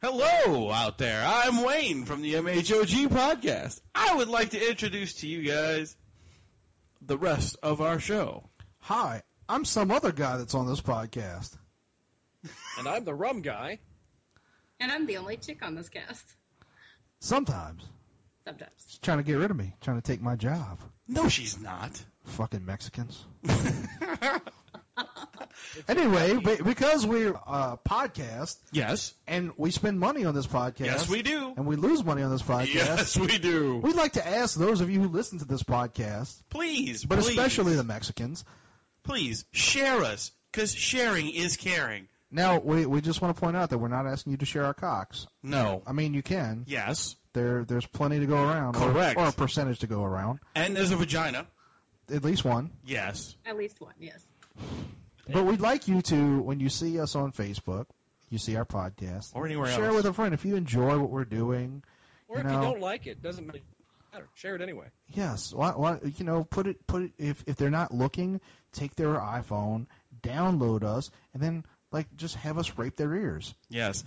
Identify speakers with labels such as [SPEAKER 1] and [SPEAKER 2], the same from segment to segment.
[SPEAKER 1] Hello out there. I'm Wayne from the MHOG podcast. I would like to introduce to you guys the rest of our show.
[SPEAKER 2] Hi, I'm some other guy that's on this podcast.
[SPEAKER 3] And I'm the rum guy.
[SPEAKER 4] And I'm the only chick on this cast.
[SPEAKER 2] Sometimes.
[SPEAKER 4] Sometimes.
[SPEAKER 2] She's trying to get rid of me, trying to take my job.
[SPEAKER 1] No, she's not.
[SPEAKER 2] Fucking Mexicans. Anyway, be- because we're a podcast
[SPEAKER 1] Yes.
[SPEAKER 2] and we spend money on this podcast.
[SPEAKER 1] Yes, we do.
[SPEAKER 2] And we lose money on this podcast.
[SPEAKER 1] Yes, we do.
[SPEAKER 2] We'd like to ask those of you who listen to this podcast,
[SPEAKER 1] Please,
[SPEAKER 2] but
[SPEAKER 1] please,
[SPEAKER 2] especially the Mexicans.
[SPEAKER 1] please share us because sharing is caring.
[SPEAKER 2] Now, we, we just want to point out that we're not asking you to share our cocks.
[SPEAKER 1] No.
[SPEAKER 2] I mean, you can.
[SPEAKER 1] Yes.
[SPEAKER 2] There, there's plenty to go around. or-
[SPEAKER 1] Correct.
[SPEAKER 2] Or, a percentage to go around.
[SPEAKER 1] And there's a vagina.
[SPEAKER 2] At least one.
[SPEAKER 1] Yes.
[SPEAKER 4] At least one, yes.
[SPEAKER 2] But we'd like you to, when you see us on Facebook, you see our podcast,
[SPEAKER 1] Or anywhere
[SPEAKER 2] share
[SPEAKER 1] else.
[SPEAKER 2] with a friend. If you enjoy what we're doing,
[SPEAKER 3] Or
[SPEAKER 2] You
[SPEAKER 3] if
[SPEAKER 2] know-
[SPEAKER 3] you don't like it, doesn't really matter. Share it anyway.
[SPEAKER 2] yes, why, why, you know, put it, put it, if, if they're not looking, take their iPhone, download us, and then, like, just have us rape their ears.
[SPEAKER 1] Yes.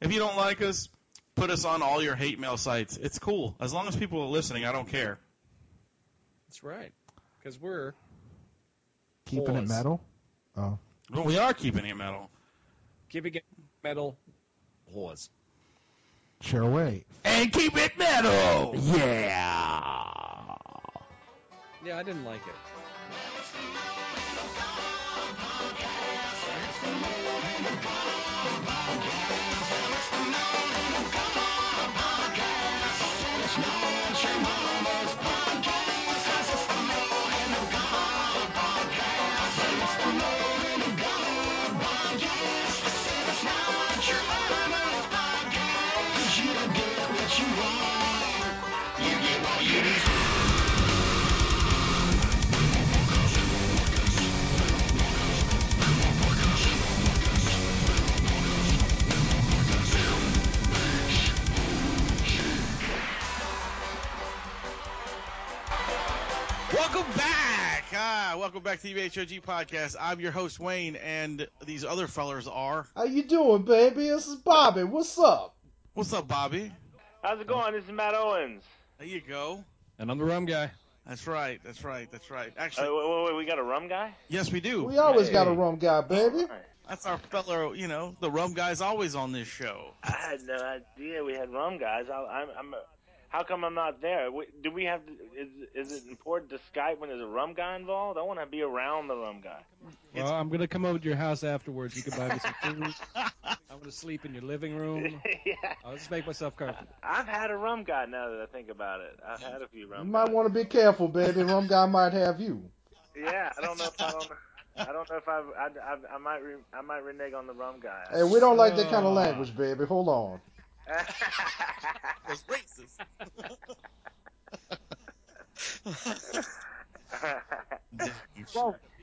[SPEAKER 1] If you don't like us, put us on all your hate mail sites. It's cool. As long as people are listening, I don't care.
[SPEAKER 3] That's right. Because we're
[SPEAKER 2] Keeping it
[SPEAKER 3] Pause.
[SPEAKER 2] metal. Oh.
[SPEAKER 1] But we are keeping it metal.
[SPEAKER 3] giving it metal whores.
[SPEAKER 2] Share away.
[SPEAKER 1] And keep it metal! Yeah!
[SPEAKER 3] Yeah, I didn't like it.
[SPEAKER 1] Welcome back! Ah, welcome back to the HOG podcast. I'm your host, Wayne, and these other fellers are.
[SPEAKER 5] How you doing, baby? This is Bobby. What's up?
[SPEAKER 1] What's up, Bobby?
[SPEAKER 6] How's it going? This is Matt Owens.
[SPEAKER 1] There you go.
[SPEAKER 3] And I'm the rum guy.
[SPEAKER 1] That's right, that's right, that's right.
[SPEAKER 6] Uh,
[SPEAKER 1] Actually,
[SPEAKER 6] wait, wait, wait, we got a rum guy?
[SPEAKER 1] yes, we do.
[SPEAKER 5] We always got a
[SPEAKER 3] Hey.
[SPEAKER 5] rum guy, baby.
[SPEAKER 1] That's our fellow, you know, the rum guy's always on this show.
[SPEAKER 6] I had no idea we had rum guys. I, I'm, I'm, how come I'm not there? We, do we have? To, is, is it important to Skype when there's a rum guy involved? I want to be around the rum guy.
[SPEAKER 1] It's-
[SPEAKER 3] Well, I'm going to come over to your house afterwards. You can buy me some food. I'm going to sleep in your living room.
[SPEAKER 6] yeah,
[SPEAKER 3] I'll just make myself comfortable.
[SPEAKER 6] I've had a rum guy. Now that I think about it, I've had a few
[SPEAKER 5] You
[SPEAKER 6] rum.
[SPEAKER 5] might
[SPEAKER 6] Guys.
[SPEAKER 5] want to be careful, baby. Rum guy might have you.
[SPEAKER 6] Yeah, I don't know if I don't. I don't know if I've, I, I, I might re, I might renege on the rum guy.
[SPEAKER 5] Hey, we don't like that
[SPEAKER 6] Uh,
[SPEAKER 5] kind of language, baby. Hold on.
[SPEAKER 1] That's racist.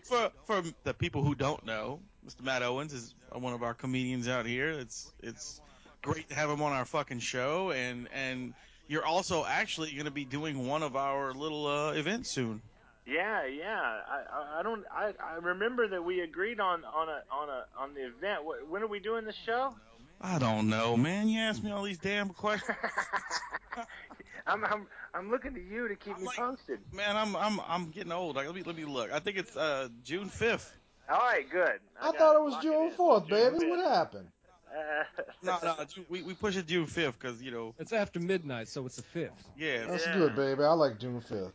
[SPEAKER 1] for for the people who don't know, Mr. Matt Owens is one of our comedians out here. It's it's great to have him on our fucking show, and and you're also actually going to be doing one of our little uh, events soon.
[SPEAKER 6] Yeah, yeah. I, I, I don't. I, I remember that we agreed on on a on a on the event. Wh- When are we doing the show?
[SPEAKER 1] I don't know, man. You ask me all these damn questions,
[SPEAKER 6] I'm I'm I'm looking to you to keep
[SPEAKER 1] I'm
[SPEAKER 6] me
[SPEAKER 1] like-
[SPEAKER 6] posted.
[SPEAKER 1] man. I'm I'm I'm getting old. Like, let me let me look. I think it's uh, June fifth.
[SPEAKER 6] All right, good.
[SPEAKER 5] I,
[SPEAKER 6] got
[SPEAKER 5] thought it was
[SPEAKER 6] lock
[SPEAKER 5] June
[SPEAKER 6] in.
[SPEAKER 5] 4th,
[SPEAKER 6] June
[SPEAKER 5] baby. What
[SPEAKER 6] 5th.
[SPEAKER 5] happened?
[SPEAKER 6] Uh,
[SPEAKER 1] No, no, Ju- we we push it June fifth because you know,
[SPEAKER 3] It's after midnight, so it's the 5th.
[SPEAKER 1] yeah.
[SPEAKER 5] That's
[SPEAKER 6] Yeah.
[SPEAKER 5] good, baby. I like June 5th.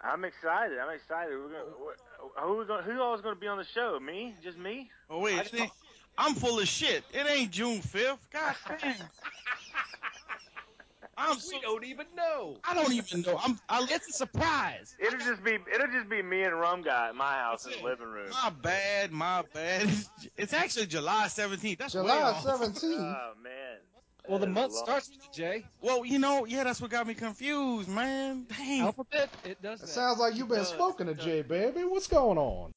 [SPEAKER 6] I'm excited. I'm excited. We're gonna, wh- who we gonna, who all is going to be on the show? Me? Just me?
[SPEAKER 1] Oh wait,
[SPEAKER 6] I
[SPEAKER 1] it ain't- I'm full of shit. It ain't June fifth. God damn. I'm so
[SPEAKER 3] don't even know.
[SPEAKER 1] I don't even know. I'm. I, it's a surprise.
[SPEAKER 6] It'll just be it'll just be me and Rum Guy at my house in
[SPEAKER 1] That's
[SPEAKER 6] the
[SPEAKER 1] it.
[SPEAKER 6] living room.
[SPEAKER 1] My bad. My bad. It's, it's actually July 17th. That's way
[SPEAKER 5] July
[SPEAKER 1] off.
[SPEAKER 5] 17th.
[SPEAKER 6] Oh man.
[SPEAKER 3] Well, the
[SPEAKER 6] That is
[SPEAKER 3] month
[SPEAKER 6] long.
[SPEAKER 3] starts with a J.
[SPEAKER 1] Well, you know, yeah, that's what got me confused, man. Dang.
[SPEAKER 3] Alphabet, it does
[SPEAKER 5] It
[SPEAKER 3] that.
[SPEAKER 5] sounds like you've been
[SPEAKER 1] does,
[SPEAKER 5] spoken
[SPEAKER 1] it
[SPEAKER 5] to,
[SPEAKER 1] does.
[SPEAKER 5] Jay, baby. What's going on?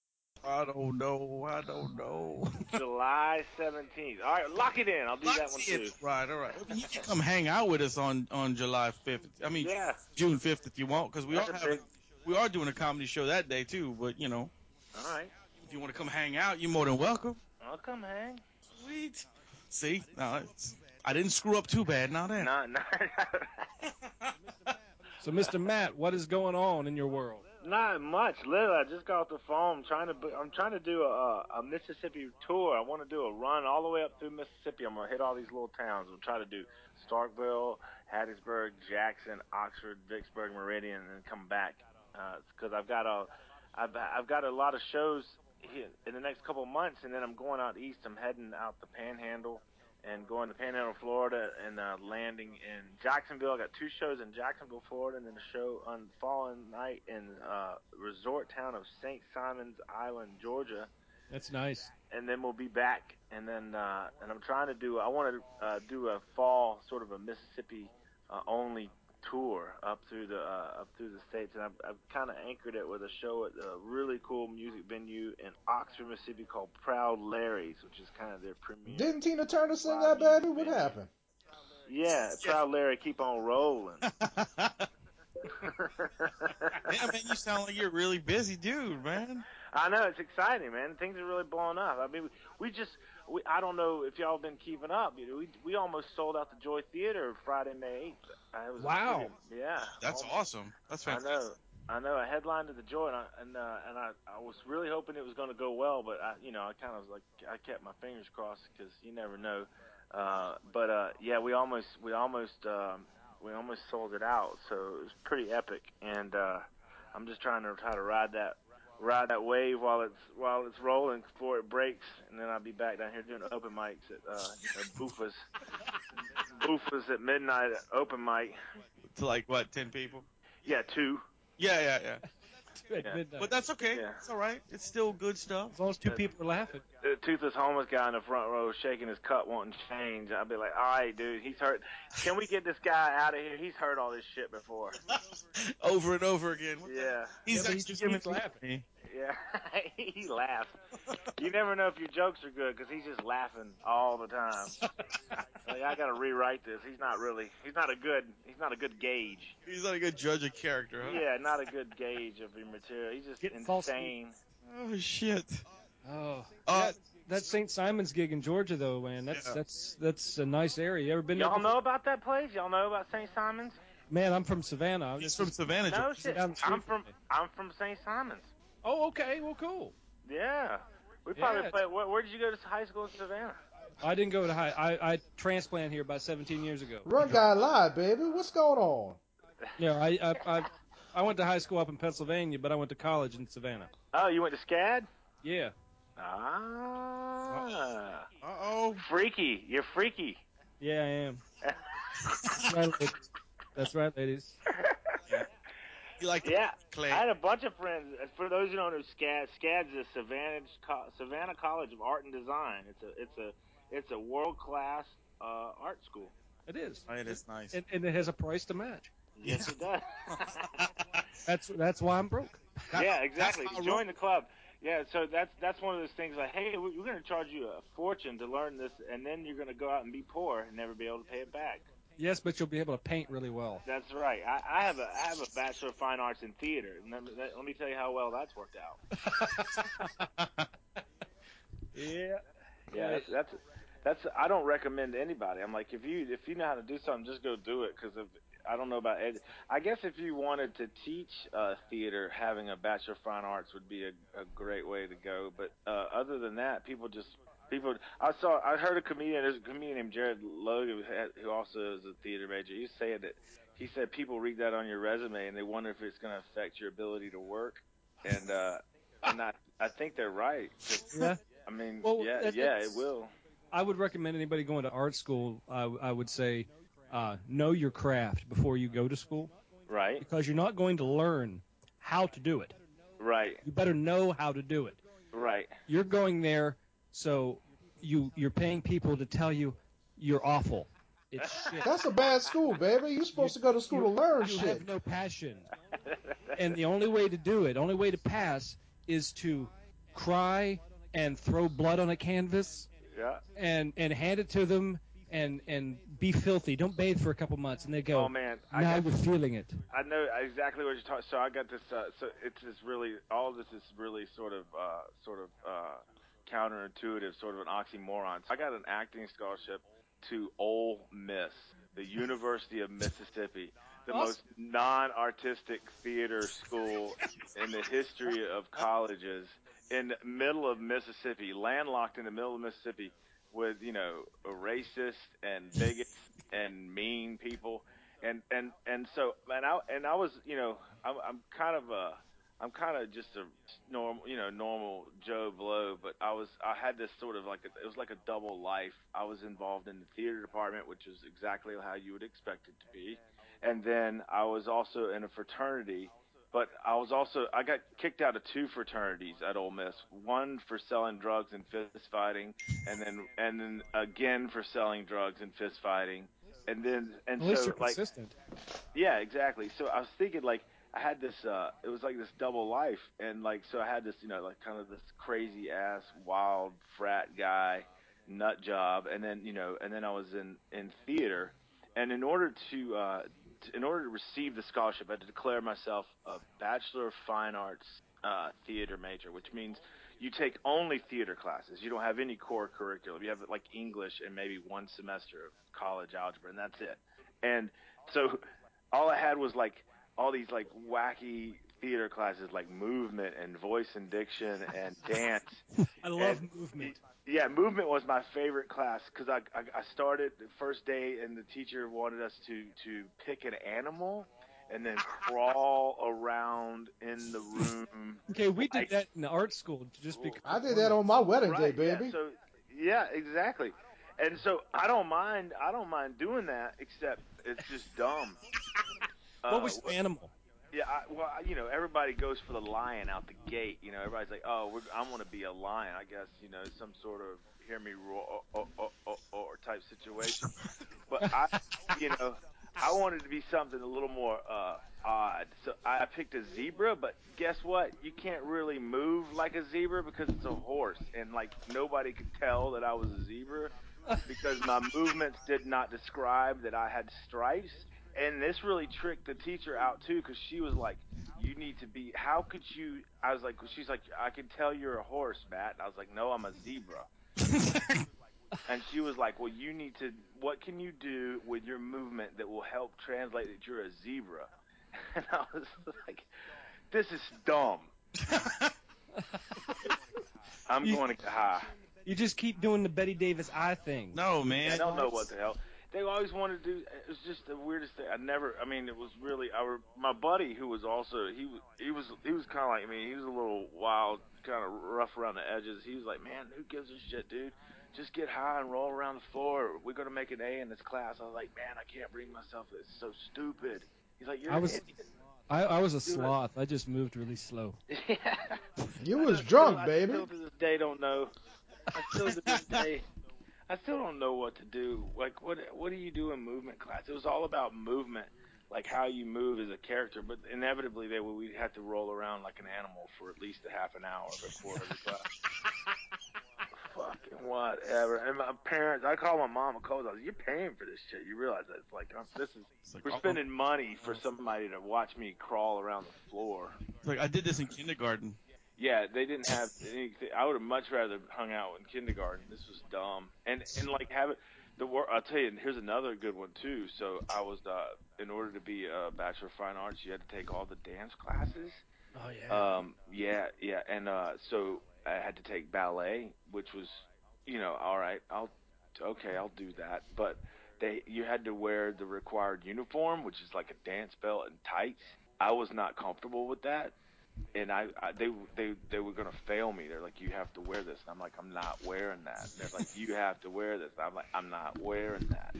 [SPEAKER 1] I don't know. I don't know.
[SPEAKER 6] July 17th. All right, lock it in. I'll do that one too.
[SPEAKER 1] Right, all right. Well, You can come hang out with us on on July 5th. I mean,
[SPEAKER 6] Yeah.
[SPEAKER 1] June 5th if you want, because we
[SPEAKER 6] That's
[SPEAKER 1] are
[SPEAKER 6] a
[SPEAKER 1] having,
[SPEAKER 6] big-
[SPEAKER 1] we are doing a comedy show that day too. But you know,
[SPEAKER 6] All right.
[SPEAKER 1] if you want to come hang out, you're more than welcome.
[SPEAKER 6] I'll come hang.
[SPEAKER 1] Sweet. See, no, it's, I didn't screw up too bad. Now there.
[SPEAKER 6] Not, not,
[SPEAKER 3] So, Mr. Matt, what is going on in your world?
[SPEAKER 6] not much. Literally, I just got off the phone. I'm trying to, I'm trying to do a, a Mississippi tour. I want to do a run all the way up through Mississippi. I'm gonna hit all these little towns. I'm trying to do Starkville, Hattiesburg, Jackson, Oxford, Vicksburg, Meridian, and then come back because I've got a, I've, I've got a lot of shows here in the next couple of months, and then I'm going out east. I'm heading out the Panhandle. And going to Panhandle, Florida, and uh, landing in Jacksonville. I got two shows in Jacksonville, Florida, and then a show on following night in uh, resort town of St. Simon's Island, Georgia
[SPEAKER 3] That's nice.
[SPEAKER 6] and then we'll be back. And then uh, and I'm trying to do. I want to uh, do a fall sort of a Mississippi uh, only tour up through the uh, up through the states. And I've, I've kind of anchored it with a show at a really cool music venue in Oxford, Mississippi called Proud Larry's, which is kind of their premier.
[SPEAKER 5] Didn't Tina Turner sing that, baby? What happened?
[SPEAKER 6] yeah, Proud Larry, keep on rolling.
[SPEAKER 1] yeah, man, you sound like you're a really busy dude, man.
[SPEAKER 6] I know it's exciting, man. Things are really blowing up. I mean, we just, we, I don't know if y'all been keeping up. You know, We we almost sold out the Joy Theater Friday, May eighth. I was
[SPEAKER 3] Wow.
[SPEAKER 6] yeah,
[SPEAKER 1] That's
[SPEAKER 6] Almost.
[SPEAKER 1] awesome. That's fantastic.
[SPEAKER 6] I know, I know. I headlined at the Joy, and I and, uh, and I, I was really hoping it was going to go well, but I, you know, I kind of was like I kept my fingers crossed because you never know. Uh, but uh, yeah, we almost we almost um, we almost sold it out, so it was pretty epic. And uh, I'm just trying to try to ride that ride that wave while it's while it's rolling before it breaks, and then I'll be back down here doing open mics at uh, you know, Boofa's Boofa's at midnight open mic.
[SPEAKER 1] To like what, ten people?
[SPEAKER 6] Yeah, two.
[SPEAKER 1] Yeah, yeah, yeah.
[SPEAKER 3] At
[SPEAKER 6] Yeah.
[SPEAKER 3] midnight.
[SPEAKER 1] But that's okay.
[SPEAKER 6] Yeah.
[SPEAKER 1] It's all right. It's still good stuff.
[SPEAKER 3] as long as two people are laughing.
[SPEAKER 6] the toothless homeless guy in the front row shaking his cup wanting change. I'd be like, all right, dude, he's hurt. Can we get this guy out of here? He's heard all this shit before.
[SPEAKER 1] over and over again. What the-
[SPEAKER 6] Yeah,
[SPEAKER 1] He's
[SPEAKER 3] Yeah, but
[SPEAKER 1] actually
[SPEAKER 3] he just keeps
[SPEAKER 1] giving
[SPEAKER 3] laughing.
[SPEAKER 1] me-
[SPEAKER 6] yeah. he laughs. You never know if your jokes are good because he's just laughing all the time. like I gotta rewrite this. He's not really. He's not a good. He's not a good gauge.
[SPEAKER 1] He's not a good judge of character, huh?
[SPEAKER 6] Yeah, not a good gauge of your material. He's just
[SPEAKER 3] Getting false
[SPEAKER 6] insane.
[SPEAKER 1] Oh shit.
[SPEAKER 3] Oh,
[SPEAKER 1] Uh,
[SPEAKER 3] that, that St. Simon's gig in Georgia, though, man. That's
[SPEAKER 1] Yeah.
[SPEAKER 3] that's that's a nice area. You ever been there?
[SPEAKER 6] Y'all
[SPEAKER 3] before?
[SPEAKER 6] know about that place? Y'all know about St. Simon's?
[SPEAKER 3] Man, I'm from Savannah. I'm
[SPEAKER 1] He's
[SPEAKER 3] just
[SPEAKER 1] from Savannah.
[SPEAKER 6] No
[SPEAKER 1] Georgia.
[SPEAKER 6] shit.
[SPEAKER 3] down the street
[SPEAKER 6] I'm
[SPEAKER 3] from
[SPEAKER 6] from.
[SPEAKER 3] me.
[SPEAKER 6] I'm from St. Simon's.
[SPEAKER 3] Oh, okay. Well, cool.
[SPEAKER 6] Yeah. We
[SPEAKER 3] Yeah,
[SPEAKER 6] probably
[SPEAKER 3] it's-
[SPEAKER 6] played. Where, where did you go to high school in Savannah?
[SPEAKER 3] I didn't go to high. I, I transplanted here about 17 years ago.
[SPEAKER 5] Run guy lied, baby. What's going on?
[SPEAKER 3] Yeah, I I, I I went to high school up in Pennsylvania, but I went to college in Savannah.
[SPEAKER 6] Oh, you went to SCAD?
[SPEAKER 3] Yeah.
[SPEAKER 6] Ah.
[SPEAKER 1] Uh oh.
[SPEAKER 6] Freaky. You're freaky.
[SPEAKER 3] Yeah, I am. That's right, ladies. That's right, ladies.
[SPEAKER 1] You like the
[SPEAKER 6] Yeah.
[SPEAKER 1] clay?
[SPEAKER 6] I had a bunch of friends. For those who don't know, SCAD, SCAD's the Savannah, Co- Savannah College of Art and Design. It's a it's a it's a world class uh, art school.
[SPEAKER 3] It is.
[SPEAKER 1] It is nice.
[SPEAKER 3] And, and it has a price to match.
[SPEAKER 6] Yes, it does.
[SPEAKER 3] That's that's why I'm broke.
[SPEAKER 6] yeah, exactly.
[SPEAKER 1] how I
[SPEAKER 6] Join the club. Yeah, so that's that's one of those things like, hey, we- we're going to charge you a fortune to learn this, and then you're going to go out and be poor and never be able to pay it back.
[SPEAKER 3] Yes, but you'll be able to paint really well.
[SPEAKER 6] That's right. I, I have a I have a bachelor of fine arts in theater, and let me, let, let me tell you how well that's worked out.
[SPEAKER 3] Yeah.
[SPEAKER 6] Yeah, that's, that's that's I don't recommend to anybody. I'm like, if you if you know how to do something, just go do it. Because if I don't know about ed, I guess if you wanted to teach uh, theater, having a bachelor of fine arts would be a, a great way to go. But uh, other than that, people just people. I saw I heard a comedian. There's a comedian named Jared Logan who had- who also is a theater major. He said that he said people read that on your resume and they wonder if it's going to affect your ability to work. And uh, and I I think they're right. 'Cause,
[SPEAKER 3] Yeah.
[SPEAKER 6] I mean,
[SPEAKER 3] Well,
[SPEAKER 6] yeah,
[SPEAKER 3] that-
[SPEAKER 6] yeah, it
[SPEAKER 3] that's-
[SPEAKER 6] will.
[SPEAKER 3] I would recommend anybody going to art school. I, I would say, uh, know your craft before you go to school
[SPEAKER 6] Right,
[SPEAKER 3] because you're not going to learn how to do it.
[SPEAKER 6] right,
[SPEAKER 3] You better know how to do it.
[SPEAKER 6] right.
[SPEAKER 3] You're going there, so you you're paying people to tell you you're awful. It's shit.
[SPEAKER 5] That's a bad school, baby. You're supposed to go to school to learn
[SPEAKER 3] you
[SPEAKER 5] shit.
[SPEAKER 3] have no passion. and the only way to do it, only way to pass, is to cry and throw blood on a canvas
[SPEAKER 6] Yeah.
[SPEAKER 3] and and hand it to them and and be filthy. Don't bathe for a couple months, and they go.
[SPEAKER 6] Oh man, I,
[SPEAKER 3] Now
[SPEAKER 6] got,
[SPEAKER 3] you're feeling it.
[SPEAKER 6] I know exactly what you're talking. So I got this. Uh, so it's this really all this is really sort of uh, sort of uh, counterintuitive, sort of an oxymoron. So I got an acting scholarship to Ole Miss, the University of Mississippi, the
[SPEAKER 3] Awesome.
[SPEAKER 6] most non-artistic theater school in the history of colleges, in the middle of Mississippi, landlocked in the middle of Mississippi, with you know racists and bigots and mean people, and and and so and I and I was you know I'm I'm kind of a I'm kind of just a normal, you know, normal Joe Blow, but I was, I had this sort of like, a, it was like a double life. I was involved in the theater department, which is exactly how you would expect it to be. And then I was also in a fraternity, but I was also, I got kicked out of two fraternities at Ole Miss. One for selling drugs and fist fighting, and then, and then again for selling drugs and fist fighting. And then, and
[SPEAKER 3] At least
[SPEAKER 6] so
[SPEAKER 3] you're
[SPEAKER 6] like,
[SPEAKER 3] consistent.
[SPEAKER 6] yeah, exactly. So I was thinking like I had this uh it was like this double life and like so I had this, you know, like kind of this crazy ass wild frat guy nut job and then, you know, and then I was in in theater and in order to uh t- in order to receive the scholarship, I had to declare myself a Bachelor of Fine Arts uh, theater major, which means you take only theater classes. You don't have any core curriculum. You have like English and maybe one semester of college algebra, and that's it. And so all I had was like all these like wacky theater classes like movement and voice and diction and dance.
[SPEAKER 3] I love
[SPEAKER 6] and-
[SPEAKER 3] movement.
[SPEAKER 6] Yeah, movement was my favorite class because I, I I started the first day and the teacher wanted us to to pick an animal and then crawl around in the room.
[SPEAKER 3] Okay, we
[SPEAKER 6] I- Uh,
[SPEAKER 3] did that in art school just because.
[SPEAKER 5] I did that on my wedding day,
[SPEAKER 6] Right,
[SPEAKER 5] baby.
[SPEAKER 6] Yeah, so yeah, exactly. And so I don't mind I don't mind doing that except it's just dumb. Uh,
[SPEAKER 3] What was the animal?
[SPEAKER 6] Yeah, I, well, I- you know, everybody goes for the lion out the gate. You know, everybody's like, "Oh, we're, I'm going to be a lion." I guess you know, some sort of hear me roar oh, or, or, or, or type situation. but I, you know, I wanted to be something a little more uh, odd, so I picked a zebra. But guess what? You can't really move like a zebra because it's a horse, and like nobody could tell that I was a zebra because my movements did not describe that I had stripes. And this really tricked the teacher out too, because she was like, "You need to be. How could you?" I was like, "She's like, I can tell you're a horse, Matt." And I was like, "No, I'm a zebra." and she was like, "Well, you need to. What can you do with your movement that will help translate that you're a zebra?" And I was like, "This is dumb. I'm
[SPEAKER 3] You-
[SPEAKER 6] going to get high."
[SPEAKER 3] You just keep doing the Betty Davis eye thing.
[SPEAKER 1] No, man.
[SPEAKER 6] I don't know what the hell. They always wanted to do. It was just the weirdest thing. I never. I mean, it was really. Our my buddy who was also he was he was he was kind of like me. He was a little wild, kind of rough around the edges. He was like, man, who gives a shit, dude? Just get high and roll around the floor. We're gonna make an A in this class. I was like, man, I can't bring myself. It's so stupid. He's like, you're
[SPEAKER 3] I
[SPEAKER 6] an
[SPEAKER 3] was-
[SPEAKER 6] idiot."
[SPEAKER 3] I, I was a sloth. I just moved really slow.
[SPEAKER 6] Yeah.
[SPEAKER 5] You
[SPEAKER 6] I
[SPEAKER 5] was
[SPEAKER 6] still-
[SPEAKER 5] drunk,
[SPEAKER 6] I
[SPEAKER 5] baby.
[SPEAKER 6] still to this day don't know. I still to this day, I still don't know what to do. Like, what what do you do in movement class? It was all about movement, like how you move as a character. But inevitably, they would we'd have to roll around like an animal for at least a half an hour before every class. Fucking whatever. And my parents, I called my mom and called. I was, like, "You're paying for this shit. You realize that it's like I'm, this is
[SPEAKER 1] It's like,
[SPEAKER 6] we're
[SPEAKER 1] oh,
[SPEAKER 6] spending money for somebody to watch me crawl around the floor."
[SPEAKER 1] it's like, I did this in kindergarten.
[SPEAKER 6] Yeah, they didn't have anything. I would have much rather hung out in kindergarten. This was dumb, and and like have it. The wor- I'll tell you. and Here's another good one too. So I was uh, in order to be a bachelor of fine arts, you had to take all the dance classes.
[SPEAKER 3] Oh yeah.
[SPEAKER 6] Um, yeah, yeah, and uh, so I had to take ballet, which was, you know, all right, I'll, okay, I'll do that. But they, you had to wear the required uniform, which is like a dance belt and tights. I was not comfortable with that, and I, I they, they, they were gonna fail me. They're like, you have to wear this, and I'm like, I'm not wearing that. And they're like, you have to wear this, and I'm like, I'm not wearing that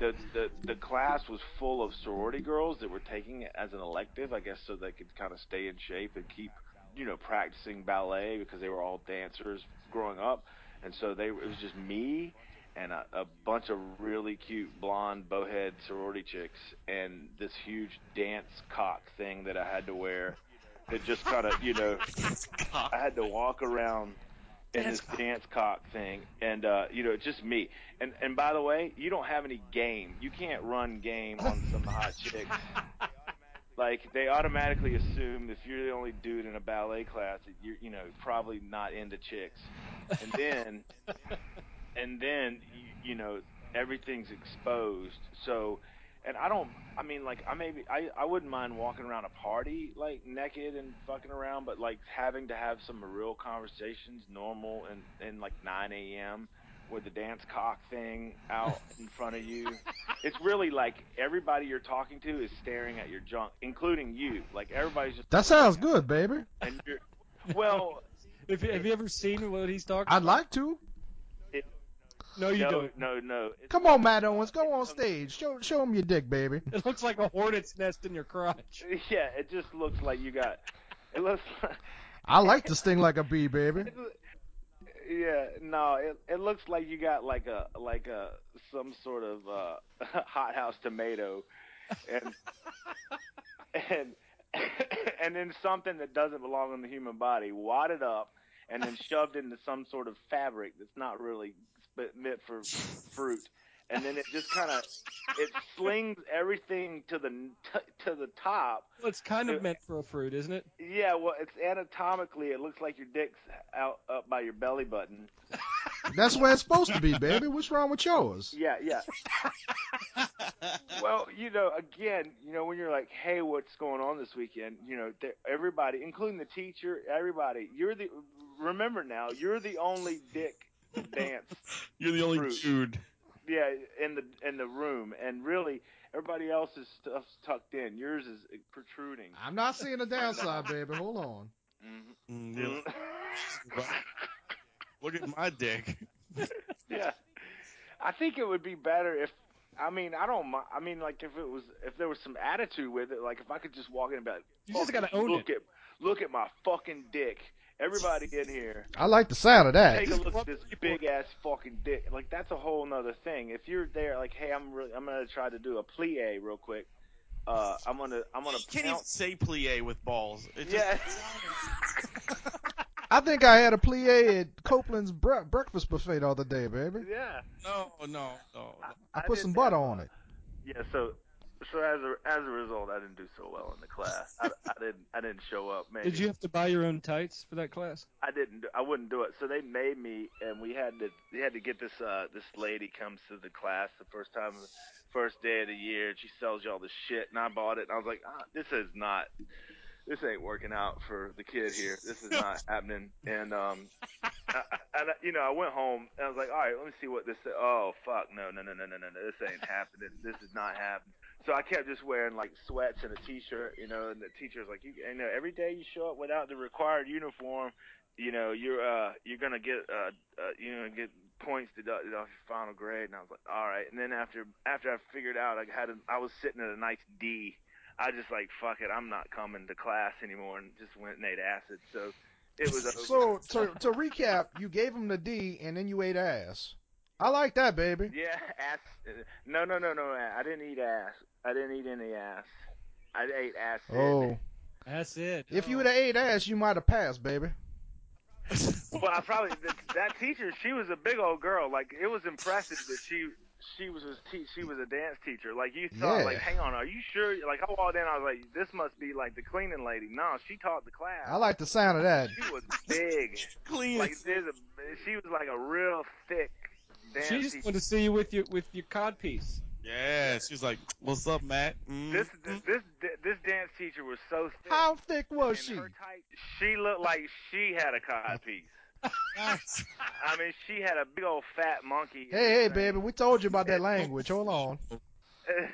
[SPEAKER 6] the, the the class was full of sorority girls that were taking it as an elective, I guess, so they could kind of stay in shape and keep, you know, practicing ballet because they were all dancers growing up, and so they it was just me and a, a bunch of really cute blonde bowhead sorority chicks and this huge dance cock thing that I had to wear. It just kind of, you know, I had to walk around in this dance cock thing, and uh, you know, just me. And and by the way, you don't have any game. You can't run game on some hot chicks. Like they automatically assume if you're the only dude in a ballet class, that you're you know probably not into chicks. And then, and then you, you know, everything's exposed. So, and I don't. I mean, like I maybe I I wouldn't mind walking around a party like naked and fucking around, but like having to have some real conversations, normal, and and like 9 a.m. With the dance cock thing out in front of you, it's really like everybody you're talking to is staring at your junk, including you. Like everybody's just
[SPEAKER 2] That sounds good, baby.
[SPEAKER 6] and you're, well,
[SPEAKER 3] If, have you ever seen what he's talking?
[SPEAKER 2] I'd like to.
[SPEAKER 3] no, you
[SPEAKER 6] no,
[SPEAKER 3] don't.
[SPEAKER 6] no, no.
[SPEAKER 2] Come on, Matt Owens, go on stage. Show show him your dick, baby.
[SPEAKER 3] It looks like a hornet's nest in your crotch.
[SPEAKER 6] Yeah, it just looks like you got. It looks. Like,
[SPEAKER 2] I like to sting like a bee, baby.
[SPEAKER 6] yeah, no, it it looks like you got like a like a some sort of uh hothouse tomato, and and and then something that doesn't belong in the human body, wadded up and then shoved into some sort of fabric that's not really sp- meant for fruit. And then it just kind of it slings everything to the n- t- to the top,
[SPEAKER 3] Well, it's kind
[SPEAKER 6] Uh,
[SPEAKER 3] of meant for a fruit, isn't it?
[SPEAKER 6] Yeah, well, it's anatomically, it looks like your dick's out up by your belly button.
[SPEAKER 2] That's where it's supposed to be, baby. What's wrong with yours?
[SPEAKER 6] Yeah, yeah. well, you know, again, you know, when you're like, hey, what's going on this weekend? You know, there- everybody, including the teacher, everybody, you're the, remember now, you're the only dick dance
[SPEAKER 1] You're the only
[SPEAKER 6] Fruit.
[SPEAKER 1] dude.
[SPEAKER 6] yeah in the in the room and really everybody else's stuff's tucked in yours is protruding
[SPEAKER 2] I'm not seeing a downside, baby. Hold on.
[SPEAKER 6] mm-hmm.
[SPEAKER 1] Mm, you're like, Look at my dick.
[SPEAKER 6] Yeah, I think it would be better if. I mean, I don't. mi- I mean, like if it was, if there was some attitude with it, like if I could just walk in and be like,
[SPEAKER 3] You just
[SPEAKER 6] "Fuck
[SPEAKER 3] gotta
[SPEAKER 6] you,
[SPEAKER 3] own
[SPEAKER 6] look at, look at my fucking dick. Everybody in here,
[SPEAKER 2] I like the sound of that.
[SPEAKER 6] take a look
[SPEAKER 3] walk
[SPEAKER 6] at this
[SPEAKER 3] people-
[SPEAKER 6] big ass fucking dick. Like that's a whole nother thing. If you're there, like, hey, I'm really, I'm gonna try to do a plie real quick. Uh, I'm gonna, I'm gonna
[SPEAKER 1] You can't even
[SPEAKER 6] pounce-
[SPEAKER 1] say plie with balls. It just,
[SPEAKER 6] Yeah,
[SPEAKER 2] I think I had a plie at Copeland's bre- breakfast buffet the other day, baby.
[SPEAKER 6] yeah.
[SPEAKER 1] No, no, no.
[SPEAKER 2] I put
[SPEAKER 6] did
[SPEAKER 2] some
[SPEAKER 6] that.
[SPEAKER 2] butter on it.
[SPEAKER 6] Yeah, so so as a as a result, I didn't do so well in the class. I, I didn't I didn't show up, man.
[SPEAKER 3] Did you have to buy your own tights for that class?
[SPEAKER 6] I didn't. do- I wouldn't do it. So they made me, and we had to we had to get this uh this lady comes to the class the first time, first day of the year, and she sells you all this shit. And I bought it, and I was like, ah, this is not. This ain't working out for the kid here. This is not happening. And um, I, I, and I- you know, I went home and I was like, all right, let me see what this. Oh fuck, no, no, no, no, no, no, no, this ain't happening. This is not happening. So I kept just wearing like sweats and a t-shirt, you know. And the teacher's like, you, you know, every day you show up without the required uniform, you know, you're uh, you're gonna get uh, uh you're gonna get points deducted off your final grade. And I was like, all right. And then after after I figured out I had a, I was sitting at a nice D, I just like fuck it, I'm not coming to class anymore, and just went and ate acid. So it was over.
[SPEAKER 2] So to to recap, you gave him the D and then you ate ass. I like that, baby.
[SPEAKER 6] Yeah, ass. No, no, no, no. I didn't eat ass. I didn't eat any ass. I ate acid.
[SPEAKER 2] Oh,
[SPEAKER 3] That's it.
[SPEAKER 2] if you would have ate ass, you might have passed, baby.
[SPEAKER 6] Well, I probably that, that teacher. She was a big old girl. Like it was impressive that she she was was te- she was a dance teacher. Like you thought,
[SPEAKER 2] Yeah.
[SPEAKER 6] like, hang on, are you sure? Like I walked in, I was like, this must be like the cleaning lady. No, she taught the class.
[SPEAKER 2] I like the sound of that.
[SPEAKER 6] she was big.
[SPEAKER 1] Clean.
[SPEAKER 6] like there's a she was like a real thick dance
[SPEAKER 3] She just
[SPEAKER 6] teacher.
[SPEAKER 3] wanted to see you with your with your codpiece.
[SPEAKER 1] yeah, she's like, "What's up, Matt?" Mm,
[SPEAKER 6] This,
[SPEAKER 1] mm.
[SPEAKER 6] this this this dance teacher was so thick.
[SPEAKER 2] How thick was
[SPEAKER 6] and
[SPEAKER 2] Oh, she?
[SPEAKER 6] her tight, she looked like she had a codpiece.
[SPEAKER 1] Nice.
[SPEAKER 6] I mean, she had a big old fat monkey.
[SPEAKER 2] Hey, hey, baby, we told you about that language. Hold on.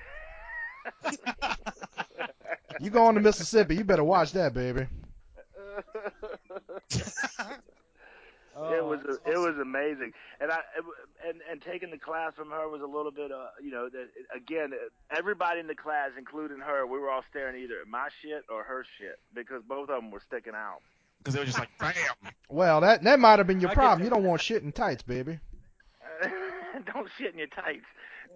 [SPEAKER 2] You going to Mississippi? You better watch that, baby.
[SPEAKER 3] Oh,
[SPEAKER 6] it was it was amazing, and I and and taking the class from her was a little bit, uh, you know, that again, uh, everybody in the class, including her, we were all staring either at my shit or her shit because both of them were sticking out.
[SPEAKER 1] Because they were just like, "Bam!"
[SPEAKER 2] Well, that that might have been your
[SPEAKER 3] I get
[SPEAKER 2] problem. You
[SPEAKER 3] that.
[SPEAKER 2] don't want shit in tights, baby.
[SPEAKER 6] Don't shit in your tights.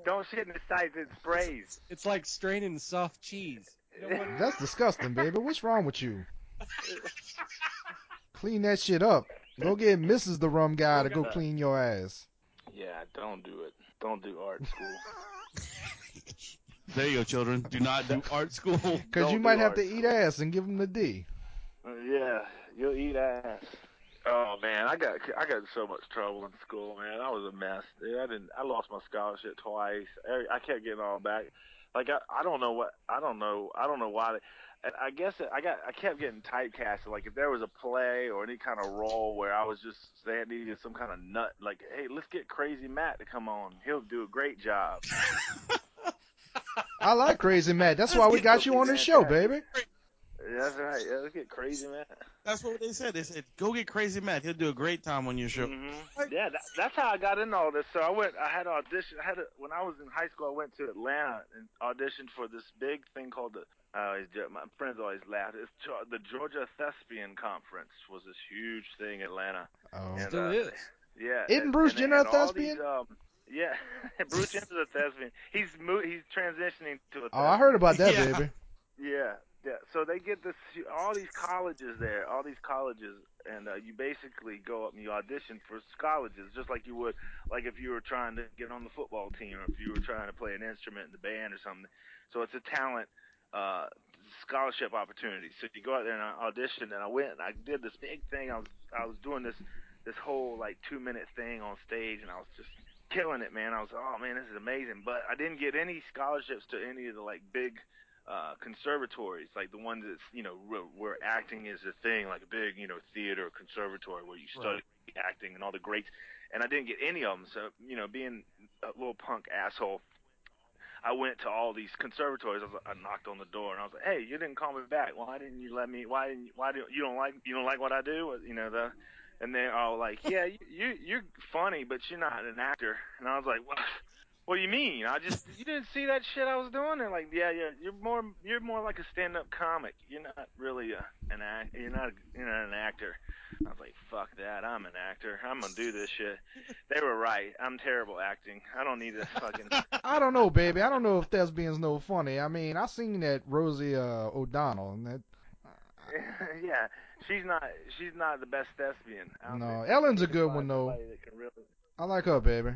[SPEAKER 6] Don't shit in your tights. It sprays.
[SPEAKER 3] It's like straining soft cheese. You don't want-
[SPEAKER 2] That's disgusting, baby. What's wrong with you? Clean that shit up. Go get Mrs. the Rum Guy to go clean your ass.
[SPEAKER 6] Yeah, don't do it. Don't do art school.
[SPEAKER 1] There you go, children. Do not do art school.
[SPEAKER 2] Because
[SPEAKER 6] Don't
[SPEAKER 2] you
[SPEAKER 6] do
[SPEAKER 2] might have
[SPEAKER 6] art
[SPEAKER 2] to eat ass and give him the D.
[SPEAKER 6] Uh, Yeah, you'll eat ass. Oh man, I got I got in so much trouble in school, man. I was a mess. Dude. I didn't. I lost my scholarship twice. Every- I kept getting all back. Like I, I don't know what I don't know I don't know why. They, and I guess I got I kept getting typecasted. Like if there was a play or any kind of role where I was just they needed some kind of nut. Like hey, let's get Crazy Matt to come on. He'll do a great job.
[SPEAKER 5] I like Crazy Matt. That's why we got you on this show, baby.
[SPEAKER 6] That's right. Yeah, let's get Crazy Matt.
[SPEAKER 1] That's what they said. They said, "Go get Crazy Matt. He'll do a great time on your show."
[SPEAKER 6] Mhm. Yeah, that, that's how I got into all this. So I went, I had audition. I had a, when I was in high school, I went to Atlanta and auditioned for this big thing called the. I always jo- my friends always laugh. It's Ge- the Georgia Thespian Conference was this huge thing in Atlanta.
[SPEAKER 5] Oh.
[SPEAKER 6] And,
[SPEAKER 3] Still
[SPEAKER 6] uh,
[SPEAKER 3] is.
[SPEAKER 6] Yeah.
[SPEAKER 5] Isn't
[SPEAKER 6] and-
[SPEAKER 5] Bruce
[SPEAKER 6] and they
[SPEAKER 5] Jenner a
[SPEAKER 6] had all
[SPEAKER 5] thespian?
[SPEAKER 6] these, um, yeah, Bruce Jenner's a thespian. He's mo- he's transitioning to a.
[SPEAKER 5] Oh, I heard about that,
[SPEAKER 1] Yeah.
[SPEAKER 5] baby.
[SPEAKER 6] Yeah, yeah. So they get this all these colleges there, all these colleges, and uh, you basically go up and you audition for colleges, just like you would, like if you were trying to get on the football team or if you were trying to play an instrument in the band or something. So it's a talent uh, scholarship opportunity. So you go out there and I auditioned, and I went and I did this big thing. I was I was doing this this whole like two minute thing on stage, and I was just killing it, man. I was oh man, this is amazing. But I didn't get any scholarships to any of the like big uh, conservatories, like the ones that's you know where, where acting is a thing, like a big you know theater conservatory where you study acting and all the greats. And I didn't get any of them. So you know, being a little punk asshole, I went to all these conservatories. I, was, I knocked on the door and I was like, "Hey, you didn't call me back. Why didn't you let me? Why didn't? you- Why do you don't like you don't like what I do? You know the." And they're all like, "Yeah, you, you you're funny, but you're not an actor." And I was like, "What? What do you mean? I just you didn't see that shit I was doing?" They're like, "Yeah, yeah, you're more you're more like a stand-up comic. You're not really a, an act. You're not you're not an actor." I was like, "Fuck that! I'm an actor. I'm gonna do this shit." They were right. I'm terrible acting. I don't need this fucking
[SPEAKER 5] I don't know, baby. I don't know if thespian's no funny. I mean, I seen that Rosie uh, O'Donnell, and that
[SPEAKER 6] yeah, she's not she's not the best thespian. I don't
[SPEAKER 5] No,
[SPEAKER 6] think.
[SPEAKER 5] Ellen's a good
[SPEAKER 6] Find
[SPEAKER 5] one, though.
[SPEAKER 6] somebody that can really-
[SPEAKER 5] I like her, baby.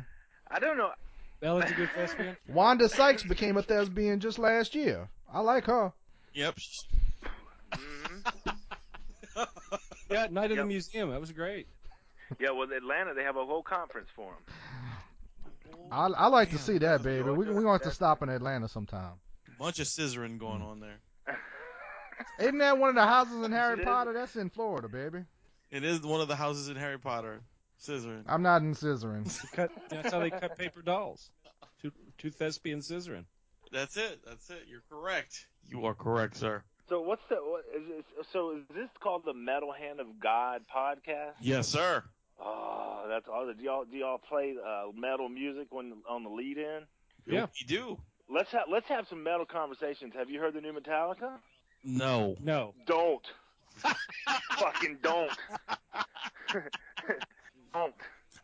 [SPEAKER 6] I don't know.
[SPEAKER 3] Ellen's a good thespian.
[SPEAKER 5] Wanda Sykes became a thespian just last year. I like her.
[SPEAKER 1] Yep.
[SPEAKER 6] Mhm.
[SPEAKER 3] Yeah, Night at the
[SPEAKER 6] Yep.
[SPEAKER 3] Museum. That was great.
[SPEAKER 6] yeah, well, Atlanta they have a whole conference for them.
[SPEAKER 5] I I like to see that,
[SPEAKER 6] that's
[SPEAKER 5] baby. We
[SPEAKER 6] Georgia.
[SPEAKER 5] we gonna have to
[SPEAKER 6] That's-
[SPEAKER 5] stop in Atlanta sometime.
[SPEAKER 1] Bunch of scissoring going on there.
[SPEAKER 5] Isn't that one of the houses in Harry
[SPEAKER 6] It is.
[SPEAKER 5] Potter? That's in Florida, baby.
[SPEAKER 1] It is one of the houses in Harry Potter. Scissoring.
[SPEAKER 5] I'm not in scissoring.
[SPEAKER 3] They cut- that's how they cut paper dolls. Two, two thespian scissoring.
[SPEAKER 1] That's it. That's it. You're correct. You are correct, sir.
[SPEAKER 6] So what's the what is this, so is this called the Metal Hand of God podcast?
[SPEAKER 1] Yes, sir.
[SPEAKER 6] Oh, that's all. Do y'all do y'all play uh, metal music when on the lead in?
[SPEAKER 3] Yeah.
[SPEAKER 1] You do.
[SPEAKER 6] Let's have let's have some metal conversations. Have you heard the new Metallica?
[SPEAKER 1] No.
[SPEAKER 3] No,
[SPEAKER 6] Don't. fucking don't. don't.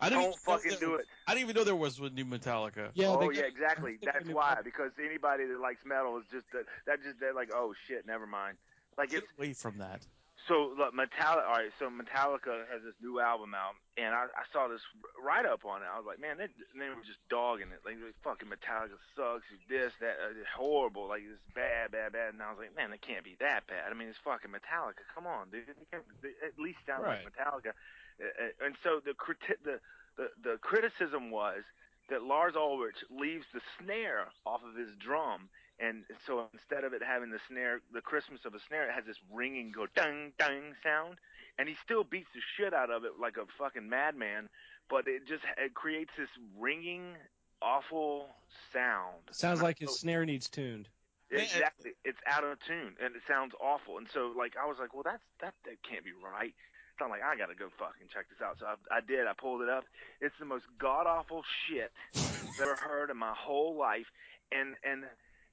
[SPEAKER 1] I didn't
[SPEAKER 6] Don't
[SPEAKER 1] even know
[SPEAKER 6] fucking
[SPEAKER 1] there-
[SPEAKER 6] do it.
[SPEAKER 1] I didn't even know there was a new Metallica.
[SPEAKER 3] Yeah,
[SPEAKER 6] oh
[SPEAKER 3] they
[SPEAKER 6] yeah,
[SPEAKER 3] got-
[SPEAKER 6] exactly.
[SPEAKER 3] they got
[SPEAKER 6] That's
[SPEAKER 3] new
[SPEAKER 6] why.
[SPEAKER 3] pop-
[SPEAKER 6] Because anybody that likes metal is just that. That just they're like, oh shit, never mind. Like
[SPEAKER 1] Get
[SPEAKER 6] it's
[SPEAKER 1] away from that.
[SPEAKER 6] so look, Metallica. All right, so Metallica has this new album out, and I, I saw this write up on it. I was like, man, they, they were just dogging it. Like, like, fucking Metallica sucks. This, that, uh, it's horrible. Like, it's bad, bad, bad. And I was like, man, it can't be that bad. I mean, it's fucking Metallica. Come on, dude. They can't, they at least sound
[SPEAKER 3] Right.
[SPEAKER 6] like Metallica. Uh, uh, And so the criti- the, the the criticism was that Lars Ulrich leaves the snare off of his drum and so instead of it having the snare, the Christmas of a snare, it has this ringing go dung dung sound, and he still beats the shit out of it like a fucking madman, but it just it creates this ringing awful sound.
[SPEAKER 3] sounds like his
[SPEAKER 6] So-
[SPEAKER 3] snare needs tuned.
[SPEAKER 6] Exactly. It's out of tune and it sounds awful. And so like I was like, well that's that that can't be right. So I'm like, I gotta go fucking check this out. So I, I did. I pulled it up. It's the most god awful shit I've ever heard in my whole life. And and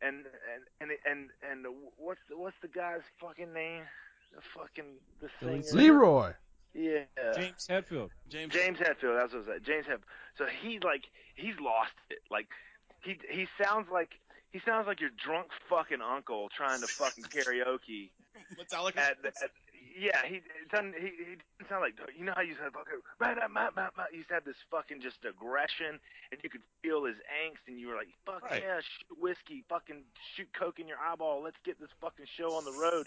[SPEAKER 6] and and and and, and what's the, what's the guy's fucking name? The fucking the
[SPEAKER 3] Billy
[SPEAKER 6] singer.
[SPEAKER 5] Leroy.
[SPEAKER 6] Yeah.
[SPEAKER 3] James Hetfield.
[SPEAKER 1] James.
[SPEAKER 6] James Hetfield. That's what I said. James Hetfield. So he like he's lost it. Like he he sounds like he sounds like your drunk fucking uncle trying to fucking karaoke
[SPEAKER 1] Metallica.
[SPEAKER 6] at, the- at yeah, he it doesn't. He, he doesn't sound like you know how you said fucking. "Bah, bah, bah, bah, bah." He used to have this fucking just aggression, and you could feel his angst, and you were like, "Fuck
[SPEAKER 1] Right.
[SPEAKER 6] yeah, shoot whiskey, fucking shoot coke in your eyeball. Let's get this fucking show on the road."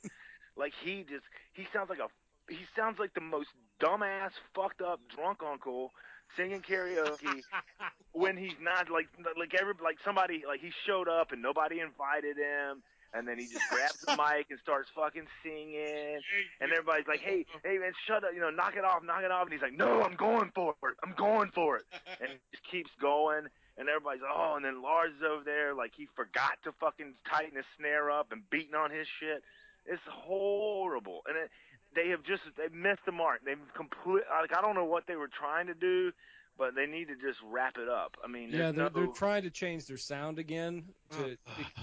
[SPEAKER 6] like he just he sounds like a he sounds like the most dumbass, fucked up, drunk uncle singing karaoke when he's not like like every like somebody like he showed up and nobody invited him. And then he just grabs the mic and starts fucking singing, and everybody's like, "Hey, hey, man, shut up! You know, knock it off, knock it off!" And he's like, "No, I'm going for it. I'm going for it." and it just keeps going. And everybody's oh, and then Lars is over there like he forgot to fucking tighten his snare up and beating on his shit. It's horrible, and it, they have just they missed the mark. They've complete like I don't know what they were trying to do, but they need to just wrap it up. I mean,
[SPEAKER 3] yeah,
[SPEAKER 6] there's
[SPEAKER 3] they're,
[SPEAKER 6] no,
[SPEAKER 3] they're trying to change their sound again to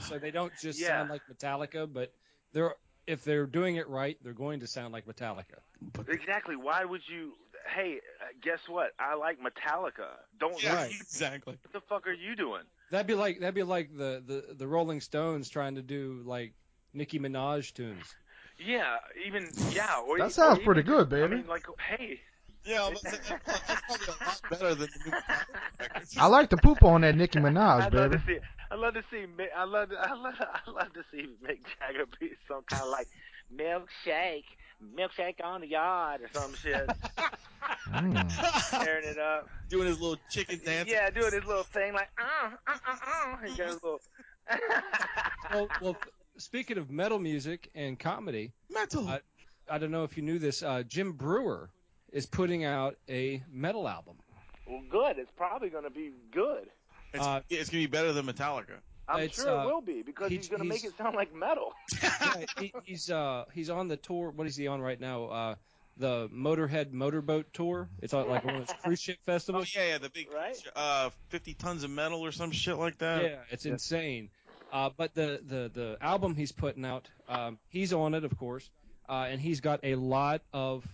[SPEAKER 3] so they don't just
[SPEAKER 6] Yeah.
[SPEAKER 3] sound like Metallica, but they're if they're doing it right, they're going to sound like Metallica.
[SPEAKER 6] exactly. Why would you? Hey, uh, guess what? I like Metallica. Don't
[SPEAKER 1] Yeah,
[SPEAKER 3] Right.
[SPEAKER 1] exactly.
[SPEAKER 6] what the fuck are you doing?
[SPEAKER 3] That'd be like that'd be like the the, the Rolling Stones trying to do like Nicki Minaj tunes.
[SPEAKER 6] Yeah, even yeah. Or, e-
[SPEAKER 5] That sounds
[SPEAKER 6] or
[SPEAKER 5] pretty
[SPEAKER 6] even,
[SPEAKER 5] good,
[SPEAKER 6] I
[SPEAKER 5] baby.
[SPEAKER 6] mean, like hey,
[SPEAKER 1] Yeah, I'm about to say, that's probably- that's probably a lot better than the new Metallica records.
[SPEAKER 5] I like to poop on that Nicki Minaj,
[SPEAKER 6] I'd love
[SPEAKER 5] baby.
[SPEAKER 6] to see. I love to see. Mi- I love. To, I love. I love to see Mick Jagger be some kind of like milkshake, milkshake on the yard or some shit,
[SPEAKER 5] Mm.
[SPEAKER 6] tearing it up.
[SPEAKER 1] doing his little chicken dance.
[SPEAKER 6] Yeah, doing his little thing like uh uh uh uh. He goes little.
[SPEAKER 3] well, well, speaking of metal music and comedy,
[SPEAKER 1] Metal.
[SPEAKER 3] I- I don't know if you knew this. Uh, Jim Brewer is putting out a metal album.
[SPEAKER 6] well, good. It's probably going to be good.
[SPEAKER 1] it's,
[SPEAKER 3] uh,
[SPEAKER 1] it's gonna be better than Metallica.
[SPEAKER 6] I'm
[SPEAKER 3] It's,
[SPEAKER 6] sure
[SPEAKER 3] uh,
[SPEAKER 6] it will be because
[SPEAKER 3] he-
[SPEAKER 6] he's going to make
[SPEAKER 3] he's-
[SPEAKER 6] it sound like metal.
[SPEAKER 3] Yeah, he, he's uh, he's on the tour. What is he on right now? Uh, the Motorhead Motorboat Tour. It's on like one of those cruise ship
[SPEAKER 1] Oh
[SPEAKER 3] festivals.
[SPEAKER 1] yeah, yeah, the big
[SPEAKER 6] Right?
[SPEAKER 1] uh, fifty tons of metal or some shit like
[SPEAKER 7] Oh,
[SPEAKER 1] that.
[SPEAKER 3] Yeah, it's insane. Uh, but the, the, the album he's putting out, um, he's on it, of course, uh, and he's got a lot of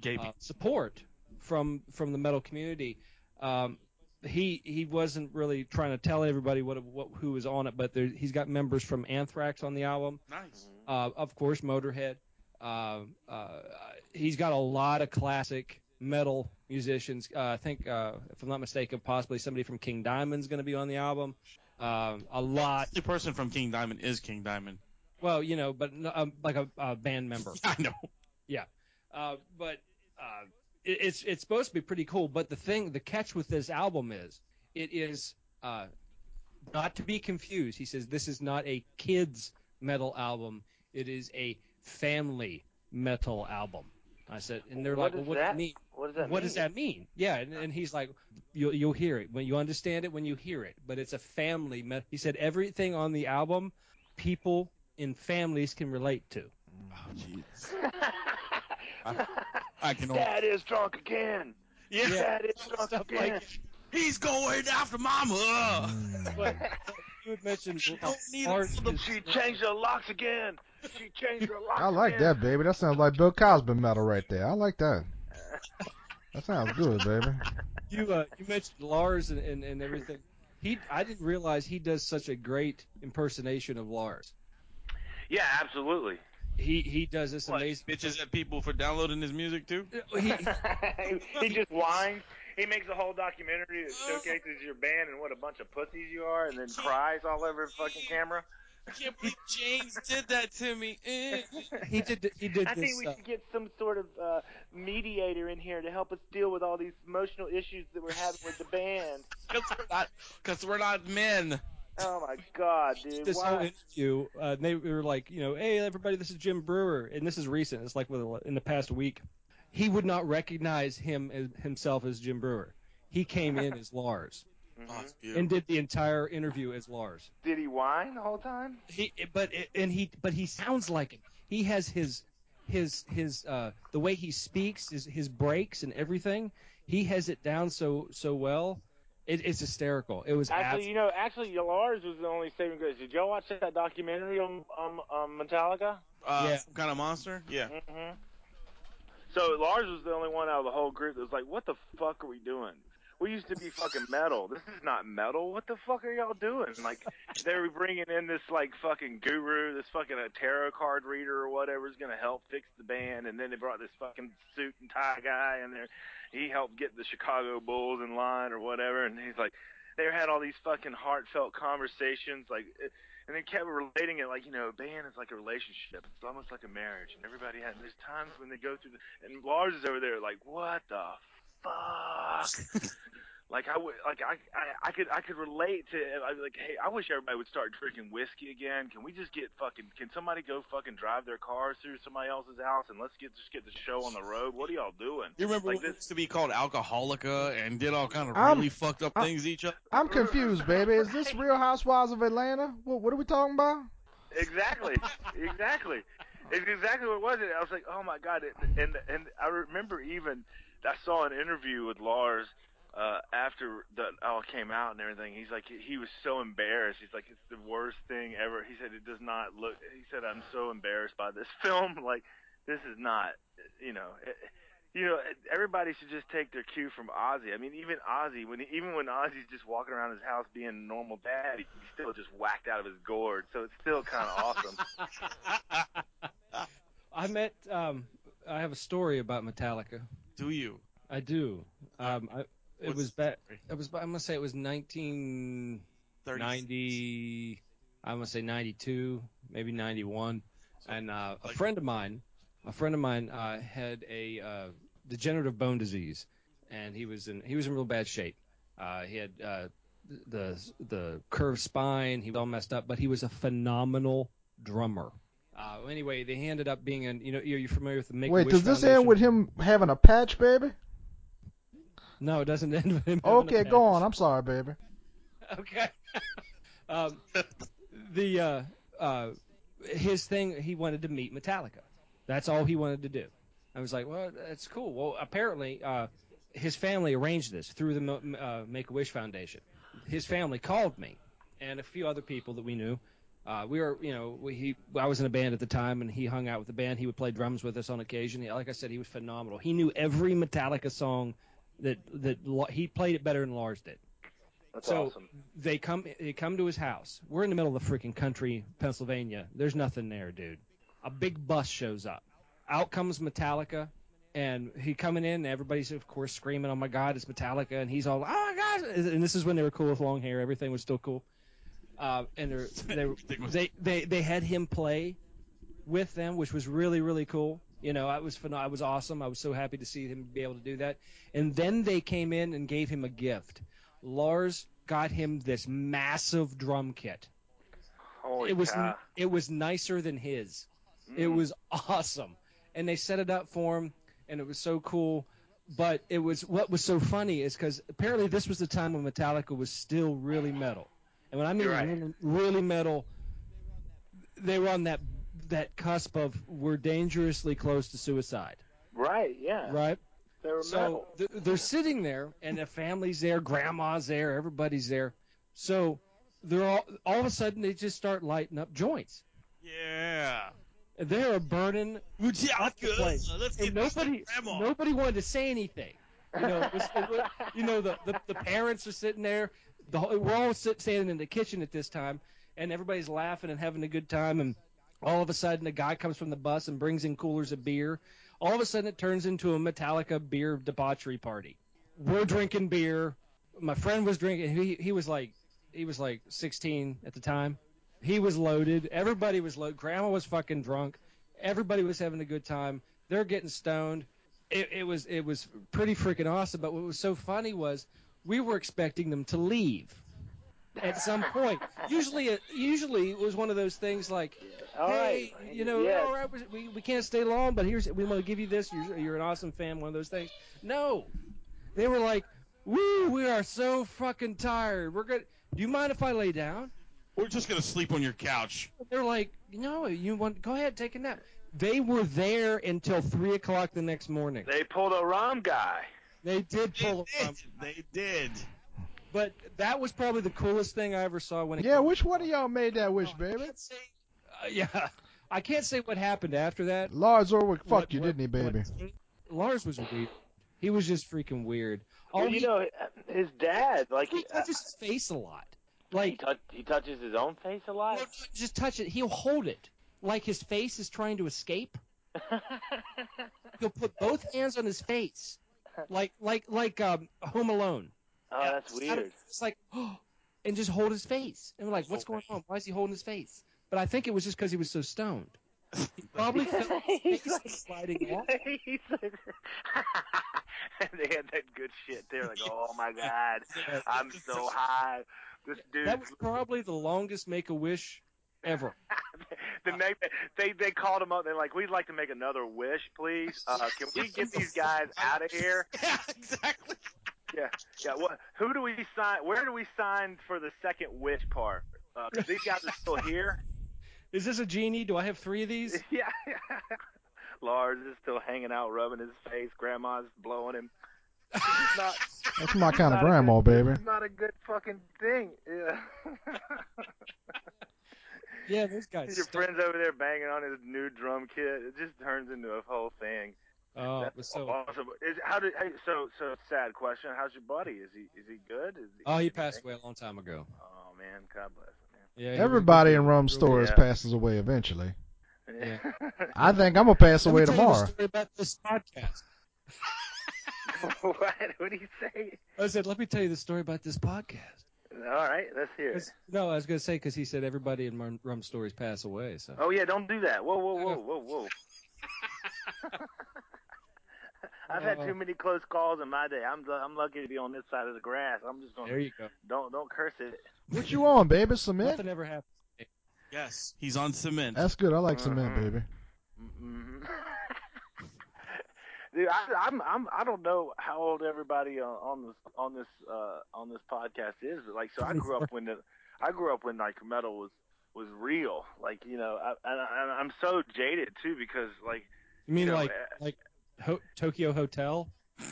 [SPEAKER 1] Gay
[SPEAKER 3] uh, support from from the metal community. Um, he he wasn't really trying to tell everybody what, what who was on it, but there, he's got members from Anthrax on the album,
[SPEAKER 1] Nice.
[SPEAKER 3] uh, of course Motorhead. Uh, uh, he's got a lot of classic metal musicians. Uh, I think, uh, if I'm not mistaken, possibly somebody from King Diamond's going to be on the album. Um, a lot.
[SPEAKER 1] Uh, The person from King Diamond is King Diamond.
[SPEAKER 3] Well, you know, but no- um, like a, a band member.
[SPEAKER 1] I know.
[SPEAKER 3] Uh, but uh, it, it's it's supposed to be pretty cool. But the thing, the catch with this album is, it is uh, not to be confused. He says this is not a kids metal album. It is a family metal album. I said, and they're like,
[SPEAKER 6] What
[SPEAKER 3] well,
[SPEAKER 6] is
[SPEAKER 3] what
[SPEAKER 6] that?
[SPEAKER 3] do you mean?
[SPEAKER 6] What does that mean?
[SPEAKER 3] what does that mean? Yeah, and, and he's like, you'll you'll hear it when you understand it when you hear it. But it's a family. Me-. He said everything on the album, people in families can relate to.
[SPEAKER 1] Oh, jeez. I can only.
[SPEAKER 6] Dad is drunk again.
[SPEAKER 1] Yeah.
[SPEAKER 6] Dad is drunk
[SPEAKER 3] Stuff
[SPEAKER 6] again.
[SPEAKER 3] like
[SPEAKER 1] He's going after mama.
[SPEAKER 3] Mm-hmm. but you had mentioned
[SPEAKER 1] She don't need
[SPEAKER 3] Lars
[SPEAKER 1] another
[SPEAKER 3] is-
[SPEAKER 6] she changed her locks again. She changed her locks.
[SPEAKER 5] I like
[SPEAKER 6] again.
[SPEAKER 5] that, baby. That sounds like Bill Cosby metal right there. I like that. That sounds good, baby.
[SPEAKER 3] you uh, you mentioned Lars and, and, and everything. He I didn't realize he does such a great impersonation of Lars.
[SPEAKER 6] Yeah, absolutely.
[SPEAKER 3] He he does this
[SPEAKER 1] What,
[SPEAKER 3] amazing. Uh,
[SPEAKER 1] bitches at people for downloading his music too.
[SPEAKER 3] He,
[SPEAKER 6] he just whines. He makes a whole documentary that showcases your band and what a bunch of pussies you are, and then cries all over fucking camera.
[SPEAKER 1] I can't believe James did that to me. Eh.
[SPEAKER 3] he did he did
[SPEAKER 6] I
[SPEAKER 3] this.
[SPEAKER 6] think we
[SPEAKER 3] uh,
[SPEAKER 6] should get some sort of uh, mediator in here to help us deal with all these emotional issues that we're having with the band.
[SPEAKER 1] Cause we're not, cause we're not men.
[SPEAKER 6] Oh my god, dude!
[SPEAKER 3] this whole
[SPEAKER 6] Why?
[SPEAKER 3] interview, uh, they were like, you know, hey everybody, this is Jim Brewer, and this is recent. It's like with- in the past week. He would not recognize him as, himself as Jim Brewer. He came in as Lars
[SPEAKER 1] Oh, it's beautiful.
[SPEAKER 3] and did the entire interview as Lars.
[SPEAKER 6] Mm-hmm. Did he whine the whole time?
[SPEAKER 3] he but and he but he sounds like him. He has his his his uh the way he speaks, his his breaks and everything. He has it down so so well. It, it's hysterical. It was
[SPEAKER 6] Actually,
[SPEAKER 3] abs-
[SPEAKER 6] you know, actually, Lars was the only saving grace. Did y'all watch that documentary on um, um, Metallica?
[SPEAKER 1] Uh,
[SPEAKER 3] Yeah.
[SPEAKER 1] Some kind of monster. Yeah.
[SPEAKER 6] hmm So Lars was the only one out of the whole group that was like, "What the fuck are we doing? We used to be fucking metal. This is not metal. What the fuck are y'all doing?" Like, they were bringing in this like fucking guru, this fucking uh, tarot card reader or whatever is gonna help fix the band, and then they brought this fucking suit and tie guy in there. He helped get the Chicago Bulls in line or whatever, and he's like. they had all these fucking heartfelt conversations, like, it- and they kept relating it, like, you know, band is like a relationship. It's almost like a marriage, and everybody has. There's times when they go through, the, and Lars is over there, like, what the fuck? like I would, like I, I, I could, I could relate to. it. I'd be like, hey, I wish everybody would start drinking whiskey again. Can we just get fucking? Can somebody go fucking drive their cars through somebody else's house and let's get just get the show on the road? What are y'all doing?
[SPEAKER 1] You remember
[SPEAKER 6] Like
[SPEAKER 1] when it
[SPEAKER 6] this-
[SPEAKER 1] used to be called Alcoholica and did all kind of
[SPEAKER 5] I'm-
[SPEAKER 1] really fucked up
[SPEAKER 5] I'm-
[SPEAKER 1] things each other.
[SPEAKER 5] I'm confused, baby. Is this Real Housewives of Atlanta? What, what are we talking about?
[SPEAKER 6] Exactly, exactly, it's exactly what was it? I was like, oh my god, it, and and I remember even I saw an interview with Lars uh, after that all came out and everything. He's like, he was so embarrassed. He's like, it's the worst thing ever. He said it does not look. He said I'm so embarrassed by this film. Like, this is not, you know. It, you know, everybody should just take their cue from Ozzy. I mean, even Ozzy, when even when Ozzy's just walking around his house being a normal dad, he's still just whacked out of his gourd. So it's still kind of awesome.
[SPEAKER 3] I met. Um, I have a story about Metallica.
[SPEAKER 1] Do you?
[SPEAKER 3] I do. Um, I, it
[SPEAKER 1] What's
[SPEAKER 3] was back.
[SPEAKER 1] the story?
[SPEAKER 3] It was. ba- I'm gonna say it was 19-
[SPEAKER 1] 30.
[SPEAKER 3] 90 i'm going to say 92 maybe 91 and uh, a
[SPEAKER 1] like-
[SPEAKER 3] friend of mine a friend of mine uh, had a uh, degenerative bone disease and he was in he was in real bad shape uh, he had uh, the the curved spine he was all messed up but he was a phenomenal drummer uh, anyway they ended up being an you know you're familiar with the make
[SPEAKER 5] Wait, does this end with him having a patch, baby?
[SPEAKER 3] no it doesn't end with him having a
[SPEAKER 5] Okay, go
[SPEAKER 3] patch.
[SPEAKER 5] on. I'm sorry, baby.
[SPEAKER 3] okay. um, the uh, uh, his thing, he wanted to meet Metallica. That's all he wanted to do. I was like, well, that's cool. Well, apparently, uh, his family arranged this through the Mo- uh, Make a Wish Foundation. His family called me, and a few other people that we knew. Uh, we were, you know, we, he. I was in a band at the time, and he hung out with the band. He would play drums with us on occasion. He- Like I said, he was phenomenal. He knew every Metallica song that that La- he played it better than Lars did
[SPEAKER 6] That's
[SPEAKER 3] So-
[SPEAKER 6] awesome.
[SPEAKER 3] they come they come to his house. We're in the middle of the freaking country, Pennsylvania. There's nothing there, dude. A big bus shows up. Out comes Metallica, and he coming in. And everybody's of course screaming, "Oh my God, it's Metallica!" And he's all, "Oh my God!" And this is when they were cool with long hair. Everything was still cool. Uh, and they're, they're,
[SPEAKER 1] Everything was-
[SPEAKER 3] they they they had him play with them, which was really really cool. You know, I was phen- I was awesome. I was so happy to see him be able to do that. And then they came in and gave him a gift. Lars got him this massive drum kit.
[SPEAKER 6] Holy
[SPEAKER 3] it was
[SPEAKER 6] cow. Hmm.
[SPEAKER 3] it was nicer than his. It was awesome, and they set it up for him, and it was so cool. But it was what was so funny is because apparently this was the time when Metallica was still really metal, and when I mean
[SPEAKER 6] You're right.
[SPEAKER 3] really, really metal, they were on that that cusp of we're dangerously close to suicide,
[SPEAKER 6] right. Yeah.
[SPEAKER 3] right?
[SPEAKER 6] They were
[SPEAKER 3] So
[SPEAKER 6] metal.
[SPEAKER 3] th- they're sitting there, and the family's there, grandma's there, everybody's there. So they're all all of a sudden they just start lighting up joints.
[SPEAKER 1] Yeah.
[SPEAKER 3] They are burning,
[SPEAKER 1] Metallica.
[SPEAKER 3] place.
[SPEAKER 1] Let's get
[SPEAKER 3] and
[SPEAKER 1] this
[SPEAKER 3] nobody
[SPEAKER 1] grandma.
[SPEAKER 3] nobody wanted to say anything. You know, it was, it was- you know the, the the parents are sitting there. The whole- we're all sit, standing in the kitchen at this time, and everybody's laughing and having a good time. And all of a sudden, a guy comes from the bus and brings in coolers of beer. All of a sudden, it turns into a Metallica beer debauchery party. We're drinking beer. My friend was drinking. He he was like he was like 16 at the time. He was loaded. Everybody was loaded. Grandma was fucking drunk. Everybody was having a good time. They're getting stoned. It, it was it was pretty freaking awesome. But what was so funny was we were expecting them to leave at some point. Usually, it, usually it was one of those things like,
[SPEAKER 6] All
[SPEAKER 3] hey,
[SPEAKER 6] right.
[SPEAKER 3] you know,
[SPEAKER 6] Yes.
[SPEAKER 3] all right, we, we can't stay long, but here's we want to give you this. You're, you're an awesome fan. One of those things. No, they were like, woo, we are so fucking tired. We're good. Do you mind if I lay down?
[SPEAKER 1] We're just gonna sleep on your couch.
[SPEAKER 3] they're like, no, you want go ahead, take a nap. They were there until three o'clock the next morning.
[SPEAKER 6] They pulled a Rom guy.
[SPEAKER 3] They did
[SPEAKER 1] They
[SPEAKER 3] pull a
[SPEAKER 1] did. They did.
[SPEAKER 3] but that was probably the coolest thing I ever saw when it.
[SPEAKER 5] Yeah, which one of y'all made that wish, baby?
[SPEAKER 3] Uh, yeah, I can't say what happened after that.
[SPEAKER 5] Lars Ulrich
[SPEAKER 3] What-
[SPEAKER 5] fucked you,
[SPEAKER 3] what-
[SPEAKER 5] didn't he, baby?
[SPEAKER 3] what- Lars was weird. He was just freaking weird. All
[SPEAKER 6] Well, you
[SPEAKER 3] he,
[SPEAKER 6] know, his dad, like,
[SPEAKER 3] he touches his face a lot.
[SPEAKER 6] he,
[SPEAKER 3] Like,
[SPEAKER 6] touch, he touches his own face a lot.
[SPEAKER 3] just touch it. He'll hold it like his face is trying to escape. He'll put both hands on his face, like like like um, Home Alone.
[SPEAKER 6] Oh,
[SPEAKER 3] Yeah,
[SPEAKER 6] that's
[SPEAKER 3] it's kind of-
[SPEAKER 6] weird.
[SPEAKER 3] It's like, oh, and just hold his face. And we're like, what's going on? Why is he holding his face? But I think it was just because he was so stoned. He probably felt his
[SPEAKER 6] He's
[SPEAKER 3] face
[SPEAKER 6] like-
[SPEAKER 3] was sliding off.
[SPEAKER 6] He's like, they had that good shit. They're like, oh my god, I'm so high. This dude,
[SPEAKER 3] That was probably the longest Make a Wish ever.
[SPEAKER 6] the next, they they called him up. They're like, we'd like to make another wish, please. Uh, can we get these guys out of here?
[SPEAKER 1] Yeah, exactly.
[SPEAKER 6] Yeah. What? Who do we sign? Where do we sign for the second wish part? Uh, 'cause these guys are still here.
[SPEAKER 3] Is this a genie? Do I have three of these?
[SPEAKER 6] yeah. Lars is still hanging out, rubbing his face. Grandma's blowing him. It's not,
[SPEAKER 5] That's my kind of grandma, baby.
[SPEAKER 6] it's not a good fucking thing. Yeah.
[SPEAKER 3] Yeah, those guys.
[SPEAKER 6] Your
[SPEAKER 3] stunk.
[SPEAKER 6] friend's over there banging on his new drum kit. It just turns into a whole thing.
[SPEAKER 3] Oh, it was
[SPEAKER 6] That's
[SPEAKER 3] so.
[SPEAKER 6] awesome. Is, how did? Hey, so so sad question. How's your buddy? Is he is he good? Is
[SPEAKER 3] Oh, he passed away a long time ago.
[SPEAKER 6] Oh man, God bless
[SPEAKER 3] Yeah, he
[SPEAKER 5] Everybody in
[SPEAKER 3] really-
[SPEAKER 5] rum stores
[SPEAKER 6] Yeah.
[SPEAKER 5] passes away eventually.
[SPEAKER 6] him. Man.
[SPEAKER 5] I think I'm gonna pass
[SPEAKER 3] Let
[SPEAKER 5] away
[SPEAKER 3] me tell you the
[SPEAKER 5] tomorrow.
[SPEAKER 3] story about this podcast.
[SPEAKER 6] what? What do you say?
[SPEAKER 3] I said, let me tell you the story about this podcast.
[SPEAKER 6] All right, let's hear it.
[SPEAKER 3] 'Cause- No, I was going to say because he said everybody in rum, rum stories pass away. So
[SPEAKER 6] Oh yeah, don't do that. Whoa, whoa, whoa, whoa, whoa. I've had
[SPEAKER 3] Oh.
[SPEAKER 6] too many close calls in my day. I'm I'm lucky to be on this side of the grass. I'm just
[SPEAKER 3] there
[SPEAKER 6] gonna
[SPEAKER 3] you go.
[SPEAKER 6] don't don't curse it.
[SPEAKER 5] What you on, baby? Cement?
[SPEAKER 3] Nothing ever happened.
[SPEAKER 1] Yes, he's on cement.
[SPEAKER 5] That's good. I like cement,
[SPEAKER 6] Mhm.
[SPEAKER 5] baby.
[SPEAKER 6] Mm-mm. Mm-hmm. Dude, I, I'm I'm I don't know how old everybody on, on this on this uh, on this podcast is, but like, so I grew up when the I grew up when like metal was was real, like you know, I, and, I, and I'm so jaded too because like
[SPEAKER 3] You mean
[SPEAKER 6] Yeah,
[SPEAKER 3] like
[SPEAKER 6] man.
[SPEAKER 3] like ho- Tokyo Hotel?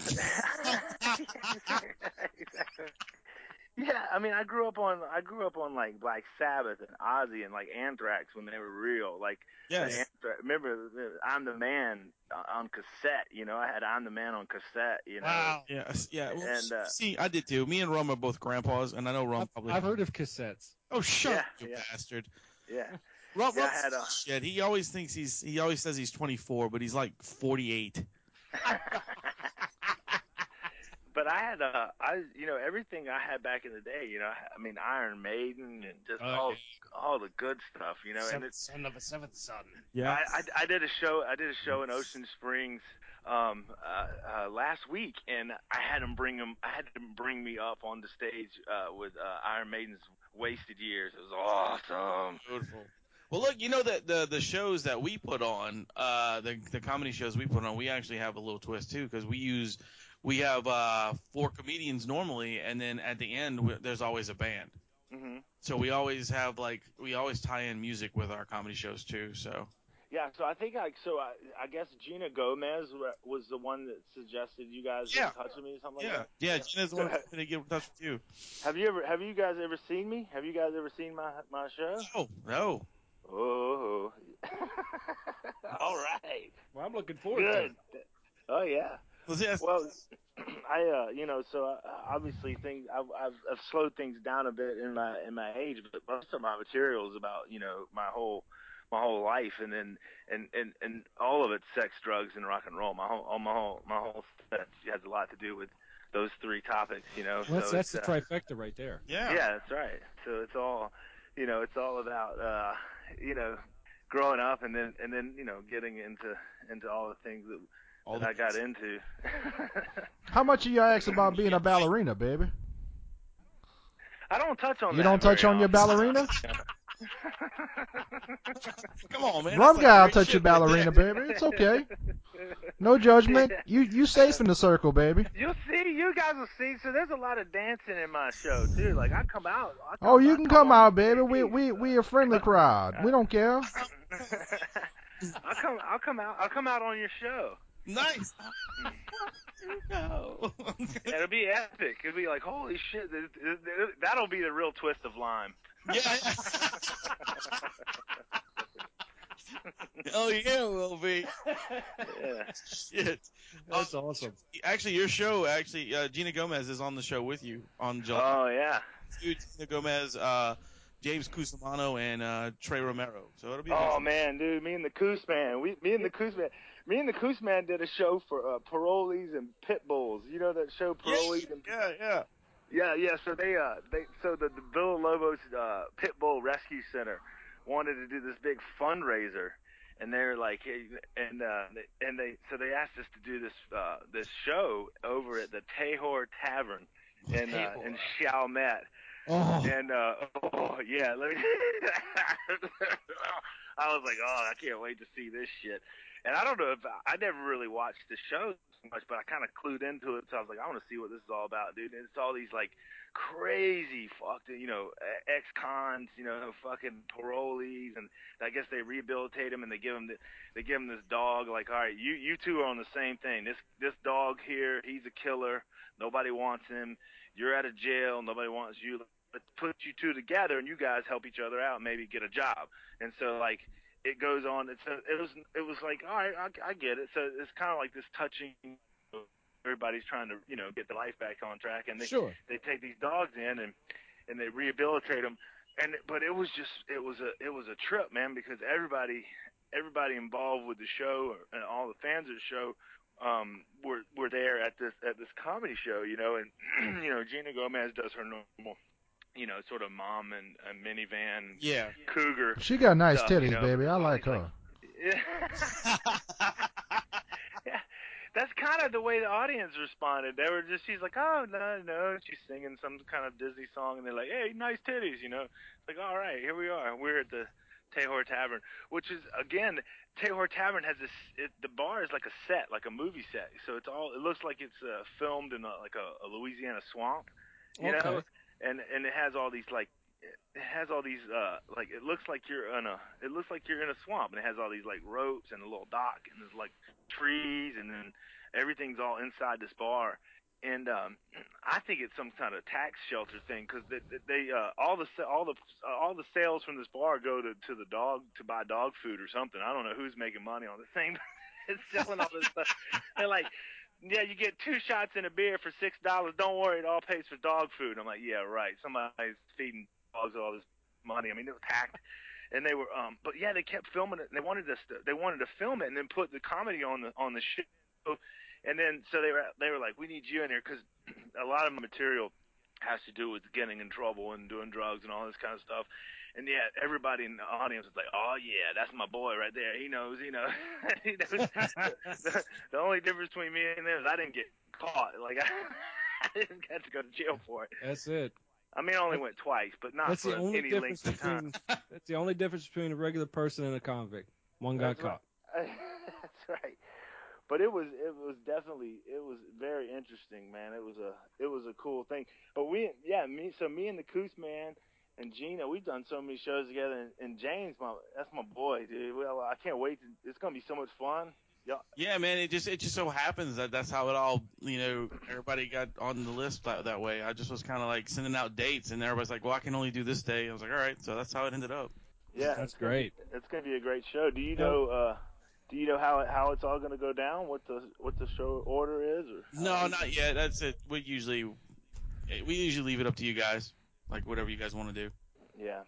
[SPEAKER 6] yeah, I mean, I grew up on I grew up on like Black Sabbath and Ozzy and like Anthrax when they were real, like
[SPEAKER 1] yes.
[SPEAKER 6] Anthra- uh, remember, the- I'm the man on cassette. You know, I had I'm the man on cassette. You know,
[SPEAKER 1] Yes. Yeah. Well,
[SPEAKER 6] And, uh,
[SPEAKER 1] see, I did too. Me and Rum are both grandpas, and I know Rum
[SPEAKER 3] I've,
[SPEAKER 1] probably.
[SPEAKER 3] I've heard of cassettes.
[SPEAKER 1] Oh, shut
[SPEAKER 6] Yeah,
[SPEAKER 1] up, you
[SPEAKER 6] yeah.
[SPEAKER 1] bastard!
[SPEAKER 6] yeah,
[SPEAKER 1] Rum,
[SPEAKER 6] Yeah, I
[SPEAKER 1] Rum's
[SPEAKER 6] had a-
[SPEAKER 1] shit. He always thinks he's. He always says he's 24, but he's like 48.
[SPEAKER 6] but I had uh, I you know everything I had back in the day. You know, I- I mean Iron Maiden and just
[SPEAKER 1] Oh,
[SPEAKER 6] all all the good stuff. You know, and it's
[SPEAKER 3] son of a seventh son.
[SPEAKER 1] Yeah.
[SPEAKER 6] I, I I did a show I did a show in Ocean Springs um uh, uh last week and I had him bring him I had him bring me up on the stage uh with uh, Iron Maiden's Wasted Years. It was awesome.
[SPEAKER 1] Beautiful. Well, look, you know that the the shows that we put on, uh, the the comedy shows we put on, we actually have a little twist too because we use we have uh, four comedians normally, and then at the end we, there's always a band.
[SPEAKER 6] hmm
[SPEAKER 1] So we always have like we always tie in music with our comedy shows too. So
[SPEAKER 6] Yeah, so I think I so I, I guess Gina Gomez wa- was the one that suggested you guys
[SPEAKER 1] Yeah.
[SPEAKER 6] get in touch with me or something
[SPEAKER 1] yeah,
[SPEAKER 6] like
[SPEAKER 1] yeah, Gina's the one that's gonna get in touch with you.
[SPEAKER 6] that. Have you ever have you guys ever seen me? Have you guys ever seen my my show?
[SPEAKER 1] Oh no,
[SPEAKER 6] Oh. All right.
[SPEAKER 3] Well, I'm looking forward to it.
[SPEAKER 6] Good. Oh yeah.
[SPEAKER 1] well, see, that's-
[SPEAKER 6] Well, I uh, you know, so uh, obviously things I've, I've I've slowed things down a bit in my in my age, but most of my material is about you know my whole my whole life, and then and and and all of it's sex, drugs, and rock and roll. My whole all my whole my whole stuff has a lot to do with those three topics, you know.
[SPEAKER 3] Well, that's
[SPEAKER 6] so
[SPEAKER 3] that's
[SPEAKER 6] it's,
[SPEAKER 3] the
[SPEAKER 6] uh,
[SPEAKER 3] trifecta right there.
[SPEAKER 1] yeah,
[SPEAKER 6] yeah. that's right. So it's all, you know, it's all about, uh, you know, growing up and then and then you know getting into into all the things that,
[SPEAKER 1] All
[SPEAKER 6] that
[SPEAKER 1] the
[SPEAKER 6] I got into.
[SPEAKER 5] How much of y'all ask about being a ballerina, baby?
[SPEAKER 6] I don't touch on.
[SPEAKER 5] You
[SPEAKER 6] that
[SPEAKER 5] don't touch
[SPEAKER 6] very
[SPEAKER 5] on your
[SPEAKER 6] often.
[SPEAKER 5] ballerina?
[SPEAKER 1] come on, man.
[SPEAKER 5] Rum
[SPEAKER 1] that's
[SPEAKER 5] guy will
[SPEAKER 1] great
[SPEAKER 5] touch your
[SPEAKER 1] shit right
[SPEAKER 5] ballerina,
[SPEAKER 1] there.
[SPEAKER 5] baby. It's okay. No judgment. You you safe in the circle, baby.
[SPEAKER 6] You'll see. You guys will see. So there's a lot of dancing in my show too. Like I come out. I come,
[SPEAKER 5] Oh, you
[SPEAKER 6] I
[SPEAKER 5] can come out,
[SPEAKER 6] on
[SPEAKER 5] baby. We
[SPEAKER 6] TV,
[SPEAKER 5] we
[SPEAKER 6] so.
[SPEAKER 5] we a friendly crowd. We don't care.
[SPEAKER 6] I'll come. I'll come out. I'll come out on your show.
[SPEAKER 1] Nice. no.
[SPEAKER 6] It'll be epic. It'll be like holy shit. th- th- th- That'll be the real twist of lime.
[SPEAKER 1] yeah. oh yeah, will be.
[SPEAKER 6] Yeah.
[SPEAKER 1] Shit.
[SPEAKER 6] Oh,
[SPEAKER 3] That's awesome.
[SPEAKER 1] Actually, your show, actually, uh, Gina Gomez is on the show with you on July.
[SPEAKER 6] Oh yeah.
[SPEAKER 1] It's you, Gina Gomez, uh, James Cusimano, and uh, Trey Romero. So it'll be.
[SPEAKER 6] Oh
[SPEAKER 1] awesome.
[SPEAKER 6] man, dude, me and the Coos man, we, me and the Coos man, me and the Coos man did a show for uh, parolees and pit bulls. You know that show,
[SPEAKER 1] Yeah,
[SPEAKER 6] parolees and
[SPEAKER 1] yeah, yeah.
[SPEAKER 6] Yeah, yeah. So they, uh, they, so the, the Bill Lobos uh, Pit Bull Rescue Center wanted to do this big fundraiser, and they're like, hey, and uh, they- and they, so they asked us to do this uh, this show over at the Tahor Tavern in uh, in Chalmette.
[SPEAKER 2] Oh,
[SPEAKER 6] And uh, oh yeah, let me. I was like, oh, I can't wait to see this shit. And I don't know if I never really watched the show much, but I kind of clued into it, so I was like, I want to see what this is all about, dude. And it's all these like crazy fucked, you know, e-, ex-cons, you know, fucking parolees, and I guess they rehabilitate them and they give them the, they give them this dog. Like, all right, you you two are on the same thing. This this dog here, he's a killer. Nobody wants him. You're out of jail. Nobody wants you but put you two together and you guys help each other out and maybe get a job and so like it goes on it's a, it was it was like all right i, I get it so it's kind of like this touching everybody's trying to you know get their life back on track and they
[SPEAKER 3] Sure.
[SPEAKER 6] they take these dogs in and and they rehabilitate them and but it was just it was a it was a trip man because everybody everybody involved with the show and all the fans of the show um were were there at this at this comedy show you know and you know Gina Gomez does her normal you know sort of mom and a minivan
[SPEAKER 1] Yeah.
[SPEAKER 6] cougar
[SPEAKER 5] She got nice
[SPEAKER 6] Stuff, you
[SPEAKER 5] titties,
[SPEAKER 6] know,
[SPEAKER 5] baby. I
[SPEAKER 6] all
[SPEAKER 5] like
[SPEAKER 6] these, like,
[SPEAKER 5] her.
[SPEAKER 6] yeah, that's kind of the way the audience responded. They were just, she's like, oh no, no, she's singing some kind of Disney song, and they're like, hey, nice titties, you know. It's like, all right, here we are. We're at the Tehor Tavern, which is again, Tehor Tavern has this. It, the bar is like a set, like a movie set. So it's all. It looks like it's uh, filmed in a, like a, a Louisiana swamp, you know.
[SPEAKER 3] Okay.
[SPEAKER 6] And and it has all these like it has all these uh like it looks like you're in a it looks like you're in a swamp and it has all these like ropes and a little dock and there's like trees and then everything's all inside this bar and um i think it's some kind of tax shelter thing because they, they- they uh all the sa- all the uh, all the sales from this bar go to to the dog to buy dog food or something i don't know who's making money on this thing but it's selling all this stuff they're like yeah, you get two shots and a beer for six dollars. Don't worry, it all pays for dog food. I'm like, yeah, right. Somebody's feeding dogs all this money. I mean, it was hacked. And they were, um, but yeah, they kept filming it. They wanted us to, they wanted to film it and then put the comedy on the on the show. And then so they were they were like, we need you in here because a lot of my material has to do with getting in trouble and doing drugs and all this kind of stuff. And yeah, everybody in the audience was like, "Oh yeah, that's my boy right there. He knows. He knows. he knows." the, the only difference between me and them is I didn't get caught. Like I, I didn't get to go to jail for it.
[SPEAKER 3] That's it.
[SPEAKER 6] I mean, I only went twice, but not
[SPEAKER 3] That's
[SPEAKER 6] for
[SPEAKER 3] the only
[SPEAKER 6] any
[SPEAKER 3] difference
[SPEAKER 6] length of time.
[SPEAKER 3] between. that's the only difference between a regular person and a convict. One got
[SPEAKER 6] That's right.
[SPEAKER 3] caught.
[SPEAKER 6] That's right. But it was it was definitely it was very interesting, man. It was a it was a cool thing. But we yeah me so me and the Coos man and Gina we've done so many shows together and, and James my that's my boy dude. Well I can't wait. To, it's gonna be so much fun.
[SPEAKER 1] Yeah, man. It just it just so happens that that's how it all you know everybody got on the list that, that way. I just was kind of like sending out dates, and everybody's like, "Well, I can only do this day." I was like, "All right," so that's how it ended up.
[SPEAKER 6] Yeah,
[SPEAKER 3] That's
[SPEAKER 6] it's gonna-
[SPEAKER 3] great.
[SPEAKER 6] It's gonna be a great show. Do you
[SPEAKER 3] Yeah.
[SPEAKER 6] know? uh do you know how it- how it's all going to go down? What the what the show order is? Or Uh,
[SPEAKER 1] No, not yet. That's it. We usually we usually leave it up to you guys, like whatever you guys want to do.
[SPEAKER 6] Yeah.